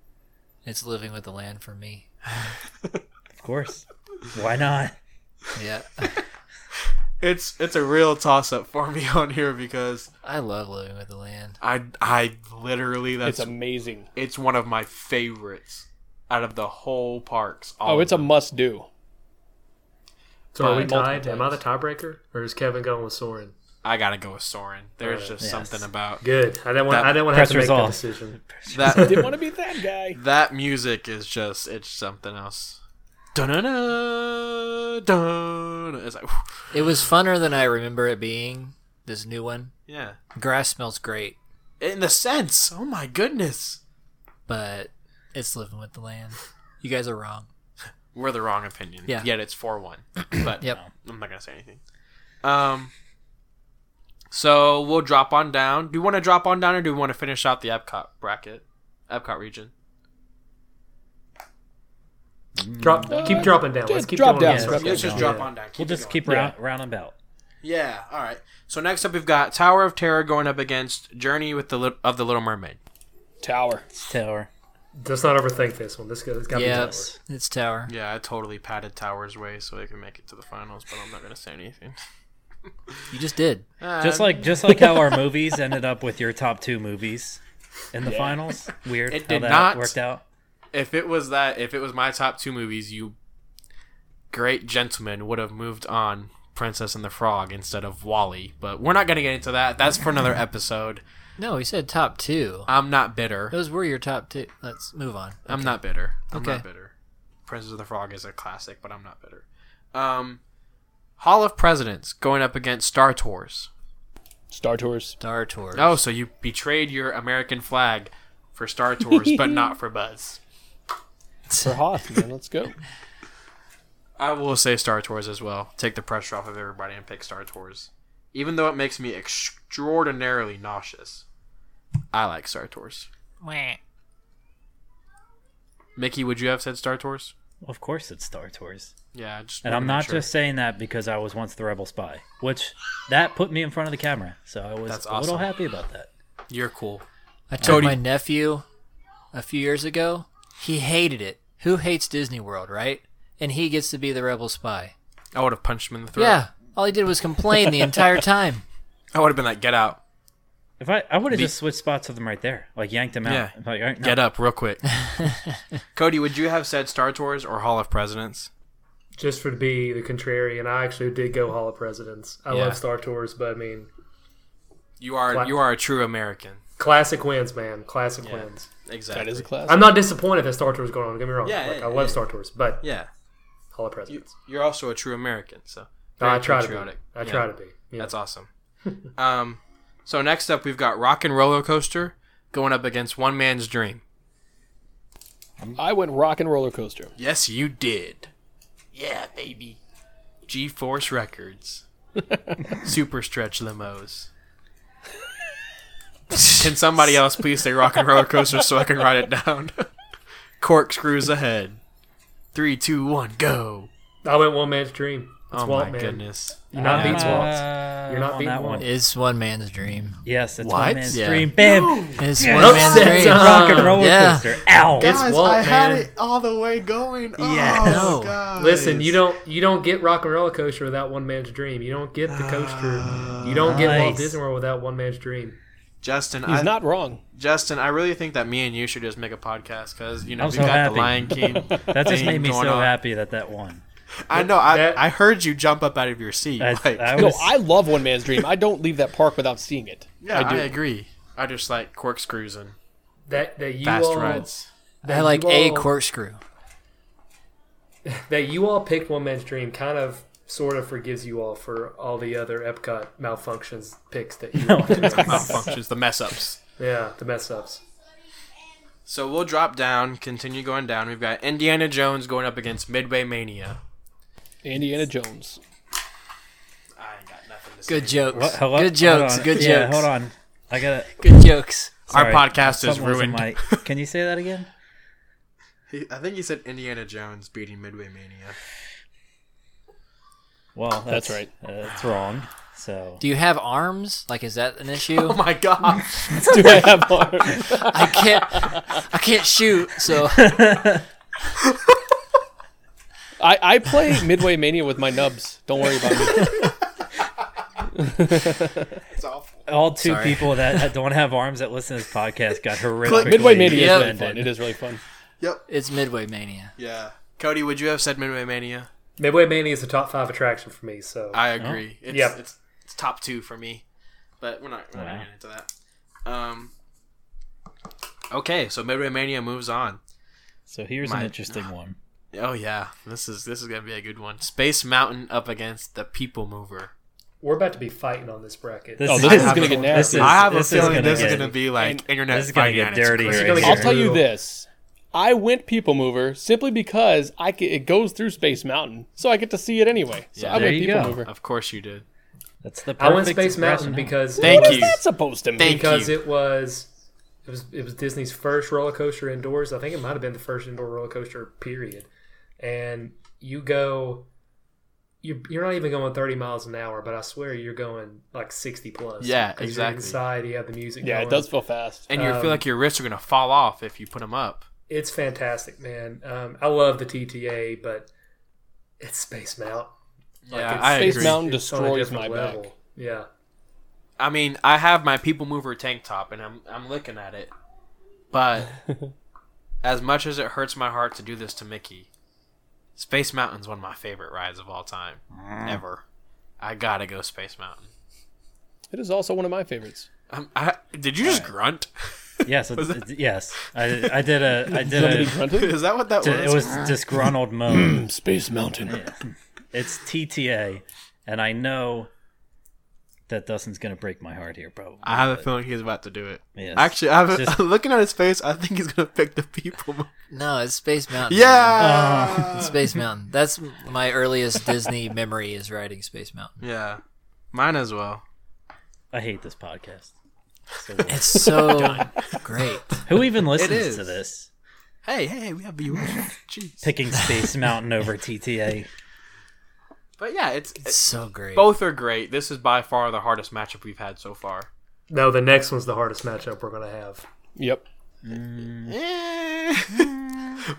Speaker 3: It's living with the land for me.
Speaker 2: Of course. Why not?
Speaker 3: Yeah.
Speaker 1: It's it's a real toss up for me on here because
Speaker 3: I love living with the land.
Speaker 1: I I literally that's
Speaker 5: It's amazing.
Speaker 1: it's one of my favorites out of the whole parks. all
Speaker 5: Oh,
Speaker 1: of
Speaker 5: it's a
Speaker 1: them.
Speaker 5: must do.
Speaker 4: So
Speaker 1: By
Speaker 4: are we
Speaker 5: multiple
Speaker 4: tied? Am I the
Speaker 5: times.
Speaker 4: tiebreaker, or is Kevin going with Soren?
Speaker 1: I gotta go with Soren. There's just
Speaker 2: yes.
Speaker 1: something about
Speaker 4: Good. I didn't want.
Speaker 1: That
Speaker 4: I didn't want to have to make
Speaker 2: pressure's
Speaker 4: that
Speaker 2: off.
Speaker 4: decision.
Speaker 1: that
Speaker 5: Didn't want to be that guy.
Speaker 1: that music is just it's something else. Dun-dun-dun, dun. It's like whew.
Speaker 3: It was funner than I remember it being. This new one.
Speaker 1: yeah.
Speaker 3: Grass smells great,
Speaker 1: In the sense, oh my goodness,
Speaker 3: but it's living with the land. You guys are wrong.
Speaker 1: we're the wrong opinion.
Speaker 3: Yeah.
Speaker 1: Yet it's four one. But
Speaker 3: Yep.
Speaker 1: I'm not gonna say anything. Um. So we'll drop on down. Do you want to drop on down, or do we want to finish out the Epcot bracket, Epcot region?
Speaker 4: Drop. keep
Speaker 1: Uh,
Speaker 4: dropping down. Let's
Speaker 5: just
Speaker 4: keep
Speaker 5: drop
Speaker 4: going.
Speaker 5: down,
Speaker 4: Yeah,
Speaker 5: drop
Speaker 4: let's
Speaker 5: down.
Speaker 1: Let's
Speaker 4: keep
Speaker 1: just
Speaker 4: going.
Speaker 1: drop on down.
Speaker 2: We'll
Speaker 1: it
Speaker 2: just
Speaker 1: going.
Speaker 2: keep round, round and about.
Speaker 1: Yeah. All right. So next up, we've got Tower of Terror going up against Journey with the Lit- of the Little Mermaid.
Speaker 5: Tower.
Speaker 2: It's Tower.
Speaker 4: Let's not overthink this one. This has got to
Speaker 3: Yeah,
Speaker 4: be tough.
Speaker 3: it's, it's tower.
Speaker 1: Yeah, I totally padded Tower's way so they can make it to the finals, but I'm not gonna say anything.
Speaker 3: You just did.
Speaker 1: Um,
Speaker 2: Just like just like how our movies ended up with your top two movies in the finals. Weird.
Speaker 1: It
Speaker 2: how
Speaker 1: did
Speaker 2: that
Speaker 1: not.
Speaker 2: worked out.
Speaker 1: if it was that, if it was my top two movies, you great gentlemen would have moved on Princess and the Frog instead of Wally. But we're not gonna get into that. That's for another episode.
Speaker 3: No, he said top two.
Speaker 1: I'm not bitter.
Speaker 3: Those were your top two. Let's move on.
Speaker 1: I'm not bitter. I'm not
Speaker 3: Okay.
Speaker 1: bitter. Princess of the Frog is a classic, but I'm not bitter. Um, Hall of Presidents going up against Star Tours.
Speaker 5: Star Tours.
Speaker 3: Star Tours.
Speaker 1: Oh, so you betrayed your American flag for Star Tours, but not for Buzz.
Speaker 5: For Hoth, man. Let's go.
Speaker 1: I will say Star Tours as well. Take the pressure off of everybody and pick Star Tours. Even though it makes me extraordinarily nauseous, I like Star Tours.
Speaker 3: Wah.
Speaker 1: Mickey, would you have said Star Tours?
Speaker 2: Of course, it's Star Tours.
Speaker 1: Yeah, I just
Speaker 2: And
Speaker 1: wanna
Speaker 2: I'm
Speaker 1: make
Speaker 2: not
Speaker 1: sure.
Speaker 2: just saying that because I was once the rebel spy, which that put me in front of the camera. So I was
Speaker 1: That's
Speaker 2: a little
Speaker 1: awesome.
Speaker 2: happy about that.
Speaker 1: you're cool.
Speaker 3: I told
Speaker 1: Cody-
Speaker 3: my nephew a few years ago. He hated it. Who hates Disney World, right? And he gets to be the rebel spy.
Speaker 1: I would have punched him in the throat.
Speaker 3: Yeah. All he did was complain the entire time.
Speaker 1: I would have been like, "Get out,
Speaker 2: If I, I would have just switched spots with them right there, like yanked them out.
Speaker 1: Yeah.
Speaker 2: Like, all right, no.
Speaker 1: get up, real quick." Cody, would you have said Star Tours or Hall of Presidents?
Speaker 4: Just for to be the contrarian, I actually did go Hall of Presidents. I
Speaker 1: Yeah.
Speaker 4: love Star Tours, but I mean,
Speaker 1: You are
Speaker 4: What?
Speaker 1: you are a true American.
Speaker 4: classic wins, man. Classic wins.
Speaker 1: Exactly.
Speaker 5: That is a classic.
Speaker 4: I'm not disappointed that Star Tours is going on. Don't get me wrong.
Speaker 1: Yeah,
Speaker 4: like,
Speaker 1: yeah,
Speaker 4: I
Speaker 1: yeah.
Speaker 4: love Star Tours, but
Speaker 1: yeah,
Speaker 4: Hall of
Speaker 1: you,
Speaker 4: Presidents.
Speaker 1: you're also a true American. So
Speaker 4: No, I try to be.
Speaker 1: patriotic.
Speaker 4: I
Speaker 1: Yeah.
Speaker 4: try to be. Yeah.
Speaker 1: That's awesome. um, so next up, we've got Rock and Roller Coaster going up against One Man's Dream.
Speaker 5: I went rock and roller coaster.
Speaker 1: Yes, you did. Yeah, baby. G Force Records. Super stretch limos. Can somebody else please say rock and roller coaster so I can write it down? Corkscrews ahead. Three, two, one, go.
Speaker 4: I went one man's dream. It's
Speaker 1: oh
Speaker 4: Walt,
Speaker 1: my
Speaker 4: man.
Speaker 1: goodness.
Speaker 4: You're not beats Walt.
Speaker 2: Uh,
Speaker 4: You're not
Speaker 2: on
Speaker 4: beating
Speaker 2: that
Speaker 4: Walt.
Speaker 2: one.
Speaker 3: It's one man's dream.
Speaker 2: Yes, it's
Speaker 1: What?
Speaker 2: one man's
Speaker 3: Yeah.
Speaker 2: dream. Bam!
Speaker 3: It's one man's
Speaker 4: Upset
Speaker 3: dream.
Speaker 4: time.
Speaker 2: Rock and roller
Speaker 3: Yeah.
Speaker 2: coaster. Ow!
Speaker 4: It's Walt, man.
Speaker 1: all the way going. Oh,
Speaker 2: Yes.
Speaker 3: No.
Speaker 1: God.
Speaker 4: Listen, you don't you don't get Rock and Roller Coaster without One Man's Dream. You don't get the coaster. You don't get Walt
Speaker 2: Nice.
Speaker 4: Disney World without One Man's Dream.
Speaker 1: Justin,
Speaker 5: He's
Speaker 1: I,
Speaker 5: not wrong.
Speaker 1: Justin, I really think that me and you should just make a podcast because you know
Speaker 2: I'm
Speaker 1: we've
Speaker 2: so
Speaker 1: got
Speaker 2: happy.
Speaker 1: the Lion King.
Speaker 2: That just
Speaker 1: thing
Speaker 2: made me so
Speaker 1: going on.
Speaker 2: happy that that won.
Speaker 1: I know. I,
Speaker 4: That-
Speaker 1: I heard you jump up out of your seat.
Speaker 2: I,
Speaker 1: like,
Speaker 2: I
Speaker 5: No,
Speaker 2: was,
Speaker 5: I love One Man's Dream. I don't leave that park without seeing it.
Speaker 1: yeah,
Speaker 5: I
Speaker 1: I,
Speaker 5: do.
Speaker 1: agree. I just like corkscrews and
Speaker 4: That that you
Speaker 1: fast
Speaker 4: all
Speaker 1: rides.
Speaker 4: that
Speaker 3: I like
Speaker 4: you
Speaker 3: a
Speaker 4: all-
Speaker 3: corkscrew.
Speaker 4: that you all picked One Man's Dream kind of sort of forgives you all for all the other Epcot malfunctions picks that you all did.
Speaker 1: Malfunctions, the mess ups.
Speaker 4: Yeah, the mess ups.
Speaker 1: So we'll drop down, continue going down. We've got Indiana Jones going up against Midway Mania.
Speaker 5: Indiana Jones.
Speaker 1: I ain't got nothing to say.
Speaker 3: Good jokes.
Speaker 2: What? Hello?
Speaker 3: Good jokes.
Speaker 2: Hold on.
Speaker 3: Good jokes.
Speaker 2: Yeah, hold on. I gotta.
Speaker 3: Good jokes.
Speaker 1: Our
Speaker 2: sorry.
Speaker 1: podcast is
Speaker 2: Something was in
Speaker 1: ruined.
Speaker 2: my- can you say that again?
Speaker 1: He- I think he said Indiana Jones beating Midway Mania.
Speaker 2: Well,
Speaker 5: That's
Speaker 2: that's,
Speaker 5: right.
Speaker 2: Uh, that's wrong. So
Speaker 3: Do you have arms? Like, is that an issue?
Speaker 1: Oh my god.
Speaker 5: Do I have arms?
Speaker 3: I can't. I can't shoot. So
Speaker 5: I, I play Midway Mania with my nubs. Don't worry about me.
Speaker 1: It's awful.
Speaker 2: all two
Speaker 3: Sorry.
Speaker 2: people that, that don't have arms that listen to this podcast got horrifically
Speaker 5: Midway Mania
Speaker 3: Yeah.
Speaker 5: is really fun. It is really fun.
Speaker 3: it's Midway Mania.
Speaker 1: Yeah. Cody, would you have said Midway Mania?
Speaker 4: Midway Mania is the top five attraction for me. So
Speaker 1: I
Speaker 2: Oh,
Speaker 1: agree. It's,
Speaker 4: Yep.
Speaker 1: it's it's top two for me, but we're not, we're not
Speaker 2: Wow.
Speaker 1: getting into that. Um. Okay, so Midway Mania moves on.
Speaker 2: So here's
Speaker 1: My-
Speaker 2: an interesting one.
Speaker 1: Oh yeah, this is this is gonna be a good one. Space Mountain up against the People Mover.
Speaker 4: we're about to be fighting on this bracket.
Speaker 2: This
Speaker 5: Oh,
Speaker 2: is-
Speaker 5: this is gonna get
Speaker 2: This
Speaker 5: nasty.
Speaker 2: is,
Speaker 1: I have a
Speaker 2: this
Speaker 1: feeling
Speaker 2: is
Speaker 1: this
Speaker 2: get,
Speaker 1: is gonna be like internet
Speaker 2: this is gonna
Speaker 1: fighting
Speaker 2: get
Speaker 1: at its
Speaker 2: dirty
Speaker 1: crest.
Speaker 2: right
Speaker 4: gonna
Speaker 2: here.
Speaker 4: get
Speaker 5: I'll tell you
Speaker 4: True.
Speaker 5: this. I went People Mover simply because I ca it goes through Space Mountain, so I get to see it anyway. So
Speaker 1: Yeah,
Speaker 5: I
Speaker 2: there
Speaker 5: went
Speaker 2: you
Speaker 5: People
Speaker 2: go.
Speaker 5: Mover.
Speaker 1: Of course you did.
Speaker 2: That's the
Speaker 4: I went
Speaker 2: perfect
Speaker 4: Space Mountain
Speaker 2: rationale.
Speaker 4: because
Speaker 1: Thank
Speaker 5: What
Speaker 1: you.
Speaker 5: is that supposed to mean?
Speaker 1: Thank
Speaker 4: because
Speaker 1: you.
Speaker 4: it was it was it was Disney's first roller coaster indoors. I think it might have been the first indoor roller coaster period. And you go you're, you're not even going 30 miles an hour, but I swear you're going like 60 plus.
Speaker 1: Yeah,
Speaker 4: 'Cause you're
Speaker 1: exactly.
Speaker 4: inside, you have the music.
Speaker 5: Yeah,
Speaker 4: going.
Speaker 5: it does feel fast.
Speaker 1: and you
Speaker 4: Um,
Speaker 1: feel like your wrists are gonna fall off if you put them up.
Speaker 4: It's fantastic, man. Um, I love the TTA, but it's Space Mountain.
Speaker 1: yeah,
Speaker 4: it's
Speaker 1: I
Speaker 5: Space
Speaker 1: agree.
Speaker 5: Mountain
Speaker 4: It's on a
Speaker 5: destroys my
Speaker 4: different
Speaker 5: back.
Speaker 4: Yeah.
Speaker 1: I mean, I have my People Mover tank top, and I'm I'm looking at it, but as much as it hurts my heart to do this to Mickey, Space Mountain's one of my favorite rides of all time,
Speaker 2: Mm.
Speaker 1: ever. I gotta go Space Mountain.
Speaker 5: It is also one of my favorites.
Speaker 1: Um, I, did you just grunt?
Speaker 2: Yes, it's, it's, yes. I, I did a I did
Speaker 5: Somebody
Speaker 2: a
Speaker 5: grunted?
Speaker 1: Is that what that
Speaker 2: it
Speaker 1: was?
Speaker 2: was disgruntled moan.
Speaker 5: Space Mountain.
Speaker 2: It's TTA, and I know that Dustin's gonna break my heart here, probably.
Speaker 1: I have a feeling he's about to do it.
Speaker 2: Yes.
Speaker 1: Actually, I have
Speaker 2: Just-
Speaker 1: a, looking at his face, I think he's gonna pick the People Mover.
Speaker 3: No, it's Space Mountain.
Speaker 1: Yeah,
Speaker 3: Space Mountain. That's my earliest Disney memory is riding Space Mountain.
Speaker 1: yeah, mine as well.
Speaker 2: I hate this podcast. So,
Speaker 3: It's so great.
Speaker 2: who even
Speaker 1: is.
Speaker 2: listens to this?
Speaker 1: Hey, hey, we have viewers. Jeez,
Speaker 2: Picking Space Mountain over TTA.
Speaker 1: but yeah, it's
Speaker 3: It's so great.
Speaker 1: Both are great. This is by far the hardest matchup we've had so far.
Speaker 4: No, the next one's the hardest matchup we're going to have.
Speaker 5: Yep.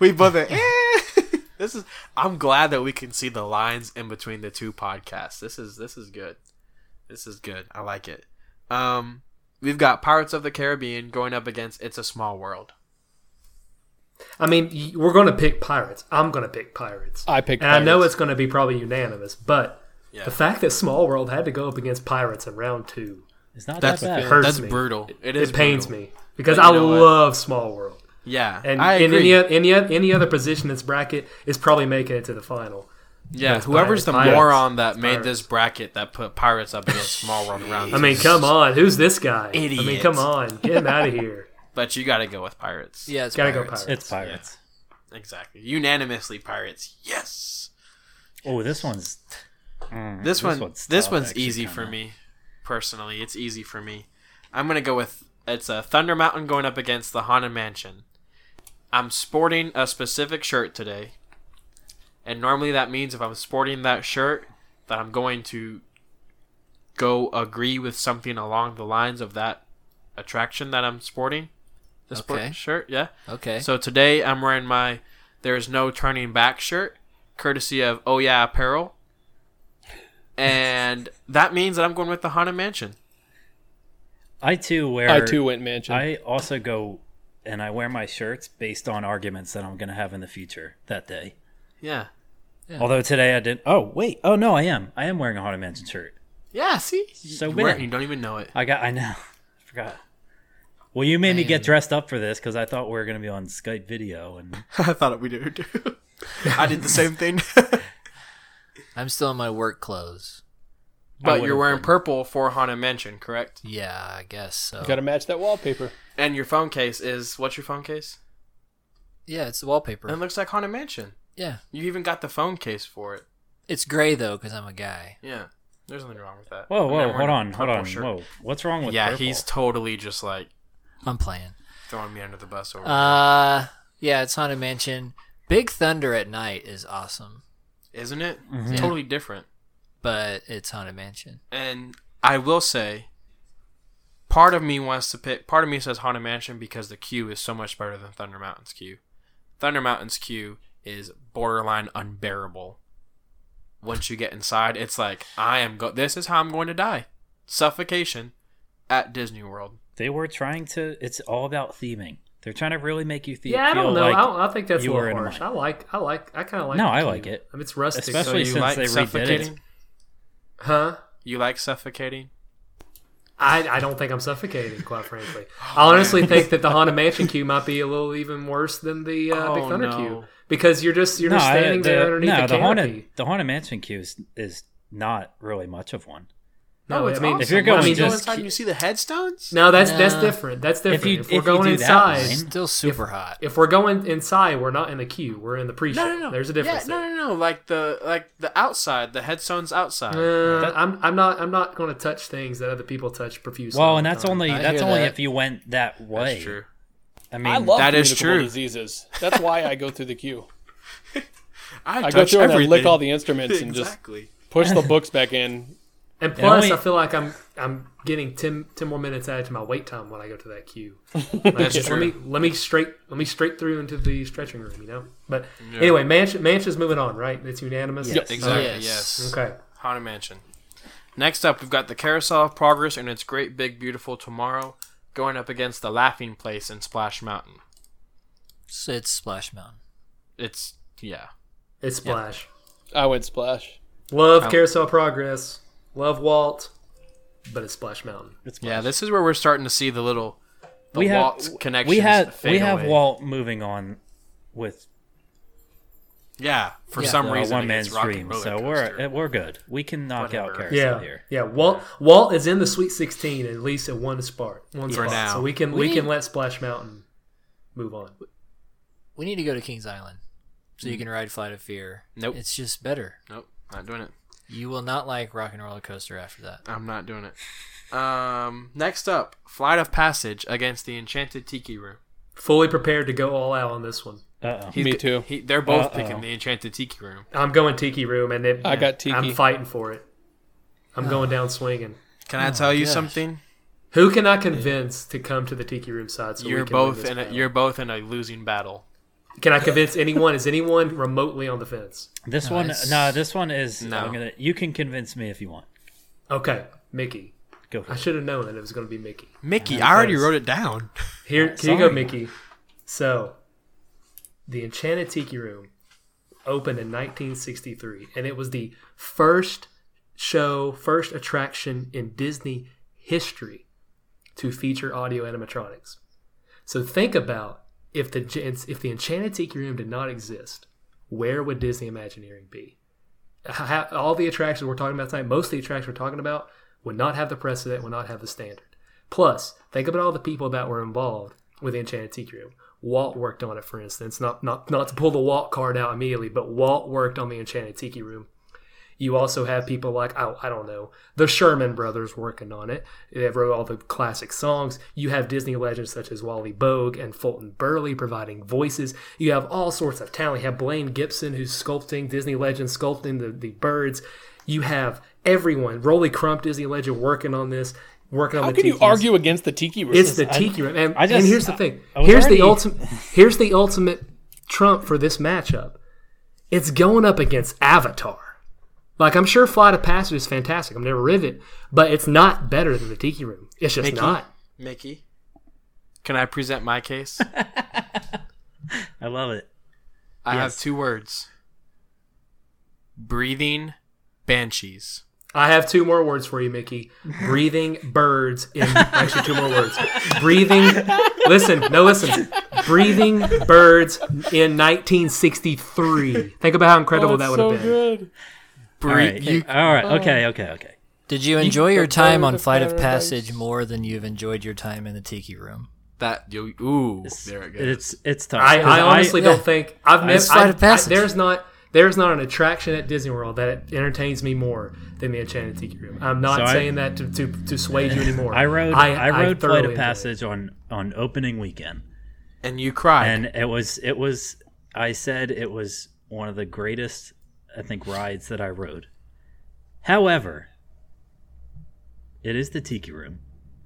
Speaker 1: we both. Are, eh. this is. I'm glad that we can see the lines in between the two podcasts. This is this is good. This is good. I like it. Um, we've got Pirates of the Caribbean going up against It's a Small World.
Speaker 4: I mean, y- we're going to pick pirates. I'm going to pick pirates.
Speaker 5: I picked
Speaker 4: and I know
Speaker 5: Pirates.
Speaker 4: it's going to be probably unanimous, but
Speaker 1: Yeah.
Speaker 4: the fact that Small World had to go up against pirates in round two,
Speaker 2: It's not
Speaker 1: That's
Speaker 2: that bad.
Speaker 4: hurts
Speaker 1: that's
Speaker 4: me.
Speaker 1: brutal. It
Speaker 4: it
Speaker 1: is.
Speaker 4: pains
Speaker 1: brutal.
Speaker 4: me because
Speaker 1: But you
Speaker 4: I
Speaker 1: know what?
Speaker 4: love Small World.
Speaker 1: Yeah,
Speaker 4: And
Speaker 1: I
Speaker 4: in
Speaker 1: agree.
Speaker 4: any any any other position in this bracket is probably making it to the final.
Speaker 1: yeah, whoever's the
Speaker 4: Pirates.
Speaker 1: moron that made
Speaker 4: Pirates.
Speaker 1: this bracket that put Pirates up against Small World around.
Speaker 4: I mean, come on, who's this guy? I mean,
Speaker 1: Idiot.
Speaker 4: come on, get him out of here.
Speaker 1: but you got to go with Pirates.
Speaker 3: yeah, it's
Speaker 4: Gotta go
Speaker 3: pirates.
Speaker 4: pirates.
Speaker 2: It's Pirates.
Speaker 1: Exactly. Unanimously, Pirates. Yes.
Speaker 2: Oh, this one's
Speaker 1: Mm, This, one,
Speaker 2: one's
Speaker 1: this
Speaker 2: tough,
Speaker 1: one's
Speaker 2: actually,
Speaker 1: easy for
Speaker 2: kinda.
Speaker 1: me, personally. It's easy for me. I'm gonna go with it's a Thunder Mountain going up against the Haunted Mansion. I'm sporting a specific shirt today, and normally that means if I'm sporting that shirt, that I'm going to go agree with something along the lines of that attraction that I'm sporting. The sport
Speaker 3: Okay.
Speaker 1: shirt, yeah.
Speaker 3: Okay.
Speaker 1: So today I'm wearing my "There's No Turning Back" shirt, courtesy of Oh Yeah Apparel, and that means that I'm going with the Haunted Mansion.
Speaker 2: I too wear.
Speaker 5: I too went mansion.
Speaker 2: I also go and I wear my shirts based on arguments that I'm going to have in the future that day.
Speaker 1: Yeah,
Speaker 2: Although today I didn't. Oh wait. Oh no, I am. I am wearing a haunted mansion shirt.
Speaker 1: yeah. See,
Speaker 2: So
Speaker 1: you, wear it
Speaker 2: bad.
Speaker 1: and you don't even know it.
Speaker 2: I got. I know. I forgot. Well, you made me get dressed up for this because I thought we were going to be on Skype video, and
Speaker 1: I thought we did. I did the same thing,
Speaker 3: I'm still in my work clothes.
Speaker 1: but
Speaker 2: would've
Speaker 1: you're wearing
Speaker 2: been.
Speaker 1: purple for Haunted Mansion, correct?
Speaker 3: Yeah, I guess so.
Speaker 5: Got to match that wallpaper.
Speaker 1: And your phone case is what's your phone case?
Speaker 3: Yeah, it's the wallpaper.
Speaker 1: It looks like Haunted Mansion.
Speaker 3: yeah,
Speaker 1: You even got the phone case for it.
Speaker 3: it's gray though because I'm a guy.
Speaker 1: Yeah, there's nothing wrong with that.
Speaker 2: whoa,
Speaker 1: I'm
Speaker 2: whoa,
Speaker 1: not
Speaker 2: hold
Speaker 1: wearing a
Speaker 2: on, hold
Speaker 1: purple
Speaker 2: on, whoa, what's wrong with?
Speaker 1: Yeah,
Speaker 2: purple?
Speaker 1: he's totally just like
Speaker 3: I'm playing.
Speaker 1: throwing me under the bus over.
Speaker 3: Uh, yeah, it's haunted mansion. Big Thunder at night is awesome,
Speaker 1: isn't it?
Speaker 2: Mm-hmm.
Speaker 1: It's totally different.
Speaker 3: but it's haunted mansion.
Speaker 1: And I will say, part of me wants to pick. Part of me says Haunted Mansion because the queue is so much better than Thunder Mountain's queue. Thunder Mountain's queue is borderline unbearable. Once you get inside, it's like I am. Go- this is how I'm going to die. Suffocation at Disney World.
Speaker 2: They were trying to. It's all about theming. They're trying to really make you the,
Speaker 4: Yeah, I
Speaker 2: feel
Speaker 4: don't know.
Speaker 2: like
Speaker 4: I, don't, I think that's a
Speaker 2: you were
Speaker 4: little
Speaker 2: in a
Speaker 4: harsh.
Speaker 2: mic.
Speaker 4: I like, I like, I kind of like.
Speaker 2: No,
Speaker 4: the
Speaker 2: I
Speaker 4: cube.
Speaker 2: like it.
Speaker 4: I mean, it's rustic,
Speaker 2: Especially
Speaker 4: so
Speaker 1: You
Speaker 4: you,
Speaker 1: like
Speaker 2: since they redid it.
Speaker 1: suffocating?
Speaker 4: huh?
Speaker 1: You like suffocating?
Speaker 4: I, I don't think I'm suffocating, quite frankly. I honestly think that the haunted mansion queue might be a little even worse than the uh, Big
Speaker 1: Oh,
Speaker 4: Thunder
Speaker 1: no.
Speaker 4: queue because you're just you're just
Speaker 2: I-
Speaker 4: standing
Speaker 2: the-
Speaker 4: there underneath
Speaker 2: no,
Speaker 4: the,
Speaker 2: the
Speaker 4: canopy.
Speaker 2: haunted the haunted mansion queue is, is not really much of one.
Speaker 4: No,
Speaker 1: Oh, it's
Speaker 4: I mean,
Speaker 1: awesome.
Speaker 2: If you're
Speaker 4: I
Speaker 2: going
Speaker 4: mean,
Speaker 1: you go
Speaker 2: just-
Speaker 1: inside and you see the headstones.
Speaker 4: no, that's that's
Speaker 3: Nah.
Speaker 4: different. That's different. If,
Speaker 2: you-
Speaker 4: we're
Speaker 2: if you
Speaker 4: going
Speaker 2: do that
Speaker 4: inside,
Speaker 2: line-
Speaker 3: Still super hot.
Speaker 4: if we're going inside, we're not in the queue. We're in the pre-show.
Speaker 1: No, no, no.
Speaker 4: There's a difference.
Speaker 1: Yeah,
Speaker 4: there.
Speaker 1: no, no, no. Like the like the outside, the headstones outside.
Speaker 4: Uh, I'm, I'm not I'm not going to touch things that other people touch profusely.
Speaker 2: Well,
Speaker 4: all
Speaker 2: and
Speaker 4: the
Speaker 2: that's
Speaker 4: time.
Speaker 2: only
Speaker 3: I
Speaker 2: that's
Speaker 3: hear
Speaker 2: only
Speaker 3: that.
Speaker 2: if you went that way.
Speaker 1: That's true.
Speaker 2: I mean,
Speaker 5: I love
Speaker 1: That is
Speaker 5: communicable
Speaker 1: true.
Speaker 5: diseases. That's why I go through the queue.
Speaker 1: I,
Speaker 5: I
Speaker 1: touch
Speaker 5: go through
Speaker 1: everything.
Speaker 5: and I lick all the instruments and just
Speaker 1: exactly.
Speaker 5: push the books back in.
Speaker 4: And plus,
Speaker 2: only-
Speaker 4: I feel like I'm I'm getting 10, 10 more minutes added to my wait time when I go to that queue.
Speaker 1: That's
Speaker 4: Just
Speaker 1: true.
Speaker 4: Let me let me straight let me straight through into the stretching room, you know. But anyway, Manch Mansion's moving on, right? It's unanimous.
Speaker 2: Yes.
Speaker 1: exactly.
Speaker 3: Yes.
Speaker 1: Yes.
Speaker 4: Okay.
Speaker 1: Haunted Mansion. Next up, we've got the Carousel of Progress and its Great Big Beautiful Tomorrow going up against the Laughing Place in Splash Mountain.
Speaker 3: So it's Splash Mountain.
Speaker 1: It's yeah.
Speaker 4: It's splash.
Speaker 5: I went splash.
Speaker 2: Um,
Speaker 4: Love Carousel Progress. Love Walt. But it's Splash Mountain.
Speaker 2: it's
Speaker 1: Yeah, this is where we're starting to see the little the
Speaker 2: we have
Speaker 1: Walt connections.
Speaker 2: we have
Speaker 1: fade
Speaker 2: we have
Speaker 1: away.
Speaker 2: Walt moving on with
Speaker 1: Yeah, for
Speaker 3: Yeah.
Speaker 1: some
Speaker 2: uh,
Speaker 1: reason
Speaker 2: one
Speaker 1: against
Speaker 2: man's
Speaker 1: Rocky
Speaker 2: dream,
Speaker 1: Roller
Speaker 2: so
Speaker 1: Coaster.
Speaker 2: we're we're good. We can knock out
Speaker 1: Whatever.
Speaker 2: carousel
Speaker 4: Yeah.
Speaker 2: here.
Speaker 4: Yeah. Walt Walt is in the Sweet Sixteen at least at one spot. One
Speaker 1: For
Speaker 4: spot.
Speaker 1: now.
Speaker 4: So we can we,
Speaker 3: We-
Speaker 4: can let Splash Mountain move on.
Speaker 3: We need to go to Kings Island, so you can ride Flight of Fear.
Speaker 1: Nope.
Speaker 3: it's just better.
Speaker 1: nope, not doing it.
Speaker 3: You will not like Rock and Roller Coaster after that.
Speaker 1: I'm not doing it. Um, next up, Flight of Passage against the Enchanted Tiki Room.
Speaker 4: Fully prepared to go all out on this one.
Speaker 2: Uh-oh.
Speaker 1: He's
Speaker 5: Me
Speaker 1: g-
Speaker 5: too.
Speaker 1: He, they're both
Speaker 2: Uh-oh.
Speaker 1: picking the Enchanted Tiki Room
Speaker 4: I'm going Tiki Room, and it,
Speaker 5: I got Tiki. Ah.
Speaker 4: I'm fighting for it. I'm going down swinging.
Speaker 1: Can I tell you
Speaker 3: gosh.
Speaker 1: something?
Speaker 4: Who can I convince to come to the Tiki Room side? So we
Speaker 1: You're
Speaker 4: can win
Speaker 1: both
Speaker 4: this
Speaker 1: in a,
Speaker 4: battle?
Speaker 1: you're both in a losing battle.
Speaker 4: Can I convince anyone? Is anyone remotely on the fence?
Speaker 2: This one,
Speaker 3: it's-
Speaker 2: no, this one is.
Speaker 1: No.
Speaker 2: I'm gonna. You can convince me if you want.
Speaker 4: Okay, Mickey.
Speaker 2: Go. For
Speaker 4: I
Speaker 2: it.
Speaker 4: should have known that it was going to be Mickey.
Speaker 1: Mickey, I already
Speaker 4: thanks.
Speaker 1: wrote it down.
Speaker 4: Here, here you go,
Speaker 2: sorry.
Speaker 4: Mickey. So, the Enchanted Tiki Room opened in 1963, and it was the first show, first attraction in Disney history to feature audio animatronics. So think about if the if the Enchanted Tiki Room did not exist, where would Disney Imagineering be? How, all the attractions we're talking about tonight, most of the attractions we're talking about, would not have the precedent, would not have the standard. Plus, think about all the people that were involved with Enchanted Tiki Room. Walt worked on it, for instance. Not not not to pull the Walt card out immediately, but Walt worked on the Enchanted Tiki Room. You also have people like oh, I don't know the Sherman Brothers working on it. They wrote all the classic songs. You have Disney legends such as Wally Bogue and Fulton Burley providing voices. You have all sorts of talent. You have Blaine Gibson who's sculpting Disney legends, sculpting the, the birds. You have everyone, Rolly Crump, Disney legend, working on this, working on
Speaker 5: How
Speaker 4: the
Speaker 5: can you
Speaker 4: tiki's.
Speaker 5: argue against the tiki room?
Speaker 4: It's the tiki room, and,
Speaker 2: I just-
Speaker 4: and here's the
Speaker 2: I-
Speaker 4: thing.
Speaker 2: I was
Speaker 4: here's the
Speaker 2: already-
Speaker 4: ultimate. Here's the ultimate trump for this matchup. It's going up against Avatar. Like I'm sure Flight of Passage is fantastic. I've never read it, but it's not better than the Tiki Room. It's just
Speaker 1: Mickey?
Speaker 4: not.
Speaker 1: Mickey, can I present my case?
Speaker 2: I love it.
Speaker 1: I have two words breathing banshees.
Speaker 4: I have two more words for you, Mickey. Breathing birds in actually two more words. Breathing. Listen, no, listen. Breathing birds in 1963. Think about how incredible
Speaker 2: Oh,
Speaker 4: that would
Speaker 5: Oh, so
Speaker 4: have been.
Speaker 5: good.
Speaker 1: Bre-
Speaker 2: All right. uh,
Speaker 1: you,
Speaker 2: all right. Okay. Okay. Okay.
Speaker 3: Did you enjoy your time on
Speaker 5: of
Speaker 3: Flight of
Speaker 5: Paradise.
Speaker 3: Passage more than you've enjoyed your time in the Tiki Room?
Speaker 1: that you, ooh, there it goes.
Speaker 2: It's it's tough.
Speaker 4: I,
Speaker 2: 'cause
Speaker 4: I honestly
Speaker 3: Yeah.
Speaker 4: don't think I've never.
Speaker 3: Flight
Speaker 4: I-
Speaker 3: of Passage.
Speaker 4: I- there's not there's not an attraction at Disney World that entertains me more than the Enchanted Tiki Room. I'm not
Speaker 2: So I-
Speaker 4: saying that to, to, to sway you anymore.
Speaker 2: I rode I, rode Flight
Speaker 4: thoroughly
Speaker 2: of
Speaker 4: enjoyed it.
Speaker 2: Passage on on opening weekend,
Speaker 1: and you cried.
Speaker 2: and it was it was I said it was one of the greatest I think rides that I rode. However, it is the Tiki Room,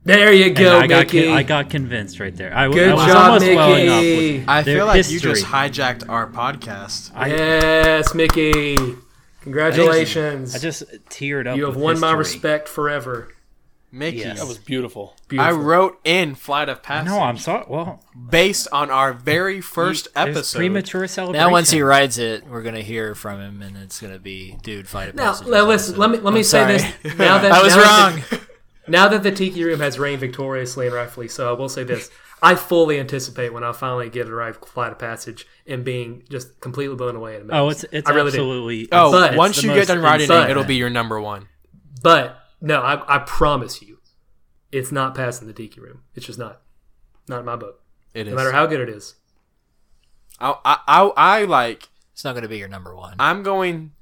Speaker 4: There you
Speaker 2: and
Speaker 4: go,
Speaker 2: I got
Speaker 4: Mickey.
Speaker 2: con- I got convinced right there. I, w-
Speaker 4: Good
Speaker 2: I was
Speaker 4: job,
Speaker 2: almost welling up. with-
Speaker 4: Mickey.
Speaker 1: I
Speaker 2: their
Speaker 1: feel like you
Speaker 2: history.
Speaker 1: just hijacked our podcast.
Speaker 2: I-
Speaker 4: yes, Mickey. Congratulations.
Speaker 2: I just teared up.
Speaker 4: you have
Speaker 2: with
Speaker 4: won my
Speaker 2: history.
Speaker 4: respect forever.
Speaker 1: Mickey,
Speaker 2: Yes.
Speaker 5: That was beautiful.
Speaker 1: I
Speaker 4: Beautiful.
Speaker 1: wrote in Flight of Passage
Speaker 2: No, I'm sorry. Well,
Speaker 1: based on our very first
Speaker 2: it was
Speaker 1: episode.
Speaker 2: premature celebration.
Speaker 3: Now, once he rides it, we're gonna hear from him, and it's gonna be, dude, Flight of
Speaker 4: now,
Speaker 3: Passage.
Speaker 4: now
Speaker 3: was
Speaker 4: listen.
Speaker 3: awesome."
Speaker 4: Let me let me
Speaker 3: I'm
Speaker 4: say
Speaker 3: sorry.
Speaker 4: this. Now that
Speaker 1: I was
Speaker 4: now that the-
Speaker 1: wrong.
Speaker 4: Now that the Tiki Room has reigned victoriously and rightfully so, I will say this. I fully anticipate when I finally get arrived flight of passage and being just completely blown away in a minute.
Speaker 2: Oh, it's it's
Speaker 4: I really did.
Speaker 2: absolutely.
Speaker 1: oh,
Speaker 4: But-
Speaker 1: once
Speaker 2: It's the
Speaker 1: you get
Speaker 2: most
Speaker 1: done writing,
Speaker 4: insane.
Speaker 1: it, it'll be your number one.
Speaker 4: But no, I, I promise you, it's not passing the Tiki Room. It's just not. Not in my book.
Speaker 1: It is.
Speaker 4: No matter how good it is.
Speaker 1: I, I, I, I like.
Speaker 3: It's not gonna be your number one.
Speaker 1: I'm going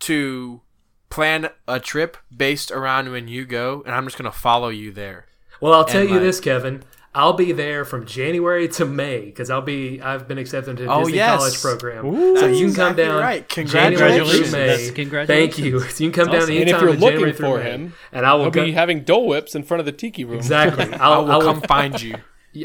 Speaker 1: to plan a trip based around when you go, and I'm just gonna follow you there.
Speaker 4: Well, I'll tell
Speaker 1: And,
Speaker 4: you
Speaker 1: like-
Speaker 4: this, Kevin. I'll be there from January to May because I'll be I've been accepted to the
Speaker 1: Oh,
Speaker 4: Disney
Speaker 1: yes.
Speaker 4: college program.
Speaker 1: That's
Speaker 4: so you can come
Speaker 1: exactly
Speaker 4: down.
Speaker 1: right.
Speaker 4: January through
Speaker 1: Congratulations.
Speaker 4: May.
Speaker 2: That's-
Speaker 4: Thank you.
Speaker 2: congratulations.
Speaker 4: So you can come down
Speaker 2: awesome. And
Speaker 5: if
Speaker 4: anytime.
Speaker 5: you're
Speaker 4: in January
Speaker 5: looking
Speaker 4: through
Speaker 5: for
Speaker 4: May.
Speaker 5: him,
Speaker 4: and I will
Speaker 5: I'll
Speaker 4: go,
Speaker 5: be having Dole Whips in front of the tiki room.
Speaker 4: Exactly. I'll,
Speaker 1: I will
Speaker 4: I'll-
Speaker 1: come find you.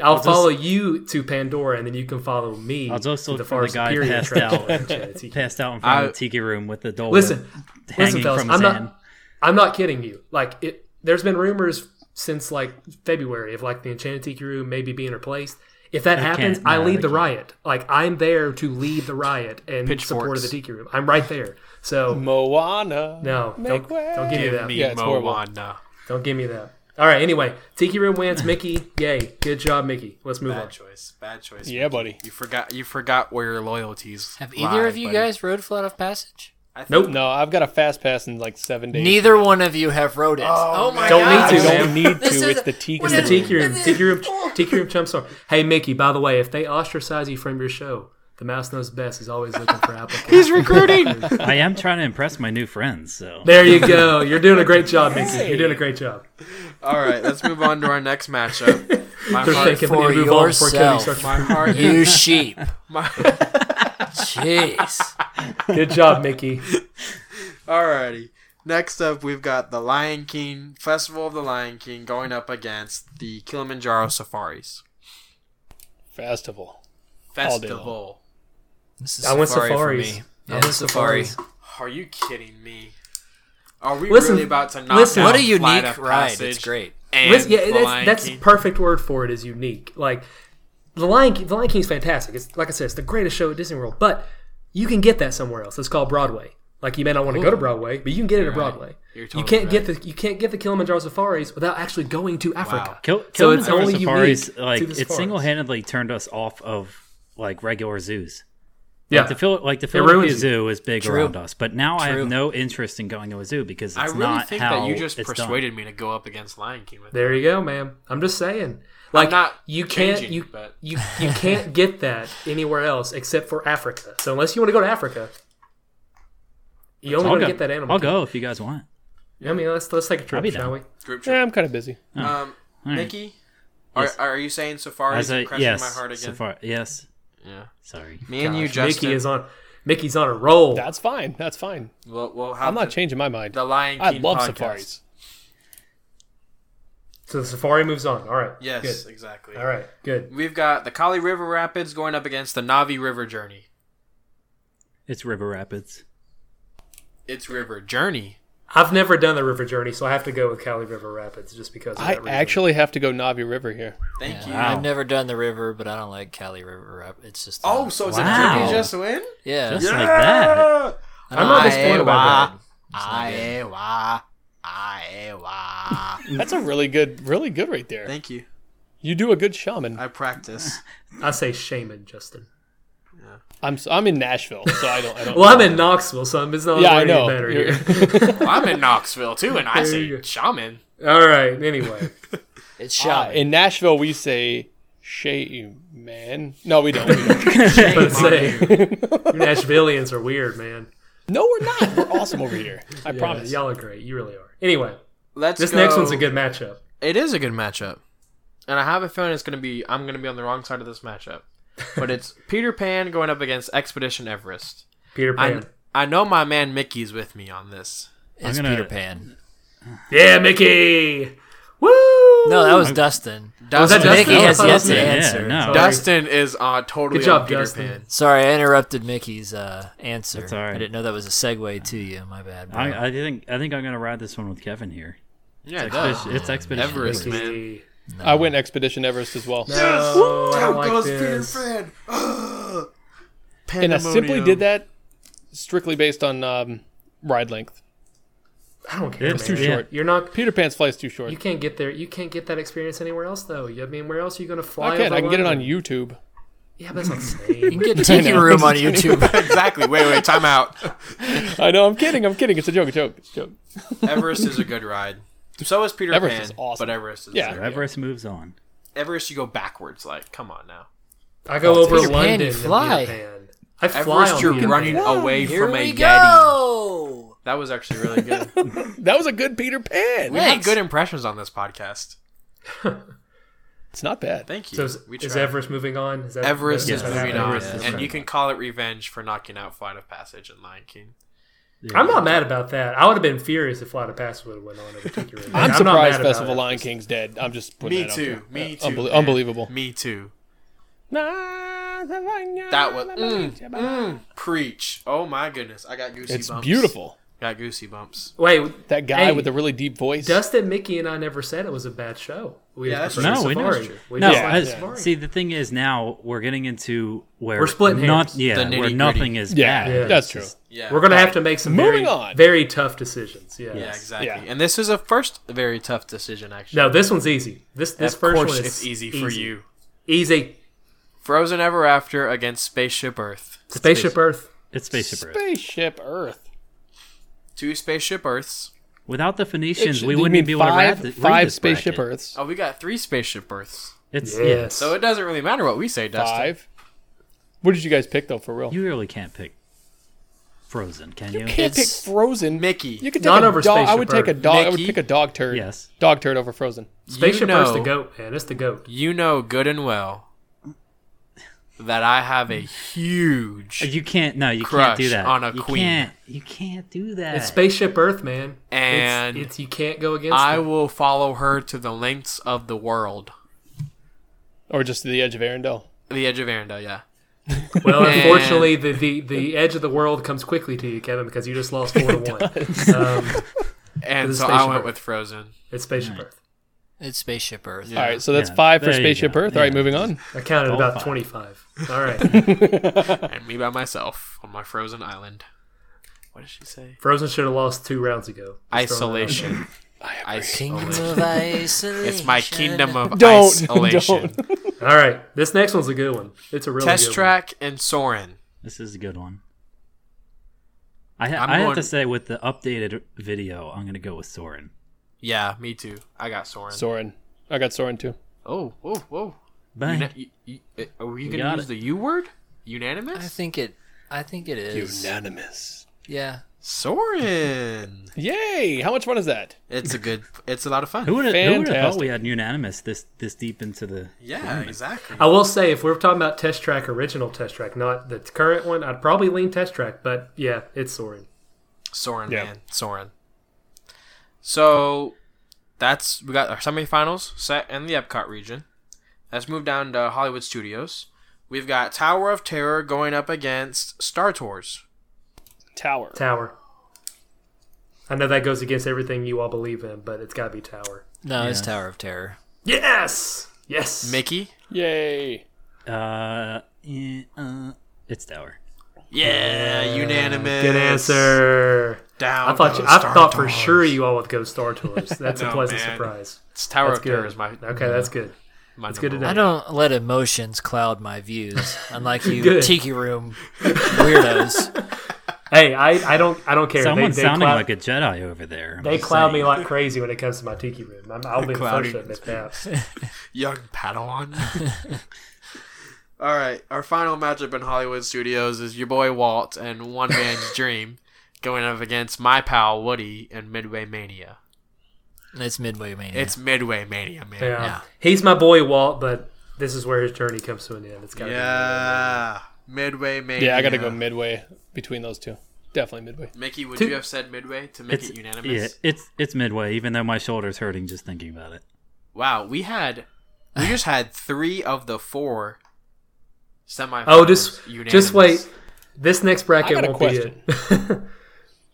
Speaker 4: I'll follow you to Pandora, and then you can follow me.
Speaker 2: I'll just
Speaker 4: to
Speaker 2: look for the
Speaker 4: Forest
Speaker 2: guy
Speaker 4: Superior
Speaker 2: passed
Speaker 4: Trail
Speaker 2: out.
Speaker 4: and Chattanooga.
Speaker 2: Passed out in front
Speaker 1: I-
Speaker 2: of the tiki room with the dole
Speaker 4: Listen,
Speaker 2: hanging
Speaker 4: listen, fellas,
Speaker 2: from his
Speaker 4: I'm
Speaker 2: hand.
Speaker 4: not, I'm not kidding you. Like it, there's been rumors since like February of like the Enchanted Tiki Room maybe being replaced. If that happens,
Speaker 2: can't.
Speaker 4: I
Speaker 2: No,
Speaker 4: lead
Speaker 2: they
Speaker 4: the
Speaker 2: can't.
Speaker 4: riot. Like I'm there to lead the riot and support of
Speaker 1: Pitchforks.
Speaker 4: the Tiki Room. I'm right there. So
Speaker 5: Moana.
Speaker 4: no, don't,
Speaker 5: way.
Speaker 4: don't give me
Speaker 1: Give
Speaker 4: that.
Speaker 1: me
Speaker 5: Yeah, it's horrible.
Speaker 1: Moana.
Speaker 4: Don't give me that. All right. Anyway, Tiki Room wins. Mickey, yay! Good job, Mickey. Let's move on.
Speaker 1: Bad choice. Bad choice.
Speaker 5: Yeah, buddy.
Speaker 1: You forgot. You forgot where your loyalties.
Speaker 3: Have either
Speaker 1: lie,
Speaker 3: of you
Speaker 1: buddy.
Speaker 3: guys rode Flight of Passage?
Speaker 1: I think-
Speaker 4: Nope.
Speaker 5: No, I've got a fast pass in like seven days.
Speaker 3: Neither one of you have rode it. Oh, my
Speaker 4: Don't
Speaker 3: god!
Speaker 4: need
Speaker 5: I
Speaker 4: to, man.
Speaker 5: don't need
Speaker 3: This
Speaker 5: to.
Speaker 3: is-
Speaker 5: It's the tiki
Speaker 3: what
Speaker 5: room.
Speaker 4: It's the tiki room. Tiki room. Tiki room chump song. Hey Mickey, by the way, if they ostracize you from your show, the mouse knows best is always looking for applicants.
Speaker 1: He's recruiting.
Speaker 2: I am trying to impress my new friends, so
Speaker 4: there you go. You're doing a great job, Mickey. You're doing a great job.
Speaker 1: All right, let's move on to our next matchup. My
Speaker 4: First
Speaker 1: heart,
Speaker 4: thing,
Speaker 3: for
Speaker 4: we move on before Cody
Speaker 3: yourself.
Speaker 4: starts.
Speaker 1: my heart,
Speaker 3: You sheep.
Speaker 1: my.
Speaker 3: Jeez.
Speaker 4: Good job, Mickey.
Speaker 1: Alrighty. Next up, we've got the Lion King Festival of the Lion King going up against the Kilimanjaro Safaris
Speaker 5: Festival. All day long.
Speaker 1: Festival.
Speaker 3: This is
Speaker 4: I went
Speaker 3: safari
Speaker 4: safaris.
Speaker 3: For me.
Speaker 4: I
Speaker 3: Yeah,
Speaker 4: went
Speaker 3: safari.
Speaker 4: safaris.
Speaker 1: Are you kidding me? Are we
Speaker 4: Listen,
Speaker 1: really about to knock
Speaker 4: listen.
Speaker 1: out
Speaker 3: What a
Speaker 1: Flight
Speaker 3: unique
Speaker 1: of
Speaker 3: ride!
Speaker 1: Passage
Speaker 3: It's great.
Speaker 1: And
Speaker 4: Listen, yeah,
Speaker 1: the
Speaker 4: that's,
Speaker 1: Lion
Speaker 4: that's
Speaker 1: King?
Speaker 4: perfect word for it. Is unique. Like the Lion, King, the Lion King's fantastic. It's like I said, it's the greatest show at Disney World. But you can get that somewhere else. It's called Broadway. Like you may not want to go to Broadway, but you can get it at Broadway.
Speaker 1: You're
Speaker 4: you
Speaker 1: totally
Speaker 4: can't get the you can't get the Kilimanjaro safaris without actually going to Africa.
Speaker 2: Kil-
Speaker 4: So it's
Speaker 2: Kilimanjaro
Speaker 4: only
Speaker 2: Safaris
Speaker 4: unique to
Speaker 2: like
Speaker 4: the
Speaker 2: it
Speaker 4: safaris.
Speaker 2: single-handedly turned us off of like regular zoos.
Speaker 4: Yeah,
Speaker 2: Like the Phil- like the
Speaker 4: ruins
Speaker 2: Philadelphia
Speaker 4: you.
Speaker 2: Zoo is big
Speaker 3: True.
Speaker 2: around us, but now I
Speaker 3: True.
Speaker 2: have no interest in going to a zoo because it's
Speaker 1: I really
Speaker 2: not
Speaker 1: think
Speaker 2: how
Speaker 1: that you just
Speaker 2: it's done.
Speaker 1: persuaded me to go up against Lion King with
Speaker 4: There you go, ma'am. I'm just saying. Like
Speaker 1: not
Speaker 4: you can't
Speaker 1: changing,
Speaker 4: you,
Speaker 1: but-
Speaker 4: you you can't get that anywhere else except for Africa. So unless you want to go to Africa, You only
Speaker 2: I'll
Speaker 4: want
Speaker 2: go.
Speaker 4: to get that animal.
Speaker 2: I'll
Speaker 4: kingdom.
Speaker 2: go if you guys want.
Speaker 4: I mean, let's let's take a trip,
Speaker 2: be
Speaker 4: shall
Speaker 2: down.
Speaker 4: we?
Speaker 1: Group
Speaker 5: Yeah,
Speaker 1: trip.
Speaker 5: I'm kind of busy.
Speaker 1: Um,
Speaker 2: All right.
Speaker 1: Nikki,
Speaker 2: Yes.
Speaker 1: are, are you saying Safari
Speaker 2: As I,
Speaker 1: is crushing
Speaker 2: yes,
Speaker 1: my heart again?
Speaker 2: So far, yes.
Speaker 1: Yeah.
Speaker 2: Sorry.
Speaker 1: Me and you,
Speaker 4: Gosh,
Speaker 1: Justin.
Speaker 4: Mickey is on. Mickey's on a roll.
Speaker 5: That's fine. That's fine.
Speaker 1: Well, well, how
Speaker 5: I'm not changing my mind.
Speaker 1: The Lion
Speaker 5: I
Speaker 1: King
Speaker 5: love
Speaker 1: podcast.
Speaker 5: safaris.
Speaker 4: So the safari moves on. All right.
Speaker 1: Yes,
Speaker 4: Good.
Speaker 1: exactly.
Speaker 4: All right. Good.
Speaker 1: We've got the Kali River Rapids going up against the Navi River Journey.
Speaker 2: It's River Rapids.
Speaker 1: It's River Journey.
Speaker 4: I've never done the river journey, so I have to go with Cali River Rapids just because. Of
Speaker 5: I
Speaker 4: that reason.
Speaker 5: actually have to go Navi River here.
Speaker 1: Thank you.
Speaker 2: Wow.
Speaker 3: I've never done the river, but I don't like Cali River. Up. It's just
Speaker 1: Oh, so it's
Speaker 2: Wow.
Speaker 1: a trip you just win?
Speaker 3: yeah,
Speaker 2: Just like that.
Speaker 3: I
Speaker 4: I'm not disappointed about
Speaker 3: Iowa, Iowa.
Speaker 5: That's a really good, really good right there.
Speaker 1: Thank you.
Speaker 5: You do a good shaman.
Speaker 1: I practice.
Speaker 4: that. I say shaman, Justin.
Speaker 5: I'm s- I'm in Nashville, so I don't. I don't
Speaker 4: Well, I'm in Knoxville, so it's not
Speaker 5: Yeah, I
Speaker 4: really
Speaker 5: know.
Speaker 4: better
Speaker 5: You're-
Speaker 4: here.
Speaker 1: Well, I'm in Knoxville too, and I
Speaker 4: There you
Speaker 1: say
Speaker 4: go.
Speaker 1: shaman.
Speaker 4: All right. Anyway,
Speaker 3: It's
Speaker 5: Ah,
Speaker 3: shot.
Speaker 5: in Nashville, we say "shay man." No, we don't. We don't.
Speaker 4: let's say Nashvilleians are weird, man.
Speaker 5: no, we're not. We're awesome over here. I
Speaker 4: Yeah,
Speaker 5: promise.
Speaker 4: y'all are great. You really are. Anyway,
Speaker 1: Let's
Speaker 4: this
Speaker 1: go-
Speaker 4: next one's a good matchup.
Speaker 1: It is a good matchup, and I have a feeling it's gonna be. I'm gonna be on the wrong side of this matchup, but it's Peter Pan going up against Expedition Everest.
Speaker 4: Peter
Speaker 1: I,
Speaker 4: Pan.
Speaker 1: I know my man Mickey's with me on this.
Speaker 3: It's
Speaker 2: gonna-
Speaker 3: Peter Pan.
Speaker 4: Yeah, Mickey. Woo!
Speaker 3: No, that was Dustin.
Speaker 1: Dustin,
Speaker 4: Justin?
Speaker 3: Mickey
Speaker 4: Oh,
Speaker 3: has
Speaker 4: I thought
Speaker 3: yet
Speaker 4: that was
Speaker 3: to
Speaker 4: me.
Speaker 2: Yeah,
Speaker 3: answer.
Speaker 2: no.
Speaker 4: Sorry.
Speaker 1: Dustin is uh, totally
Speaker 4: Good job,
Speaker 1: on Peter
Speaker 4: Justin.
Speaker 1: Pan.
Speaker 3: Sorry, I interrupted Mickey's uh, answer.
Speaker 2: That's all right.
Speaker 3: I didn't know that was a segue to you. My bad. Bro.
Speaker 2: I, I think I think I'm gonna ride this one with Kevin here.
Speaker 1: Yeah,
Speaker 2: It's,
Speaker 1: duh.
Speaker 2: expedition, it's expedition.
Speaker 1: Oh, Everest, man.
Speaker 4: Mickey.
Speaker 5: I went Expedition Everest as well,
Speaker 4: Yes! Oh, I don't like this.
Speaker 1: Peter Pan.
Speaker 5: and I simply did that strictly based on um, ride length.
Speaker 4: I don't care.
Speaker 2: It's
Speaker 4: man.
Speaker 2: too short.
Speaker 4: You're not.
Speaker 5: Peter Pan's flight's too short.
Speaker 4: You can't get there. You can't get that experience anywhere else, though. You- I mean, where else are you going to fly?
Speaker 5: I can.
Speaker 4: over
Speaker 5: I can get it on
Speaker 4: London?
Speaker 5: YouTube.
Speaker 4: Yeah, but that's not
Speaker 3: You
Speaker 4: safe.
Speaker 3: can get a tiki room on YouTube.
Speaker 1: exactly. Wait, wait, time out.
Speaker 5: I know. I'm kidding. I'm kidding. It's a joke. It's a joke. It's a joke.
Speaker 1: Everest is a good ride. So is Peter
Speaker 5: Everest
Speaker 1: Pan,
Speaker 5: is awesome.
Speaker 1: but Everest is
Speaker 5: Yeah.
Speaker 1: there.
Speaker 2: Everest moves on.
Speaker 1: Everest, you go backwards. Like, come on now.
Speaker 4: I go over
Speaker 3: Peter Pan,
Speaker 4: London.
Speaker 3: you
Speaker 4: in Peter
Speaker 3: fly.
Speaker 4: Pan. I fly
Speaker 1: Everest,
Speaker 4: on
Speaker 1: you're
Speaker 4: Peter
Speaker 1: running
Speaker 4: Pan.
Speaker 1: away
Speaker 3: Here
Speaker 1: from
Speaker 3: we
Speaker 1: a Yeti.
Speaker 3: go.
Speaker 1: That was actually really good.
Speaker 5: That was a good Peter Pan.
Speaker 1: we had
Speaker 3: Thanks.
Speaker 1: good impressions on this podcast.
Speaker 5: It's not bad.
Speaker 1: Thank you.
Speaker 4: So is,
Speaker 1: we
Speaker 4: is
Speaker 1: tried.
Speaker 4: Everest moving on? Is that,
Speaker 1: Everest
Speaker 4: that's
Speaker 1: is
Speaker 4: what's
Speaker 1: moving
Speaker 4: happening?
Speaker 1: on,
Speaker 2: Everest is
Speaker 1: and
Speaker 2: moving
Speaker 1: you can call it revenge for knocking out Flight of Passage and Lion King.
Speaker 4: I'm not mad about that. I would have been furious if Flight of Pass would have went on over Tiki Room.
Speaker 5: I'm,
Speaker 4: not mad
Speaker 5: surprised
Speaker 4: about
Speaker 5: Festival
Speaker 4: it.
Speaker 5: Lion King's dead. I'm just putting
Speaker 1: Me
Speaker 5: that out
Speaker 1: too.
Speaker 5: there.
Speaker 1: Me
Speaker 5: Uh,
Speaker 1: too.
Speaker 5: unbel-
Speaker 1: man.
Speaker 5: Unbelievable.
Speaker 1: Me too. That
Speaker 5: That
Speaker 1: was mm, mm, preach. Oh my goodness, I got goosey
Speaker 5: It's
Speaker 1: bumps.
Speaker 5: beautiful.
Speaker 1: Got goosey bumps.
Speaker 4: Wait,
Speaker 5: That guy
Speaker 4: Hey,
Speaker 5: with the really deep voice.
Speaker 4: Dustin, Mickey, and I never said it was a bad show. We
Speaker 1: Yeah, that's
Speaker 4: preferred
Speaker 2: true. No, we
Speaker 4: Safari.
Speaker 1: didn't.
Speaker 4: We
Speaker 2: No,
Speaker 4: just
Speaker 5: Yeah.
Speaker 4: liked
Speaker 2: I-
Speaker 4: Safari.
Speaker 2: see the thing is now we're getting into where
Speaker 4: We're splitting
Speaker 2: not
Speaker 4: hairs.
Speaker 2: yeah
Speaker 1: The
Speaker 2: where
Speaker 1: nitty-gritty.
Speaker 2: nothing is
Speaker 5: yeah,
Speaker 2: bad.
Speaker 4: Yeah.
Speaker 5: that's true.
Speaker 1: Yeah.
Speaker 4: We're gonna have to make some
Speaker 5: Moving
Speaker 4: very,
Speaker 5: on.
Speaker 4: very tough decisions. Yeah.
Speaker 1: Yeah, exactly.
Speaker 5: Yeah.
Speaker 1: And this is a first very tough decision, actually.
Speaker 4: No, this one's easy. This this
Speaker 1: of
Speaker 4: first
Speaker 1: course,
Speaker 4: one is
Speaker 1: it's easy for you.
Speaker 4: Easy.
Speaker 1: Frozen Ever After against Spaceship Earth.
Speaker 4: Spaceship Earth.
Speaker 2: It's Spaceship Earth.
Speaker 5: Spaceship Earth.
Speaker 1: Two Spaceship Earths.
Speaker 2: Without the Phoenicians,
Speaker 5: It-
Speaker 2: we
Speaker 5: you
Speaker 2: wouldn't
Speaker 5: mean
Speaker 2: be able
Speaker 5: five,
Speaker 2: to ride the, read
Speaker 5: five
Speaker 2: this
Speaker 5: Spaceship
Speaker 2: bracket.
Speaker 5: Earths.
Speaker 1: Oh, we got three Spaceship Earths.
Speaker 2: It's yeah.
Speaker 4: Yes.
Speaker 1: So it doesn't really matter what we say, Dustin.
Speaker 5: Five. What did you guys pick though? For real?
Speaker 2: You really can't pick Frozen, can you?
Speaker 5: can't pick
Speaker 3: It's-
Speaker 5: Frozen.
Speaker 1: Mickey,
Speaker 5: You could take
Speaker 4: Not
Speaker 5: a
Speaker 4: over
Speaker 5: dog. I
Speaker 4: Spaceship
Speaker 5: would take a
Speaker 4: Earth.
Speaker 5: dog. I would
Speaker 1: Mickey?
Speaker 5: pick a dog turd.
Speaker 2: Yes.
Speaker 5: Dog turd over Frozen.
Speaker 4: Spaceship
Speaker 1: you know,
Speaker 4: Earth's the goat, man. It's the goat.
Speaker 1: You know good and well that I have a huge
Speaker 2: Uh, You can't. No, you
Speaker 1: Crush
Speaker 2: can't do that.
Speaker 1: on a
Speaker 2: you
Speaker 1: queen.
Speaker 2: Can't, you can't do that.
Speaker 4: It's Spaceship Earth, man.
Speaker 1: And
Speaker 4: it's, it's you can't go against.
Speaker 1: I
Speaker 4: it.
Speaker 1: will follow her to the lengths of the world.
Speaker 5: Or just to the edge of Arendelle.
Speaker 1: The edge of Arendelle, yeah.
Speaker 4: Well,
Speaker 1: and-
Speaker 4: unfortunately, the, the the edge of the world comes quickly to you, Kevin, because you just lost four to one. Um,
Speaker 1: And
Speaker 4: This is
Speaker 1: so I
Speaker 4: Spaceship
Speaker 1: went
Speaker 4: Earth.
Speaker 1: with Frozen.
Speaker 4: it's Spaceship Earth.
Speaker 3: It's Spaceship Earth.
Speaker 1: Yeah.
Speaker 5: All right, so that's
Speaker 2: Yeah,
Speaker 5: five for
Speaker 2: there you
Speaker 5: Spaceship
Speaker 2: go.
Speaker 5: Earth. All right,
Speaker 2: Yeah.
Speaker 5: moving on.
Speaker 4: I counted
Speaker 2: All
Speaker 4: about
Speaker 2: five.
Speaker 4: twenty five. All right,
Speaker 1: and me by myself on my frozen island. What did she say?
Speaker 4: Frozen should have lost two rounds ago. Just throwing it out there.
Speaker 1: Isolation.
Speaker 3: Kingdom
Speaker 1: Isolation.
Speaker 3: of Isolation.
Speaker 1: Oh, It's my kingdom of
Speaker 5: Don't,
Speaker 1: isolation.
Speaker 4: All right, this next one's a good one. It's a really
Speaker 1: Test
Speaker 4: good one.
Speaker 1: track and Soren.
Speaker 2: This is a good one. I, ha-
Speaker 1: I'm
Speaker 2: I have
Speaker 1: going-
Speaker 2: to say, with the updated video, I'm going to go with Soren.
Speaker 1: Yeah, me too. I got Soren.
Speaker 5: Soren. I got Soren too.
Speaker 1: oh, whoa, whoa.
Speaker 2: Bang.
Speaker 1: Una- you- you- uh, are we gonna
Speaker 2: got
Speaker 1: use
Speaker 2: it.
Speaker 1: the U word?
Speaker 3: I
Speaker 1: Unanimous?
Speaker 3: think it. I think it is.
Speaker 5: Unanimous.
Speaker 3: Yeah,
Speaker 1: Soren.
Speaker 5: Yay! How much fun is that?
Speaker 1: It's a good. It's a lot of fun.
Speaker 2: Who would have who would've thought
Speaker 5: Fantastic.
Speaker 2: we had unanimous this this deep into the
Speaker 1: yeah, exactly.
Speaker 4: I will say, if we're talking about Test Track, original Test Track, not the current one, I'd probably lean Test Track, but yeah, it's Soren.
Speaker 1: Soren,
Speaker 5: Yeah.
Speaker 1: man, Soren. So that's we got our semifinals set in the Epcot region. Let's move down to Hollywood Studios. We've got Tower of Terror going up against Star Tours.
Speaker 5: Tower.
Speaker 4: Tower. I know that goes against everything you all believe in, but it's got to be Tower.
Speaker 3: No, it's Tower of Terror.
Speaker 4: Yes! Yes!
Speaker 1: Mickey,
Speaker 5: Yay!
Speaker 2: uh, eh, uh it's Tower.
Speaker 1: yeah, unanimous.
Speaker 4: Good answer.
Speaker 1: Down.
Speaker 4: I thought you,
Speaker 1: goes
Speaker 4: I
Speaker 1: Star
Speaker 4: thought for
Speaker 1: Tours.
Speaker 4: sure you all would go Star Tours. That's
Speaker 1: No,
Speaker 4: a pleasant
Speaker 1: man.
Speaker 4: surprise.
Speaker 1: It's Tower
Speaker 4: That's
Speaker 1: of
Speaker 4: good.
Speaker 1: Terror is my
Speaker 4: Okay, that's good.
Speaker 1: my
Speaker 4: It's good to
Speaker 1: number
Speaker 4: know.
Speaker 3: I don't let emotions cloud my views, unlike you
Speaker 4: Good.
Speaker 3: tiki room weirdos.
Speaker 4: Hey, I, I don't I don't care.
Speaker 2: Someone's
Speaker 4: they, they
Speaker 2: sounding
Speaker 4: cloud,
Speaker 2: like a Jedi over there. I'm
Speaker 4: they
Speaker 2: just
Speaker 4: cloud me
Speaker 2: saying.
Speaker 4: like crazy when it comes to my tiki room. I'm, I'll be the
Speaker 1: Cloudy.
Speaker 4: first to admit that.
Speaker 1: young Padawan. All right, our final matchup in Hollywood Studios is your boy Walt and One Man's Dream going up against my pal Woody and Midway Mania.
Speaker 3: It's Midway Mania.
Speaker 1: It's Midway Mania, man.
Speaker 4: Yeah. He's my boy Walt, but this is where his journey comes to an end. It's got to
Speaker 1: Yeah. Midway Mania.
Speaker 5: Yeah, I gotta go midway between those two. Definitely midway.
Speaker 1: Mickey, would
Speaker 4: Two-
Speaker 1: you have said Midway to make
Speaker 2: it's
Speaker 1: it unanimous?
Speaker 2: Yeah, it's it's midway. Even though my shoulder's hurting just thinking about it.
Speaker 1: Wow, we had we just had three of the four semi.
Speaker 4: Oh, just just wait. This next bracket
Speaker 5: I got a
Speaker 4: won't be it.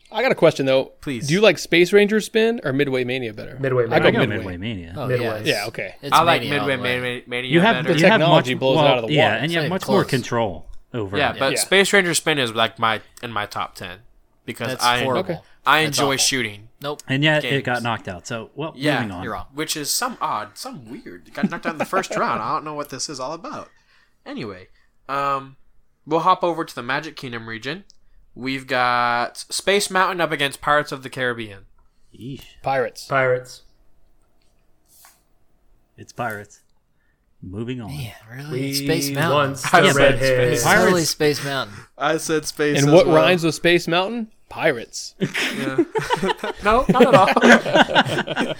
Speaker 5: I got a question though.
Speaker 1: Please.
Speaker 5: Do you like Space Ranger spin or Midway Mania better?
Speaker 4: Midway
Speaker 5: I
Speaker 4: Mania.
Speaker 5: go
Speaker 2: I go
Speaker 5: midway.
Speaker 2: midway, mania.
Speaker 3: oh,
Speaker 4: Midway.
Speaker 3: Yeah, it's-
Speaker 5: Yeah, okay.
Speaker 3: It's
Speaker 1: I like
Speaker 3: Mania all
Speaker 1: Midway
Speaker 3: the way.
Speaker 1: Mania, Mania
Speaker 2: you have
Speaker 1: better.
Speaker 2: you have
Speaker 5: technology
Speaker 2: much,
Speaker 5: blows it
Speaker 2: well,
Speaker 5: out of the
Speaker 2: Yeah,
Speaker 5: water.
Speaker 2: and you have
Speaker 3: It's like
Speaker 2: much more
Speaker 3: close.
Speaker 2: control over.
Speaker 1: Yeah,
Speaker 2: it.
Speaker 1: but
Speaker 5: Yeah.
Speaker 1: Space Ranger Spin is like my in my top ten because
Speaker 3: That's
Speaker 1: I
Speaker 3: horrible.
Speaker 5: Okay.
Speaker 1: I
Speaker 3: That's
Speaker 1: enjoy
Speaker 3: awful.
Speaker 1: shooting.
Speaker 3: Nope.
Speaker 2: and yet
Speaker 1: games.
Speaker 2: it got knocked out. So well,
Speaker 1: Yeah,
Speaker 2: moving on.
Speaker 3: You're wrong.
Speaker 1: which is some odd, some weird. Got knocked out in the first round. I don't know what this is all about. Anyway, um, we'll hop over to the Magic Kingdom region. We've got Space Mountain up against Pirates of the Caribbean.
Speaker 2: Yeesh.
Speaker 5: Pirates.
Speaker 4: Pirates.
Speaker 2: It's pirates. Moving on.
Speaker 3: Yeah, really.
Speaker 4: We
Speaker 3: It's Space Mountain.
Speaker 4: once
Speaker 1: I
Speaker 4: the
Speaker 1: said
Speaker 4: redhead.
Speaker 1: Space
Speaker 3: It's totally
Speaker 2: Pirates.
Speaker 3: Space Mountain.
Speaker 1: I said space.
Speaker 5: And what rhymes with Space Mountain? Pirates.
Speaker 1: No, not at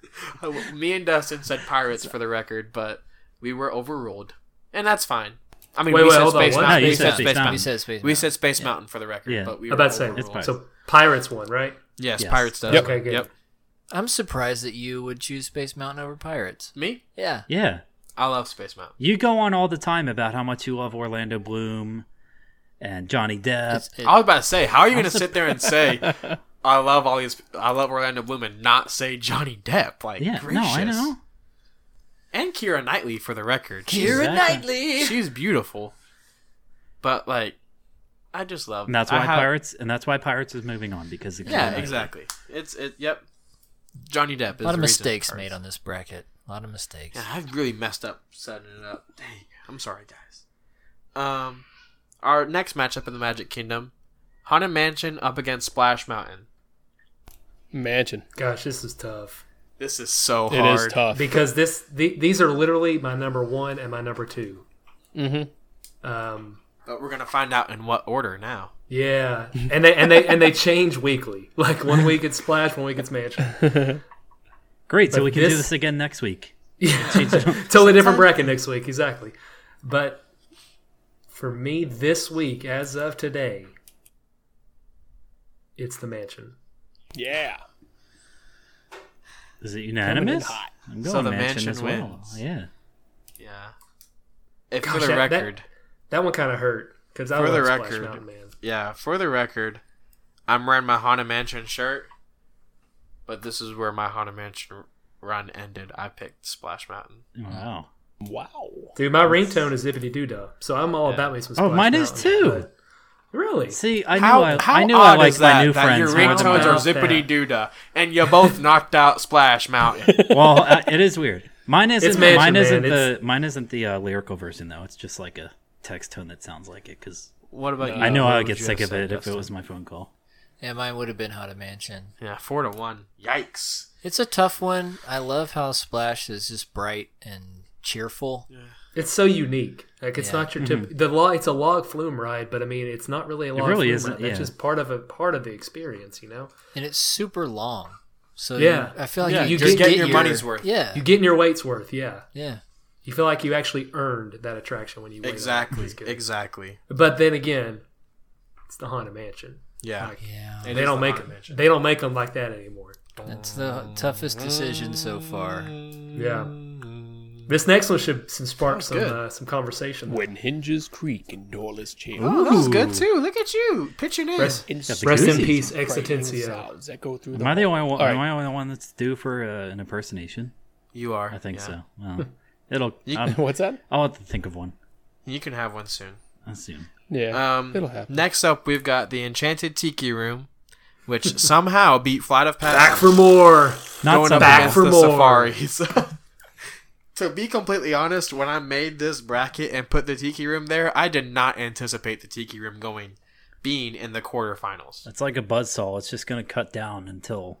Speaker 1: all. Me and Dustin said pirates for the record, but we were overruled, and that's fine. I mean,
Speaker 4: Wait,
Speaker 1: we
Speaker 4: wait,
Speaker 1: said
Speaker 4: hold on,
Speaker 1: space
Speaker 4: what?
Speaker 1: mountain.
Speaker 2: No, you
Speaker 1: we
Speaker 2: said
Speaker 1: said
Speaker 2: Space
Speaker 1: space
Speaker 2: Mountain.
Speaker 3: We
Speaker 1: mountain.
Speaker 3: said Space
Speaker 1: We
Speaker 3: Mountain.
Speaker 1: said space mountain for the record,
Speaker 2: Yeah.
Speaker 1: but we were
Speaker 4: About saying
Speaker 1: overruled.
Speaker 2: Pirates.
Speaker 4: so Pirates won, right?
Speaker 1: Yes,
Speaker 2: Yes.
Speaker 1: pirates does.
Speaker 5: Yep.
Speaker 4: Okay, good.
Speaker 1: Yep.
Speaker 3: I'm surprised that you would choose Space Mountain over Pirates.
Speaker 1: Me,
Speaker 3: Yeah.
Speaker 2: Yeah.
Speaker 1: I love space mountain.
Speaker 2: You go on all the time about how much you love Orlando Bloom and Johnny Depp.
Speaker 3: It's- it-
Speaker 1: I was about to say, how are you going to sit there and say? I love all these. I love Orlando Bloom, and not say Johnny Depp. Like,
Speaker 2: yeah,
Speaker 1: gracious.
Speaker 2: no, I know.
Speaker 1: And Kira Knightley for the record.
Speaker 3: Keira
Speaker 2: Exactly.
Speaker 3: Knightley.
Speaker 1: she's beautiful, but like, I just love.
Speaker 2: And that's
Speaker 1: I
Speaker 2: why
Speaker 1: have-
Speaker 2: pirates and that's why pirates is moving on because of
Speaker 1: Yeah,
Speaker 2: Kira Knightley.
Speaker 1: exactly. It's it. Yep. Johnny Depp. Is
Speaker 3: A lot of
Speaker 1: the reason
Speaker 3: mistakes
Speaker 1: Pirates.
Speaker 3: made on this bracket. A lot of mistakes.
Speaker 1: Yeah, I've really messed up setting it up. Dang, I'm sorry, guys. Um, our next matchup in the Magic Kingdom, Haunted Mansion up against Splash Mountain.
Speaker 5: Mansion.
Speaker 4: Gosh, this is tough
Speaker 1: This is so
Speaker 5: It is
Speaker 1: hard.
Speaker 5: tough.
Speaker 4: because this the, these are literally my number one and my number two.
Speaker 5: hmm
Speaker 4: Um,
Speaker 1: But we're gonna find out in what order now.
Speaker 4: yeah, and they and they and they change weekly. Like one week it's Splash, one week it's Mansion.
Speaker 2: Great, so
Speaker 4: But
Speaker 2: we can do
Speaker 4: this-
Speaker 2: this again next week.
Speaker 4: totally different bracket next week, exactly. But for me, this week, as of today, it's the Mansion.
Speaker 5: Yeah.
Speaker 2: Is it unanimous?
Speaker 5: hot.
Speaker 2: I'm
Speaker 1: So
Speaker 2: going
Speaker 1: the
Speaker 2: mansion,
Speaker 1: mansion
Speaker 2: as well.
Speaker 1: wins.
Speaker 2: Yeah.
Speaker 1: Yeah. If for
Speaker 4: Gosh,
Speaker 1: the
Speaker 4: that- that-
Speaker 1: record,
Speaker 4: That one kind of hurt because I
Speaker 1: For
Speaker 4: love
Speaker 1: the
Speaker 4: Splash
Speaker 1: record-
Speaker 4: Mountain Man.
Speaker 1: yeah, for the record, I'm wearing my Haunted Mansion shirt, but this is where my Haunted Mansion run ended. I picked Splash Mountain.
Speaker 2: Wow.
Speaker 5: Wow.
Speaker 4: Dude, my ringtone is Zippity Doo Dah, so I'm all about me some
Speaker 2: Oh,
Speaker 4: Splash
Speaker 2: mine is
Speaker 4: Mountain,
Speaker 2: too.
Speaker 4: but- Really?
Speaker 2: See, I knew
Speaker 1: How,
Speaker 2: I,
Speaker 1: how
Speaker 2: I knew
Speaker 1: odd
Speaker 2: I liked
Speaker 1: is that,
Speaker 2: my new
Speaker 1: that
Speaker 2: friends
Speaker 1: your
Speaker 2: more than
Speaker 1: ringtones
Speaker 4: How
Speaker 1: are
Speaker 4: about
Speaker 1: zippity
Speaker 4: that?
Speaker 1: doodah and you both knocked out Splash Mountain?
Speaker 2: well, uh, it is weird. Mine isn't.
Speaker 4: Mansion
Speaker 2: mine
Speaker 4: Man,
Speaker 2: isn't
Speaker 4: it's-
Speaker 2: the. Mine isn't the uh, lyrical version though. It's just like a text tone that sounds like it because
Speaker 1: What about you?
Speaker 2: I know
Speaker 1: What
Speaker 2: I would get
Speaker 1: you
Speaker 2: sick
Speaker 1: have
Speaker 2: of
Speaker 1: said,
Speaker 2: it if it
Speaker 1: Dustin?
Speaker 2: was my phone call.
Speaker 3: Yeah, mine would have been Haunted Mansion.
Speaker 1: Yeah, four to one. Yikes.
Speaker 3: It's a tough one. I love how Splash is just bright and cheerful.
Speaker 4: It's so unique. Like it's not your
Speaker 2: Mm-hmm.
Speaker 4: tip. The law. It's a log flume ride, but I mean, it's not really a log.
Speaker 2: really
Speaker 4: flume
Speaker 2: isn't,
Speaker 4: Ride. That's
Speaker 2: yeah.
Speaker 4: just part of a part of the experience. You know,
Speaker 3: and it's super long. So
Speaker 4: Yeah.
Speaker 3: yeah, I feel like
Speaker 1: Yeah,
Speaker 3: you,
Speaker 1: just
Speaker 3: just
Speaker 1: get
Speaker 3: get
Speaker 1: your money's worth.
Speaker 3: Yeah,
Speaker 4: you get in your weight's worth. Yeah,
Speaker 3: yeah.
Speaker 4: you feel like you actually earned that attraction when you went on it,
Speaker 1: Exactly.
Speaker 4: which is good.
Speaker 1: Exactly.
Speaker 4: But then again, it's the haunted mansion.
Speaker 1: Yeah.
Speaker 4: Like,
Speaker 3: Yeah,
Speaker 1: It
Speaker 4: they
Speaker 1: is
Speaker 4: don't
Speaker 1: the
Speaker 4: make
Speaker 1: Haunted
Speaker 4: them.
Speaker 1: Mansion.
Speaker 4: They don't make them like that anymore.
Speaker 3: that's the toughest decision so far.
Speaker 4: Yeah. This next one should some spark some uh, some conversation.
Speaker 5: When hinges creak and doorless chambers.
Speaker 1: Oh, that was good too. Look at you pitching in.
Speaker 4: Rest,
Speaker 5: Instant
Speaker 4: rest in
Speaker 2: Jacuzzi.
Speaker 4: peace,
Speaker 5: frightening
Speaker 4: Existencia.
Speaker 5: sounds that go through the
Speaker 2: Am I the only one?
Speaker 5: All right.
Speaker 2: Am I the only one that's due for uh, an impersonation?
Speaker 1: You are.
Speaker 2: I think
Speaker 1: yeah.
Speaker 2: so. Well, it'll. I'll,
Speaker 5: What's that?
Speaker 2: I'll have to think of one.
Speaker 1: You can have one soon.
Speaker 2: I assume.
Speaker 5: Yeah.
Speaker 1: Um,
Speaker 5: it'll happen.
Speaker 1: Next up, we've got the Enchanted Tiki Room, which somehow beat Flight of Passage.
Speaker 4: Back for more.
Speaker 2: Not
Speaker 1: going up
Speaker 2: something.
Speaker 4: back
Speaker 1: against
Speaker 4: for
Speaker 1: the
Speaker 4: more.
Speaker 1: safaris. to be completely honest, when I made this bracket and put the tiki room there, I did not anticipate the tiki room going being in the quarterfinals.
Speaker 2: It's like a buzzsaw. It's just gonna cut down until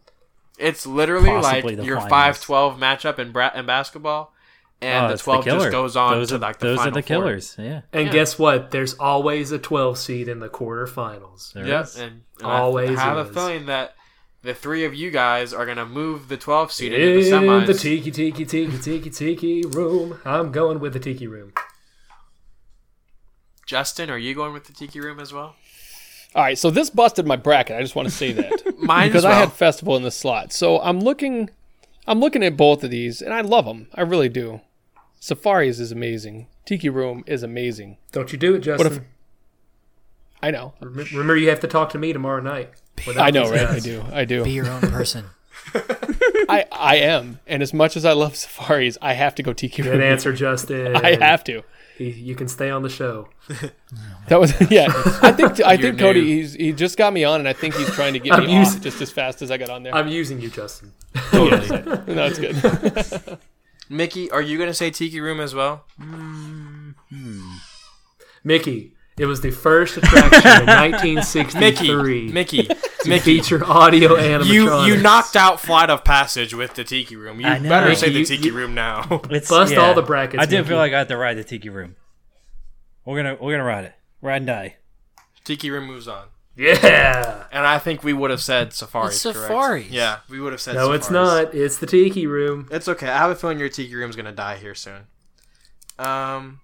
Speaker 1: It's literally
Speaker 2: Possibly
Speaker 1: like
Speaker 2: the
Speaker 1: your
Speaker 2: finals.
Speaker 1: 5-12 matchup in, bra- in basketball, and
Speaker 2: Oh,
Speaker 1: the
Speaker 2: it's
Speaker 1: 12
Speaker 2: killer.
Speaker 1: just goes on
Speaker 2: those
Speaker 1: to
Speaker 2: are,
Speaker 1: like the
Speaker 2: those
Speaker 1: final
Speaker 2: are the
Speaker 1: four.
Speaker 2: killers. Yeah.
Speaker 4: And guess what? There's always a 12 seed in the quarterfinals.
Speaker 2: There
Speaker 1: Yep,
Speaker 2: is.
Speaker 1: and, and
Speaker 4: Always
Speaker 1: I have a
Speaker 4: is.
Speaker 1: feeling that the three of you guys are gonna move the 12 seed into the
Speaker 4: In
Speaker 1: semis.
Speaker 4: the tiki tiki tiki tiki tiki room. I'm going with the tiki room.
Speaker 1: Justin, are you going with the tiki room as well?
Speaker 5: All right, so this busted my bracket. I just want to say that.
Speaker 1: Mine
Speaker 5: because
Speaker 1: as well.
Speaker 5: I had festival in the slot. So I'm looking, I'm looking at both of these, and I love them. I really do. Safaris is amazing. Tiki Room is amazing.
Speaker 4: Don't you do it, Justin.
Speaker 5: if- I know.
Speaker 4: Rem- Remember, you have to talk to me tomorrow night. Without
Speaker 5: I know,
Speaker 4: these
Speaker 5: right? I
Speaker 4: guys.
Speaker 5: do. I
Speaker 3: Be
Speaker 5: do.
Speaker 3: your own person.
Speaker 5: I, I am. And as much as I love safaris, I have to go Tiki
Speaker 4: Good
Speaker 5: Room.
Speaker 4: answer, Justin.
Speaker 5: I have to.
Speaker 4: He- You can stay on the show.
Speaker 5: That was yeah. I think I
Speaker 1: You're
Speaker 5: think Cody
Speaker 1: new.
Speaker 5: he's he just got me on, and I think he's trying to get
Speaker 4: I'm
Speaker 5: me
Speaker 4: used-
Speaker 5: off just as fast as I got on there.
Speaker 4: I'm using you, Justin.
Speaker 5: No, it's good.
Speaker 1: Mickey, are you gonna say tiki room as well?
Speaker 4: Mickey, it was the first attraction in 1963
Speaker 1: Mickey, Mickey,
Speaker 4: to feature audio animatronics.
Speaker 1: you you knocked out Flight of Passage with the Tiki Room. You
Speaker 2: I know.
Speaker 1: better say
Speaker 4: Mickey,
Speaker 1: the
Speaker 4: you-
Speaker 1: Tiki
Speaker 4: you-
Speaker 1: Room now.
Speaker 2: It's,
Speaker 4: Bust all the brackets,
Speaker 2: I did
Speaker 4: Mickey.
Speaker 2: feel like I had to ride the tiki room. We're gonna we're gonna ride it. Ride and die.
Speaker 1: Tiki Room moves on,
Speaker 4: Yeah.
Speaker 1: and I think we would have said Safaris.
Speaker 3: It's
Speaker 1: correct?
Speaker 3: Safaris.
Speaker 1: Yeah, we would have said.
Speaker 4: No, it's
Speaker 1: Safaris.
Speaker 4: not. It's the tiki room.
Speaker 1: It's okay. I have a feeling your Tiki Room's gonna die here soon. Um,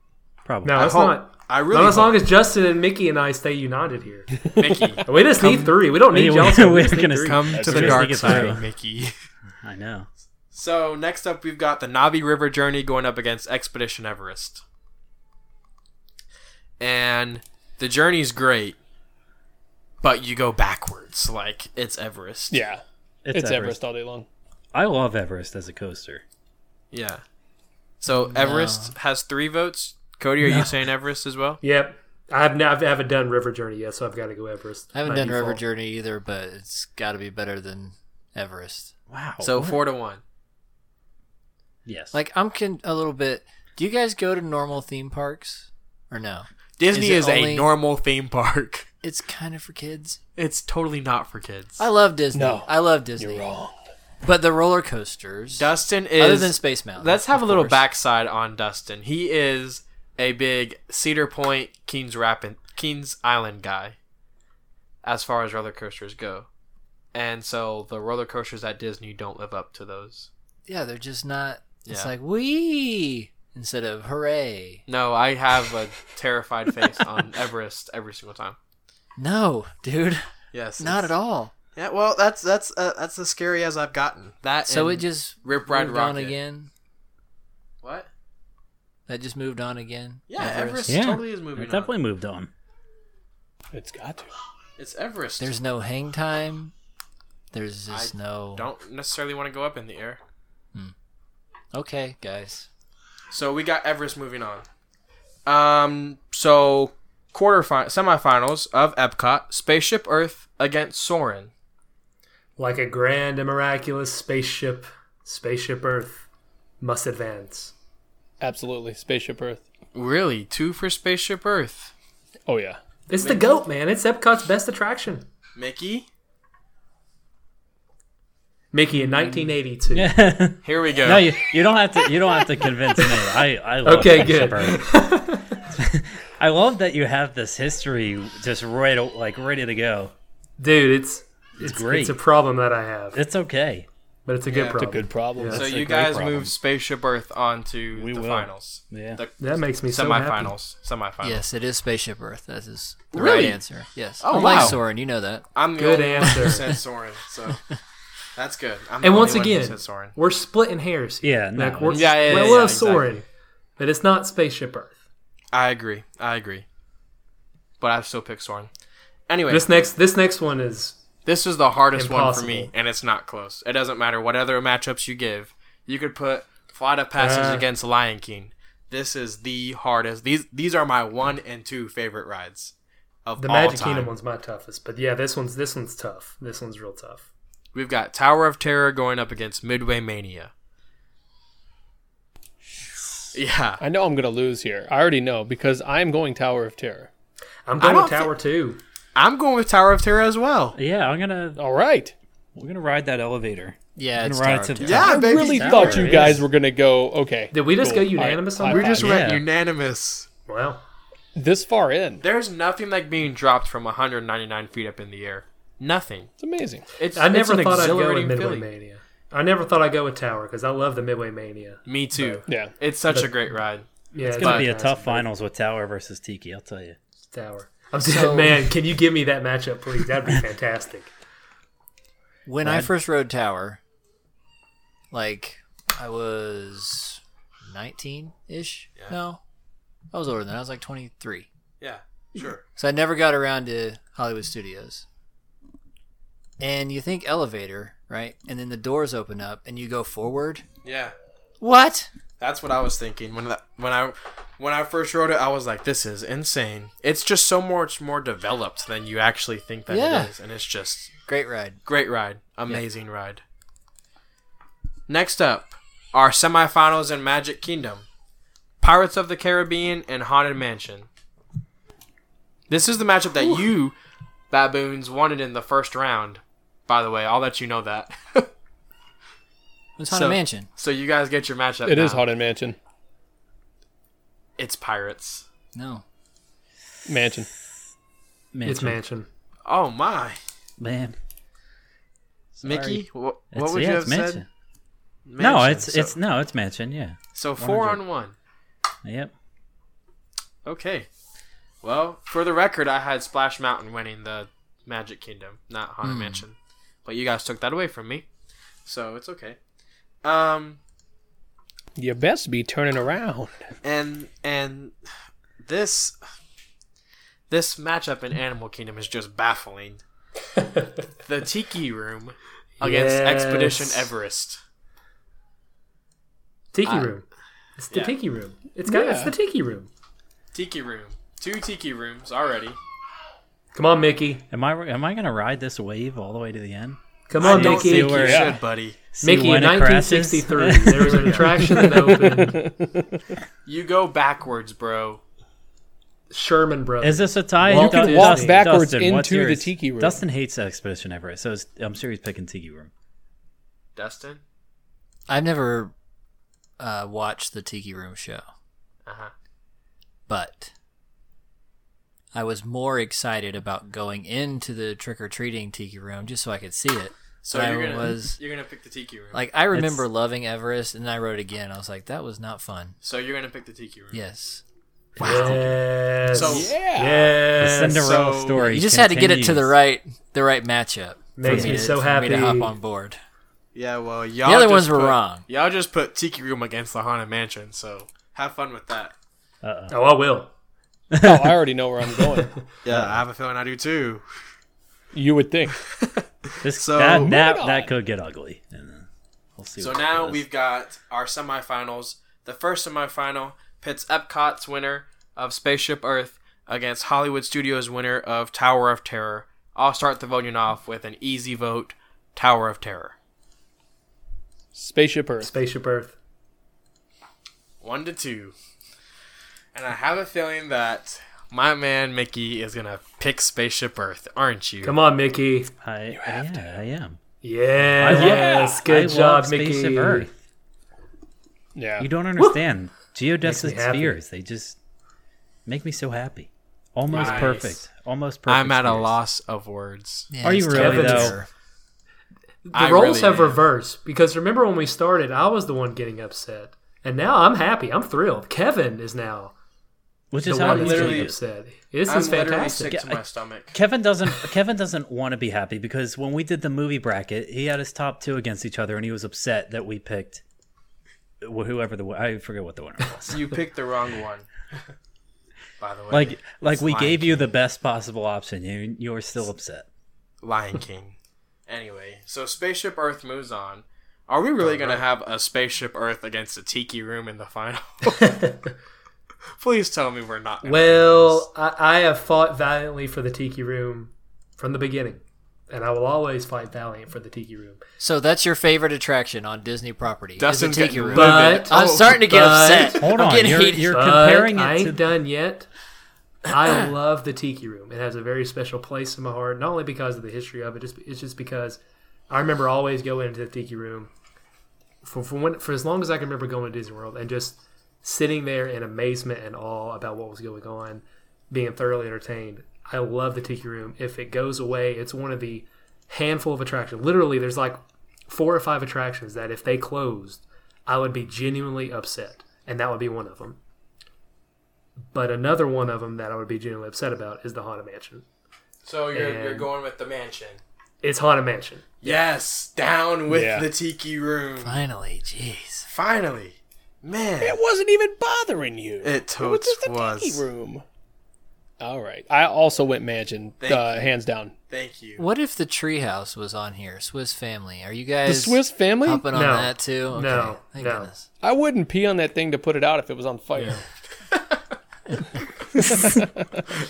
Speaker 2: Probably.
Speaker 4: No,
Speaker 1: I
Speaker 4: it's
Speaker 1: hope-
Speaker 4: not.
Speaker 1: I really
Speaker 4: Not as long
Speaker 1: hope,
Speaker 4: as Justin and Mickey and I stay united here.
Speaker 1: Mickey
Speaker 4: We just need three. We don't need
Speaker 2: Um, Yeah, we-
Speaker 4: y'all. so we
Speaker 2: we're
Speaker 4: just need
Speaker 2: gonna-
Speaker 4: three.
Speaker 1: come
Speaker 2: That's
Speaker 1: to the
Speaker 2: true.
Speaker 1: dark
Speaker 2: Sneak attack.
Speaker 1: side, Mickey.
Speaker 2: I know.
Speaker 1: So next up, we've got the Navi River Journey going up against Expedition Everest, and the journey's great, but you go backwards like it's Everest.
Speaker 5: Yeah,
Speaker 2: It's,
Speaker 5: it's,
Speaker 2: Everest.
Speaker 5: Everest all day long.
Speaker 2: I love Everest as a coaster.
Speaker 1: yeah. So Everest has three votes. Cody, are you saying Everest as well?
Speaker 4: Yep. I've not, I haven't done River Journey yet, so I've got to go Everest.
Speaker 3: I haven't
Speaker 4: by
Speaker 3: done River
Speaker 4: default.
Speaker 3: Journey either, but it's got to be better than Everest.
Speaker 2: Wow.
Speaker 1: So four to one.
Speaker 2: yes.
Speaker 3: Like I'm con- a little bit. Do you guys go to normal theme parks or no?
Speaker 1: Disney is,
Speaker 3: Is it
Speaker 1: a
Speaker 3: only-
Speaker 1: normal theme park.
Speaker 3: It's kind of for kids.
Speaker 1: It's totally not for kids.
Speaker 3: I love Disney.
Speaker 5: No,
Speaker 3: I love Disney.
Speaker 5: You're wrong.
Speaker 3: But the roller coasters,
Speaker 1: Dustin is
Speaker 3: other than Space Mountain.
Speaker 1: Let's have
Speaker 3: Oh, of
Speaker 1: a little
Speaker 3: course.
Speaker 1: backside on Dustin. He is a big Cedar Point, Kings Rapid, Kings Island guy, as far as roller coasters go, and so the roller coasters at Disney don't live up to those.
Speaker 3: Yeah, they're just not. It's
Speaker 1: Yeah.
Speaker 3: like wee instead of hooray.
Speaker 1: No, I have a terrified face on Everest every single time.
Speaker 3: No, dude,
Speaker 1: Yes,
Speaker 3: not at all.
Speaker 1: Yeah, well, that's that's uh, that's as scary as I've gotten. That
Speaker 3: So
Speaker 1: and
Speaker 3: it just
Speaker 1: Rip Ride
Speaker 3: moved on
Speaker 1: Rocket.
Speaker 3: again.
Speaker 1: what?
Speaker 3: That just moved on again.
Speaker 1: Yeah, Everest,
Speaker 2: Yeah.
Speaker 1: totally is moving.
Speaker 2: it
Speaker 1: on.
Speaker 2: definitely moved on.
Speaker 5: It's got to.
Speaker 1: it's Everest.
Speaker 3: There's no hang time. There's just no.
Speaker 1: don't necessarily want to go up in the air.
Speaker 3: Okay, guys.
Speaker 1: So we got Everest moving on. Um, so quarterfinal, semifinals of Epcot: Spaceship Earth against Soren.
Speaker 4: Like a grand and miraculous spaceship, spaceship Earth must advance.
Speaker 5: Absolutely, Spaceship Earth.
Speaker 1: Really, two for Spaceship Earth.
Speaker 5: Oh yeah.
Speaker 4: It's the goat, man. It's Epcot's best attraction.
Speaker 1: Mickey,
Speaker 4: Mickey in 1982.
Speaker 1: Here we go.
Speaker 2: No, you, you don't have to. You don't have to convince me. I I love
Speaker 4: Okay,
Speaker 2: Frank
Speaker 4: good.
Speaker 2: Shepard. I love that you have this history just right, o- like ready to go.
Speaker 4: Dude, it's it's, it's
Speaker 2: great.
Speaker 4: a problem that I have,
Speaker 2: It's okay.
Speaker 4: but it's a good
Speaker 1: Yeah.
Speaker 4: problem.
Speaker 5: Good problem.
Speaker 1: so
Speaker 2: That's a
Speaker 1: you
Speaker 2: great
Speaker 1: guys
Speaker 2: problem.
Speaker 1: move Spaceship Earth onto
Speaker 2: We
Speaker 1: the
Speaker 2: will.
Speaker 1: finals.
Speaker 2: Yeah.
Speaker 1: The
Speaker 4: That makes me so happy.
Speaker 1: semifinals. Semifinals.
Speaker 3: Yes, it is Spaceship Earth. That is the right
Speaker 1: Uh-huh. Really?
Speaker 3: answer. Yes.
Speaker 1: Oh,
Speaker 3: Unlike
Speaker 1: wow.
Speaker 3: Soren, you know that.
Speaker 1: I'm the
Speaker 4: Good
Speaker 1: only one
Speaker 4: answer.
Speaker 1: who said Soren, so that's good. I'm the
Speaker 4: And
Speaker 1: only
Speaker 4: once
Speaker 1: one who
Speaker 4: again-
Speaker 1: said Soren.
Speaker 4: We're splitting hairs.
Speaker 2: Yeah, no,
Speaker 4: Like, we're,
Speaker 1: Yeah, yeah,
Speaker 4: well,
Speaker 1: yeah,
Speaker 4: well,
Speaker 1: yeah,
Speaker 4: Soren,
Speaker 1: exactly.
Speaker 4: but it's not Spaceship Earth.
Speaker 1: I agree. I agree. But I still pick Soren. Anyway,
Speaker 4: This next this next one is
Speaker 1: This is the hardest
Speaker 4: Impossible.
Speaker 1: one for me, and it's not close. It doesn't matter what other matchups you give. You could put Flight of Passage
Speaker 4: Uh.
Speaker 1: against Lion King. This is the hardest. These these are my one and two favorite rides of
Speaker 4: the
Speaker 1: all
Speaker 4: Magic
Speaker 1: time.
Speaker 4: Kingdom one's my toughest, but yeah, this one's this one's tough. This one's real tough.
Speaker 1: We've got Tower of Terror going up against Midway Mania. Yeah,
Speaker 5: I know I'm gonna lose here. I already know because I'm going Tower of Terror.
Speaker 4: I'm going
Speaker 1: I
Speaker 4: with
Speaker 1: don't thi-
Speaker 4: Tower Two.
Speaker 1: I'm going with Tower of Terror as well.
Speaker 2: yeah. I'm gonna
Speaker 5: All right.
Speaker 2: we're gonna ride that elevator.
Speaker 3: Yeah,
Speaker 2: I'm
Speaker 3: it's
Speaker 2: gonna ride
Speaker 3: Tower
Speaker 2: it
Speaker 3: of
Speaker 2: to
Speaker 3: Terror.
Speaker 2: the
Speaker 1: Yeah,
Speaker 5: I
Speaker 1: baby.
Speaker 5: really
Speaker 2: Tower
Speaker 5: thought you
Speaker 2: is-
Speaker 5: guys were gonna go. Okay.
Speaker 4: Did we just
Speaker 5: cool.
Speaker 4: go unanimous
Speaker 5: High
Speaker 4: on
Speaker 5: five.
Speaker 1: We just
Speaker 5: High
Speaker 1: went
Speaker 2: Yeah.
Speaker 1: unanimous.
Speaker 4: Well,
Speaker 5: five. this far in.
Speaker 1: There's nothing like being dropped from 199 feet up in the air. Nothing.
Speaker 5: It's amazing.
Speaker 1: It's
Speaker 4: I
Speaker 1: it's
Speaker 4: never
Speaker 1: an
Speaker 4: thought I'd go with
Speaker 1: exhilarating
Speaker 4: Midway
Speaker 1: feeling.
Speaker 4: Mania. I never thought I'd go with Tower because I love the Midway Mania.
Speaker 1: Me too.
Speaker 5: Yeah.
Speaker 1: It's such
Speaker 4: But-
Speaker 1: a great ride.
Speaker 4: Yeah, it's
Speaker 2: It's gonna be a tough finals with Tower versus Tiki. I'll tell you.
Speaker 4: Tower. I'm saying, man, can you give me that matchup, please? That'd be fantastic.
Speaker 3: When I first rode Tower, like I was 19 ish. No, I was older than that. I was like 23.
Speaker 1: Yeah, sure.
Speaker 3: So I never got around to Hollywood Studios. And you think elevator, right? And then the doors open up and you go forward.
Speaker 1: Yeah,
Speaker 3: What?
Speaker 1: that's what I was thinking when that when I when I first wrote it. I was like, "This is insane." It's just so much more developed than you actually think that
Speaker 3: Yeah.
Speaker 1: it is, and it's just
Speaker 3: Great ride.
Speaker 1: great ride, amazing ride. Next up, our semifinals in Magic Kingdom: Pirates of the Caribbean and Haunted Mansion. This is the matchup that you, baboons, wanted in the first round. By the way, I'll let you know that.
Speaker 3: It's Haunted
Speaker 1: So-
Speaker 3: Mansion.
Speaker 1: so you guys get your matchup.
Speaker 5: It is
Speaker 1: now.
Speaker 5: Haunted Mansion.
Speaker 1: It's pirates.
Speaker 3: No.
Speaker 5: Mansion.
Speaker 2: Man,
Speaker 4: It's Mansion.
Speaker 1: Oh my,
Speaker 2: man.
Speaker 1: Mickey, wha- what,
Speaker 2: It's-
Speaker 1: would
Speaker 2: yeah,
Speaker 1: you
Speaker 2: it's
Speaker 1: have said?
Speaker 2: Mansion. No,
Speaker 1: Mansion.
Speaker 2: it's
Speaker 1: so,
Speaker 2: it's no, it's Mansion. Yeah.
Speaker 1: so four on one.
Speaker 2: Yep.
Speaker 1: Okay. Well, for the record, I had Splash Mountain winning the Magic Kingdom, not
Speaker 2: Hmm.
Speaker 1: Haunted Mansion, but you guys took that away from me, so it's okay. Um,
Speaker 5: You best be turning around.
Speaker 1: and and this this matchup in Animal Kingdom is just baffling. the Tiki Room against
Speaker 4: Yes.
Speaker 1: Expedition Everest.
Speaker 4: Tiki Room. It's the
Speaker 1: yeah.
Speaker 4: Tiki Room. It's got. It's
Speaker 5: Yeah.
Speaker 4: the Tiki Room.
Speaker 1: Tiki Room. Two Tiki Rooms already.
Speaker 4: Come on, Mickey.
Speaker 2: Am I am I gonna ride this wave all the way to the end?
Speaker 4: Come on,
Speaker 1: I don't
Speaker 4: Mickey.
Speaker 1: think you
Speaker 5: where- yeah.
Speaker 1: should, buddy.
Speaker 2: See
Speaker 4: Mickey, in
Speaker 2: when it crashes?
Speaker 4: 1963, there was an attraction that opened.
Speaker 1: You go backwards, bro.
Speaker 4: Sherman Brothers.
Speaker 2: Is this a tie?
Speaker 4: You can walk
Speaker 5: backwards
Speaker 2: what's
Speaker 5: into the
Speaker 2: yours?
Speaker 5: tiki room.
Speaker 2: Dustin hates Expedition Everest, so it's, I'm sure he's picking Tiki Room.
Speaker 1: Dustin?
Speaker 3: I've never uh, watched the Tiki Room show,
Speaker 1: Uh-huh.
Speaker 3: but I was more excited about going into the trick or treating Tiki Room just so I could see it.
Speaker 1: So
Speaker 3: That
Speaker 1: you're gonna
Speaker 3: was-
Speaker 1: you're gonna pick the tiki room.
Speaker 3: Like I remember
Speaker 2: It's-
Speaker 3: loving Everest, and I wrote again. I was like, that was not fun.
Speaker 1: so you're gonna pick the tiki room.
Speaker 3: Yes.
Speaker 4: Yes.
Speaker 1: So-
Speaker 5: Yeah.
Speaker 2: The
Speaker 4: yes.
Speaker 2: Cinderella
Speaker 1: so-
Speaker 2: story.
Speaker 3: You just had to get it to the
Speaker 2: continues.
Speaker 3: right, the right matchup. for
Speaker 4: Makes me
Speaker 3: to-
Speaker 4: so
Speaker 3: for me to
Speaker 4: happy.
Speaker 3: hop on board.
Speaker 1: Yeah, well y'all
Speaker 3: other
Speaker 1: just
Speaker 3: ones were
Speaker 1: put-
Speaker 3: wrong.
Speaker 1: Y'all just put tiki room against the Haunted Mansion, so have fun with that.
Speaker 2: Uh-oh.
Speaker 4: Oh, I will.
Speaker 5: oh, I already know where I'm going.
Speaker 1: Yeah. I have a feeling I do too.
Speaker 5: You would think.
Speaker 2: This,
Speaker 1: So-
Speaker 2: that,
Speaker 1: Moving
Speaker 2: that,
Speaker 5: on.
Speaker 2: that could get ugly. And then we'll see.
Speaker 1: So
Speaker 2: what
Speaker 1: now
Speaker 2: it
Speaker 1: we've
Speaker 2: is.
Speaker 1: got our semifinals. The first semifinal pits Epcot's winner of Spaceship Earth against Hollywood Studios winner of Tower of Terror. I'll start the voting off with an easy vote, Tower of Terror.
Speaker 5: Spaceship Earth.
Speaker 4: Spaceship Earth.
Speaker 1: one to two. And I have a feeling that my man Mickey is gonna pick Spaceship Earth, aren't you?
Speaker 4: Come on, Mickey.
Speaker 2: I, yeah, I am. I
Speaker 4: Yes,
Speaker 2: love-
Speaker 4: yes.
Speaker 2: I
Speaker 4: Good
Speaker 2: love
Speaker 4: job,
Speaker 2: Space
Speaker 4: Mickey.
Speaker 2: of Earth.
Speaker 5: Yeah.
Speaker 2: You don't understand.
Speaker 4: Makes
Speaker 2: Geodesic
Speaker 4: me happy.
Speaker 2: spheres, they just make me so happy. Almost
Speaker 4: Nice.
Speaker 2: perfect. Almost perfect.
Speaker 1: I'm at a
Speaker 2: spheres.
Speaker 1: loss of words.
Speaker 3: Yeah,
Speaker 2: Are you
Speaker 3: it's
Speaker 2: really,
Speaker 3: totally
Speaker 2: though?
Speaker 3: fair.
Speaker 4: The
Speaker 1: I
Speaker 4: roles
Speaker 1: really
Speaker 4: have
Speaker 1: am.
Speaker 4: reversed because remember when we started, I was the one getting upset, and now I'm happy. I'm thrilled. Kevin is now
Speaker 2: Which
Speaker 4: the
Speaker 2: is how
Speaker 4: one
Speaker 2: it
Speaker 4: that's
Speaker 1: literally-
Speaker 4: getting upset. This
Speaker 1: I'm
Speaker 4: is
Speaker 1: literally
Speaker 4: fantastic.
Speaker 1: sick to
Speaker 2: Yeah, I-
Speaker 1: my stomach.
Speaker 2: Kevin doesn't Kevin doesn't want to be happy because when we did the movie bracket, he had his top two against each other, and he was upset that we picked wh- whoever the win- I forget what the winner was.
Speaker 1: You picked the wrong one. By the way,
Speaker 2: like like
Speaker 1: It's
Speaker 2: we
Speaker 1: Lion
Speaker 2: gave you the best possible option. You you were still upset.
Speaker 1: Lion King. Anyway, so Spaceship Earth moves on. Are we really gonna have a Spaceship Earth against a Tiki Room in the final? Please tell me we're not. gonna do
Speaker 4: Well, I, I have fought valiantly for the Tiki Room from the beginning, and I will always fight valiant for the Tiki Room.
Speaker 3: So that's your favorite attraction on Disney property. is
Speaker 1: this. Dustin's
Speaker 3: the Tiki
Speaker 1: getting
Speaker 3: Room.
Speaker 1: livid.
Speaker 4: But-
Speaker 3: I'm starting to get
Speaker 4: But-
Speaker 3: upset.
Speaker 2: Hold
Speaker 3: I'm
Speaker 2: on,
Speaker 3: getting
Speaker 2: you're,
Speaker 3: heated.
Speaker 2: you're
Speaker 4: But
Speaker 2: comparing
Speaker 4: I
Speaker 2: it
Speaker 4: ain't
Speaker 2: to
Speaker 4: done yet. I love the Tiki Room. It has a very special place in my heart, not only because of the history of it, just it's just because I remember always going into the Tiki Room for for, when, for as long as I can remember going to Disney World and just sitting there in amazement and awe about what was going on, being thoroughly entertained. I love the Tiki Room. If it goes away, it's one of the handful of attractions. Literally, there's like four or five attractions that if they closed, I would be genuinely upset, and that would be one of them. But another one of them that I would be genuinely upset about is the Haunted Mansion.
Speaker 1: so you're you're
Speaker 4: and-
Speaker 1: going with the mansion.
Speaker 4: It's Haunted Mansion.
Speaker 1: Yes, down with
Speaker 5: Yeah.
Speaker 1: the Tiki Room.
Speaker 3: Finally, jeez.
Speaker 1: Finally, man,
Speaker 5: It wasn't even bothering you.
Speaker 1: It
Speaker 5: was
Speaker 1: totes
Speaker 5: just the
Speaker 1: was.
Speaker 5: tiki room. All right. I also went mansion,
Speaker 1: Thank
Speaker 5: uh,
Speaker 1: you.
Speaker 5: hands down.
Speaker 1: Thank you.
Speaker 3: What if the treehouse was on here? Swiss Family. Are you
Speaker 5: The
Speaker 3: guys
Speaker 5: Swiss family.
Speaker 3: hopping on
Speaker 4: No.
Speaker 3: that too? Okay.
Speaker 4: No.
Speaker 3: Thank
Speaker 4: No.
Speaker 3: goodness.
Speaker 5: I wouldn't pee on that thing to put it out if it was on fire.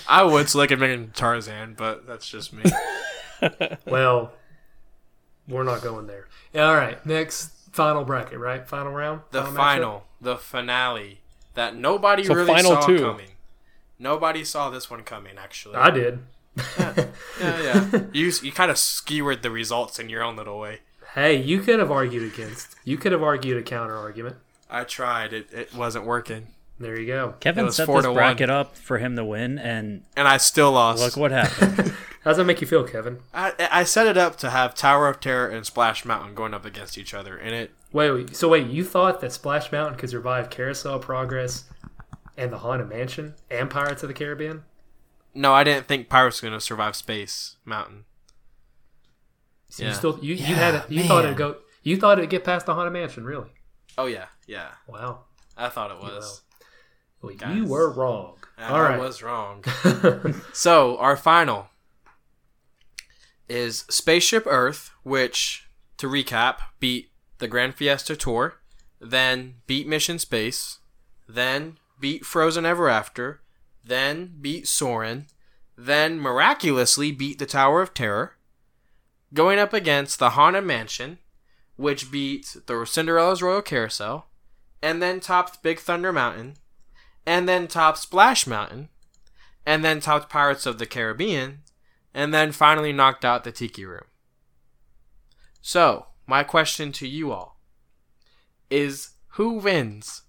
Speaker 1: I would so they could make him Tarzan, but that's just me.
Speaker 5: Oh,
Speaker 4: Well, we're not going there. All right, next final bracket, right? Final round.
Speaker 1: the
Speaker 4: matchup?
Speaker 1: final, the finale that nobody
Speaker 5: So
Speaker 1: really
Speaker 5: final
Speaker 1: saw
Speaker 5: two.
Speaker 1: coming. Nobody saw this one coming, actually.
Speaker 4: I did.
Speaker 1: yeah, yeah. you you kind of skewered the results in your own little way.
Speaker 4: Hey, you could have argued against. You could have argued a counter argument.
Speaker 1: I tried. It, it wasn't working,
Speaker 4: There you go.
Speaker 1: It
Speaker 2: Kevin
Speaker 1: was
Speaker 2: set
Speaker 1: four
Speaker 2: this
Speaker 1: to one.
Speaker 2: bracket up for him to win, and
Speaker 1: and I still lost.
Speaker 2: look what happened.
Speaker 4: How does that make you feel, Kevin?
Speaker 1: I I set it up to have Tower of Terror and Splash Mountain going up against each other, and it
Speaker 4: Wait, wait, so wait, you thought that Splash Mountain could survive Carousel Progress and the Haunted Mansion and Pirates of the Caribbean?
Speaker 1: no, I didn't think Pirates was gonna survive Space Mountain.
Speaker 4: So
Speaker 1: Yeah.
Speaker 4: You still you, you
Speaker 3: Yeah,
Speaker 4: had it. You thought
Speaker 3: man.
Speaker 4: it'd go. You thought it'd get past the Haunted Mansion, really?
Speaker 1: Oh yeah, yeah.
Speaker 4: Wow.
Speaker 1: I thought it was.
Speaker 4: Well,
Speaker 1: Guys.
Speaker 4: you were wrong.
Speaker 1: And
Speaker 4: All
Speaker 1: I
Speaker 4: right.
Speaker 1: was wrong. so our final is Spaceship Earth, which to recap beat the Grand Fiesta Tour, then beat Mission Space, then beat Frozen Ever After, then beat Soren, then miraculously beat the Tower of Terror, going up against the Haunted Mansion, which beat the Cinderella's Royal Carousel, and then topped Big Thunder Mountain, and then topped Splash Mountain, and then topped Pirates of the Caribbean, and then finally knocked out the Tiki Room. So, my question to you all is who wins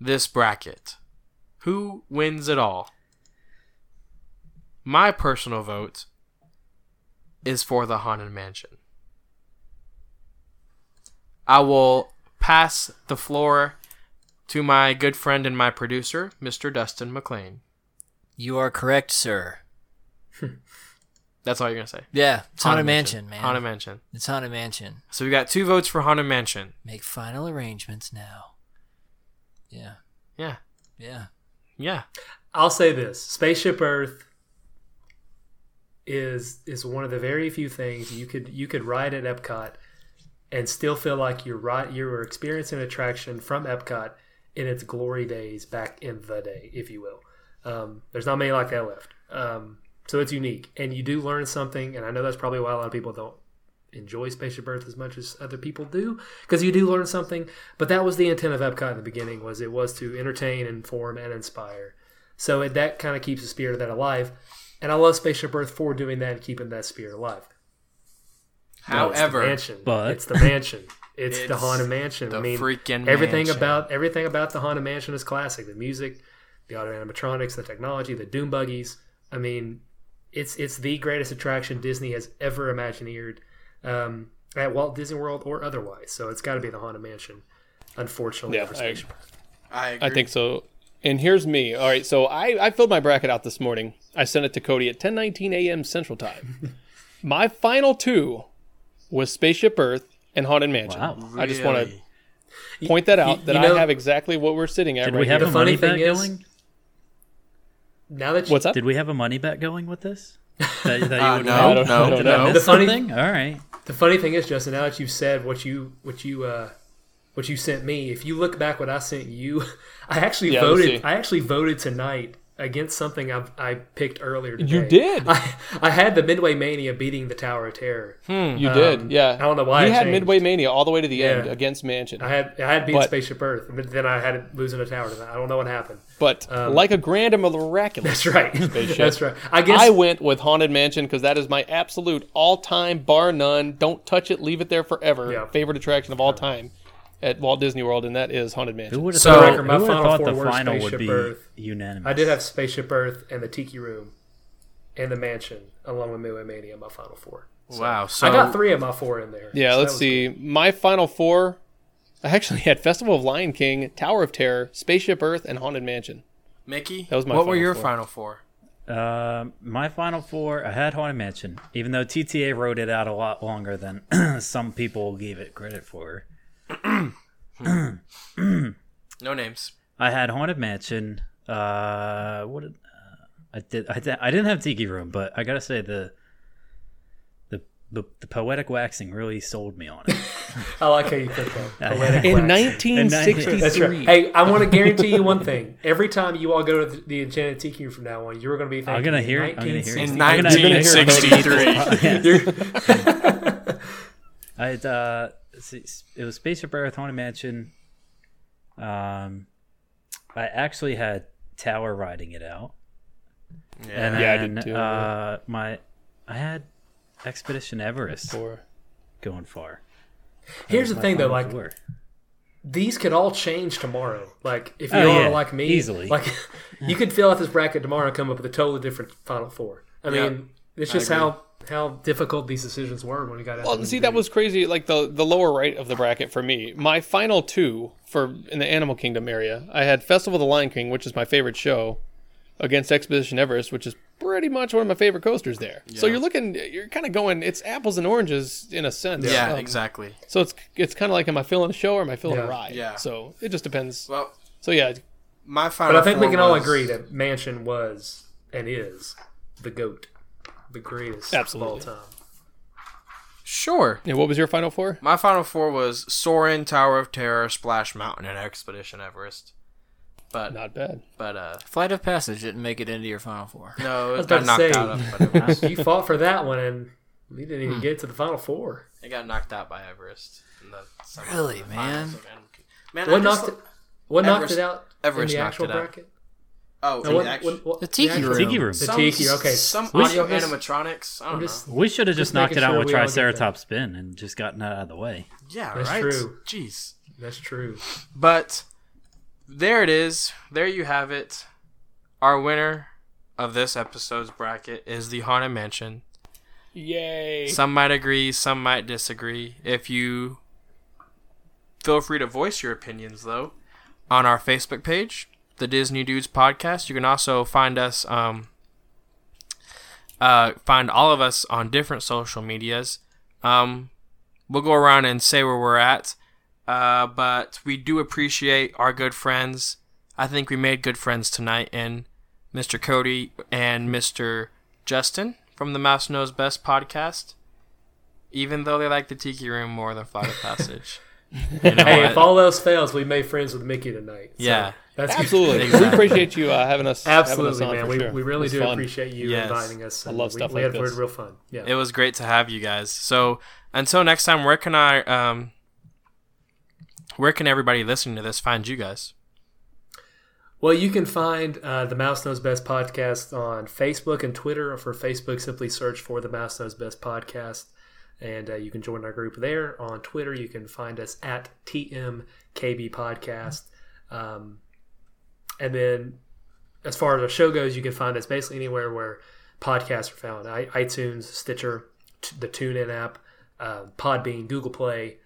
Speaker 1: this bracket? Who wins it all? My personal vote is for the Haunted Mansion. I will pass the floor to my good friend and my producer, Mr. Dustin McLean.
Speaker 3: You are correct, sir.
Speaker 1: That's all you're gonna say.
Speaker 3: Yeah, it's Haunted Mansion, man.
Speaker 1: Haunted Mansion.
Speaker 3: It's Haunted Mansion.
Speaker 1: So we got two votes for Haunted Mansion.
Speaker 3: Make final arrangements now. Yeah,
Speaker 1: Yeah,
Speaker 3: yeah.
Speaker 1: yeah.
Speaker 4: I'll say this: Spaceship Earth is is one of the very few things you could you could ride at Epcot and still feel like you're right you were experiencing an attraction from Epcot in its glory days back in the day, if you will. Um, there's not many like that left, um, so it's unique, and you do learn something. And I know that's probably why a lot of people don't enjoy Spaceship Earth as much as other people do, because you do learn something. But that was the intent of Epcot in the beginning: was it was to entertain, inform, and inspire. So it, that kind of keeps the spirit of that alive. And I love Spaceship Earth for doing that and keeping that spirit alive. No, it's the
Speaker 1: However,
Speaker 4: mansion.
Speaker 2: but-
Speaker 4: it's the mansion. It's, the
Speaker 1: It's
Speaker 4: haunted mansion. I
Speaker 1: the
Speaker 4: mean,
Speaker 1: freaking
Speaker 4: everything
Speaker 1: mansion.
Speaker 4: about everything about the haunted mansion is classic. The music, the auto animatronics, the technology, the doom buggies. I mean, it's it's the greatest attraction Disney has ever imagineered um, at Walt Disney World or otherwise. So it's got to be the haunted mansion. Unfortunately,
Speaker 5: Yeah,
Speaker 4: for
Speaker 5: I
Speaker 4: Space
Speaker 5: agree.
Speaker 1: I agree.
Speaker 5: I think so. And here's me. All right, so I, I filled my bracket out this morning. I sent it to Cody at 10:19 a.m. Central Time. my final two was Spaceship Earth and Haunted Mansion.
Speaker 2: Wow.
Speaker 5: I just want
Speaker 1: Really?
Speaker 5: to point that out
Speaker 4: you-
Speaker 5: that
Speaker 4: you know-
Speaker 5: I have exactly what we're sitting at.
Speaker 2: Did
Speaker 5: right
Speaker 2: we have
Speaker 5: here.
Speaker 2: a
Speaker 4: The funny
Speaker 2: money bet
Speaker 4: thing is-
Speaker 2: going?
Speaker 4: now that you,
Speaker 5: What's up?
Speaker 2: Did we have a money bet going with this? That, that you
Speaker 1: Uh,
Speaker 2: would
Speaker 1: no,
Speaker 5: I don't-
Speaker 1: no,
Speaker 5: I don't
Speaker 2: Did
Speaker 5: know.
Speaker 2: I
Speaker 5: No.
Speaker 2: miss
Speaker 4: The funny-
Speaker 2: something? All right.
Speaker 4: The funny thing is, Justin, now that you've said what you what you uh, what you sent me, if you look back what I sent you, I actually
Speaker 5: Yeah, let me see.
Speaker 4: voted. I actually voted tonight against something I, I picked earlier. Today.
Speaker 5: You did.
Speaker 4: I, I had the Midway Mania beating the Tower of Terror.
Speaker 5: you did. Yeah.
Speaker 4: um, I don't know why
Speaker 5: You
Speaker 4: it
Speaker 5: had
Speaker 4: changed.
Speaker 5: Midway Mania all the way to the end
Speaker 4: Yeah.
Speaker 5: against Mansion.
Speaker 4: I had I had beating
Speaker 5: But-
Speaker 4: Spaceship Earth, but then I had it losing a tower tonight. I don't know what happened.
Speaker 5: But like a grand and miraculous,
Speaker 4: um, That's right. That's right. I guess
Speaker 5: I went with Haunted Mansion because that is my absolute all-time, bar none, don't touch it, leave it there forever
Speaker 4: Yeah.
Speaker 5: favorite attraction of all time at Walt Disney World, and that is Haunted
Speaker 2: Who
Speaker 5: Mansion.
Speaker 2: would have
Speaker 1: So-
Speaker 2: thought,
Speaker 1: Record,
Speaker 4: my
Speaker 2: who would've
Speaker 4: final
Speaker 2: thought
Speaker 4: four
Speaker 2: the
Speaker 4: were
Speaker 2: final would
Speaker 4: Spaceship
Speaker 2: be
Speaker 4: Earth.
Speaker 2: unanimous?
Speaker 4: I did have Spaceship Earth and the Tiki Room, and the Mansion along with Midway Mania. My final four.
Speaker 1: Wow. So
Speaker 4: I got three of my four in there.
Speaker 5: Yeah,
Speaker 4: so
Speaker 5: let's
Speaker 4: that
Speaker 5: see.
Speaker 4: was
Speaker 5: My final four, I actually had Festival of Lion King, Tower of Terror, Spaceship Earth, and Haunted Mansion.
Speaker 1: Mickey,
Speaker 5: That was my
Speaker 1: what were
Speaker 5: final
Speaker 1: your
Speaker 5: four.
Speaker 1: final four?
Speaker 2: Uh, my final four, I had Haunted Mansion, even though TTA wrote it out a lot longer than some people gave it credit for.
Speaker 1: No names.
Speaker 2: I had Haunted Mansion. Uh, what did uh, I did? I, did, I didn't have Tiki Room, but I gotta say the the the, the poetic waxing really sold me on it.
Speaker 4: I like how you put that. Poetic
Speaker 5: In
Speaker 4: wax.
Speaker 5: 1963.
Speaker 4: That's right. Hey, I want to guarantee you one thing. Every time you all go to the, the Enchanted Tiki Room from now on, you're going to be thinking.
Speaker 2: I'm gonna hear it. I'm gonna hear it.
Speaker 1: In
Speaker 2: I'm gonna- I'm gonna hear it.
Speaker 1: 1963.
Speaker 2: I had, uh, s- s- it was Spaceship Earth, Haunted Mansion. Um, I actually had Tower riding it out. And
Speaker 5: Yeah, I
Speaker 2: then,
Speaker 5: did too,
Speaker 2: Uh, my, I had Expedition Everest
Speaker 5: Four.
Speaker 2: going far.
Speaker 4: Here's the thing, though. Like
Speaker 2: Four.
Speaker 4: these could all change tomorrow. Like if you
Speaker 2: Oh,
Speaker 4: all
Speaker 2: yeah,
Speaker 4: are like me,
Speaker 2: easily.
Speaker 4: Like you could fill out this bracket tomorrow and come up with a totally different final four. I
Speaker 1: Yeah,
Speaker 4: mean, it's just how how difficult these decisions were when we got out.
Speaker 5: Well, see, that was crazy. Like the the lower right of the bracket for me. My final two for in the Animal Kingdom area, I had Festival of the Lion King, which is my favorite show, against Expedition Everest, which is pretty much one of my favorite coasters there. So you're looking, you're kind of going, it's apples and oranges in a sense.
Speaker 1: Yeah,
Speaker 5: Um,
Speaker 1: exactly.
Speaker 5: So it's it's kind of like, am I feeling a show or am I feeling
Speaker 4: Yeah.
Speaker 5: a ride?
Speaker 1: Yeah.
Speaker 5: So it just depends.
Speaker 1: Well,
Speaker 5: So yeah,
Speaker 1: my final.
Speaker 4: But I think we
Speaker 1: four
Speaker 4: can all
Speaker 1: was-
Speaker 4: agree that Mansion was and is the goat, the greatest
Speaker 5: Absolutely.
Speaker 4: of all time.
Speaker 1: Sure.
Speaker 5: yeah. What was your final four?
Speaker 1: My final four was Soren, Tower of Terror, Splash Mountain, and Expedition Everest. But
Speaker 5: Not bad.
Speaker 1: but uh,
Speaker 3: Flight of Passage didn't make it into your final four.
Speaker 1: no, it
Speaker 4: was
Speaker 1: got
Speaker 4: about
Speaker 1: knocked
Speaker 4: to
Speaker 1: out of. But it, was,
Speaker 4: You fought for that one, and we didn't
Speaker 5: Hmm.
Speaker 4: even get to the final four.
Speaker 1: it got knocked out by Everest. In the semi-
Speaker 3: Really,
Speaker 1: in the finals
Speaker 3: man?
Speaker 1: of Animal Kingdom. Man,
Speaker 4: What
Speaker 1: I just-
Speaker 4: knocked it, what knocked
Speaker 1: Everest-
Speaker 4: it out
Speaker 1: Everest
Speaker 4: in the
Speaker 1: knocked
Speaker 4: actual
Speaker 1: it out.
Speaker 4: bracket?
Speaker 1: Oh,
Speaker 4: No, what-
Speaker 1: the act-
Speaker 4: what- what-
Speaker 3: The Tiki
Speaker 4: actual-
Speaker 3: Room.
Speaker 2: Tiki Room.
Speaker 4: The
Speaker 1: some-
Speaker 4: Tiki. Okay,
Speaker 1: Some
Speaker 4: we-
Speaker 1: audio
Speaker 4: this-
Speaker 1: animatronics. I don't
Speaker 4: I'm just-
Speaker 2: We should have just,
Speaker 4: Just
Speaker 2: knocked
Speaker 4: making
Speaker 2: it out
Speaker 4: sure
Speaker 2: with
Speaker 4: we all get
Speaker 2: Triceratops spin and just gotten that out of the way.
Speaker 1: know. Yeah,
Speaker 4: That's
Speaker 1: right.
Speaker 4: true.
Speaker 1: Jeez.
Speaker 4: That's true.
Speaker 1: But there it is. There you have it. Our winner of this episode's bracket is the Haunted Mansion.
Speaker 5: Yay.
Speaker 1: Some might agree, some might disagree. If you feel free to voice your opinions, though, on our Facebook page, the Disney Dudes Podcast. You can also find us, um, uh, find all of us on different social medias. Um, we'll go around and say where we're at, uh, but we do appreciate our good friends. I think we made good friends tonight in Mr. Cody and Mr. Justin from the Mouse Knows Best podcast, even though they like the Tiki Room more than Flight of Passage. You know
Speaker 4: Hey,
Speaker 1: what?
Speaker 4: if all else fails, we made friends with Mickey tonight. So
Speaker 1: Yeah.
Speaker 4: that's good.
Speaker 5: Absolutely.
Speaker 1: Exactly.
Speaker 5: We appreciate you uh, having us. having us
Speaker 4: Absolutely,
Speaker 5: on
Speaker 4: man.
Speaker 5: for
Speaker 4: We,
Speaker 5: sure.
Speaker 4: we really
Speaker 5: It was
Speaker 4: do
Speaker 5: fun.
Speaker 4: appreciate you
Speaker 1: Yes.
Speaker 4: inviting us. and
Speaker 5: love
Speaker 4: we,
Speaker 5: stuff
Speaker 4: we
Speaker 5: like
Speaker 4: had
Speaker 5: this.
Speaker 4: real fun. Yeah.
Speaker 1: it was great to have you guys. So until next time, where can I, um, where can everybody listening to this find you guys?
Speaker 4: Well, you can find uh, the Mouse Knows Best podcast on Facebook and Twitter. Or for Facebook, simply search for the Mouse Knows Best podcast. and uh, you can join our group there on Twitter. You can find us at TMKB Podcast. Um, and then, as far as our show goes, you can find us basically anywhere where podcasts are found: I- iTunes, Stitcher, t- the TuneIn app, uh, Podbean, Google Play,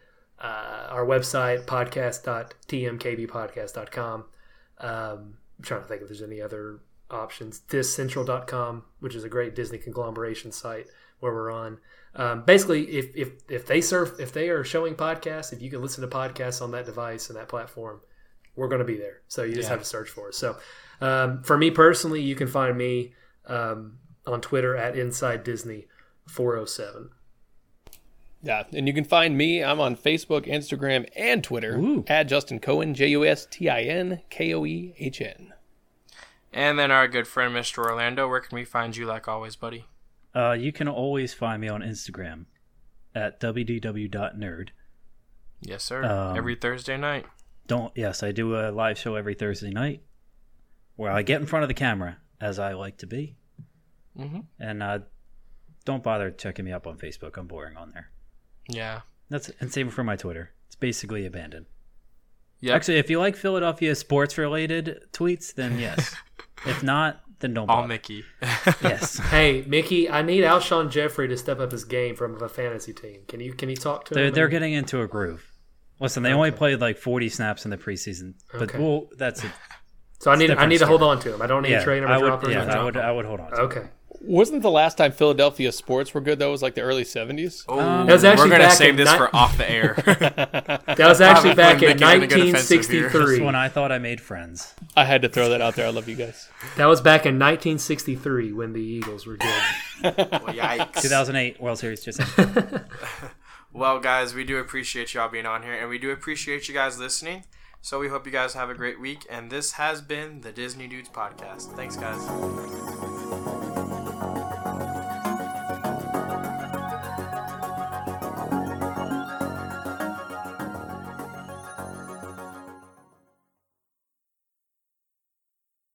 Speaker 4: uh, our website podcast.tmkbpodcast.com. Um, I'm trying to think if there's any other options. Discentral.com, which is a great Disney conglomeration site where we're on. Um, basically, if, if if they serve if they are showing podcasts, if you can listen to podcasts on that device and that platform, we're going to be there. So you just have to search for us. So um, for me personally, you can find me um, on Twitter at oh Inside Disney 407.
Speaker 5: Yeah, and you can find me. I'm on Facebook, Instagram, and Twitter at Justin Cohen, J U S T I N K O E H N.
Speaker 1: And then our good friend Mr. Orlando, where can we find you like always, buddy?
Speaker 2: Uh, you can always find me on Instagram at wdw.nerd.
Speaker 1: Yes, sir.
Speaker 2: Um,
Speaker 1: Every Thursday night.
Speaker 2: Don't yes, I do a live show every Thursday night where I get in front of the camera as I like to be.
Speaker 1: Mhm.
Speaker 2: And uh, don't bother checking me up on Facebook. I'm boring on there.
Speaker 1: Yeah.
Speaker 2: That's and same for my Twitter. It's basically abandoned.
Speaker 1: Yeah.
Speaker 2: Actually, if you like Philadelphia sports related tweets, then yes. if not, then don't
Speaker 1: all
Speaker 2: bother.
Speaker 1: Mickey.
Speaker 2: yes.
Speaker 4: Hey Mickey, I need Alshon Jeffrey to step up his game from a fantasy team. Can you can you talk to
Speaker 2: They're,
Speaker 4: him?
Speaker 2: they're getting into a groove. Listen, they only played like 40 snaps in the preseason, but
Speaker 4: Okay.
Speaker 2: well, that's a,
Speaker 4: so I need
Speaker 2: different
Speaker 4: I need to hold on to him. I don't need
Speaker 2: yeah.
Speaker 4: to trade him or
Speaker 2: I
Speaker 4: drop
Speaker 2: would,
Speaker 4: him. or
Speaker 2: yeah, I
Speaker 4: drop
Speaker 2: would,
Speaker 4: him.
Speaker 2: I would hold on. To it.
Speaker 4: Okay.
Speaker 5: Wasn't the last time Philadelphia sports were good? That was like the early 70s.
Speaker 1: Oh,
Speaker 2: That
Speaker 4: was actually
Speaker 1: we're gonna
Speaker 4: back
Speaker 1: save
Speaker 4: in
Speaker 1: this
Speaker 4: ni-
Speaker 1: for off the air.
Speaker 4: That was actually
Speaker 1: When
Speaker 4: back in
Speaker 1: Mickey's gonna get offensive here.
Speaker 2: That's
Speaker 4: 1963.
Speaker 2: when I thought I made friends.
Speaker 5: I had to throw that out there. I love you guys.
Speaker 4: That was back in 1963 when the Eagles were good.
Speaker 1: well, Oh, yikes.
Speaker 2: 2008 World Series just
Speaker 1: Well, guys, we do appreciate y'all being on here, and we do appreciate you guys listening. So we hope you guys have a great week. And this has been the Disney Dudes Podcast. Thanks, guys.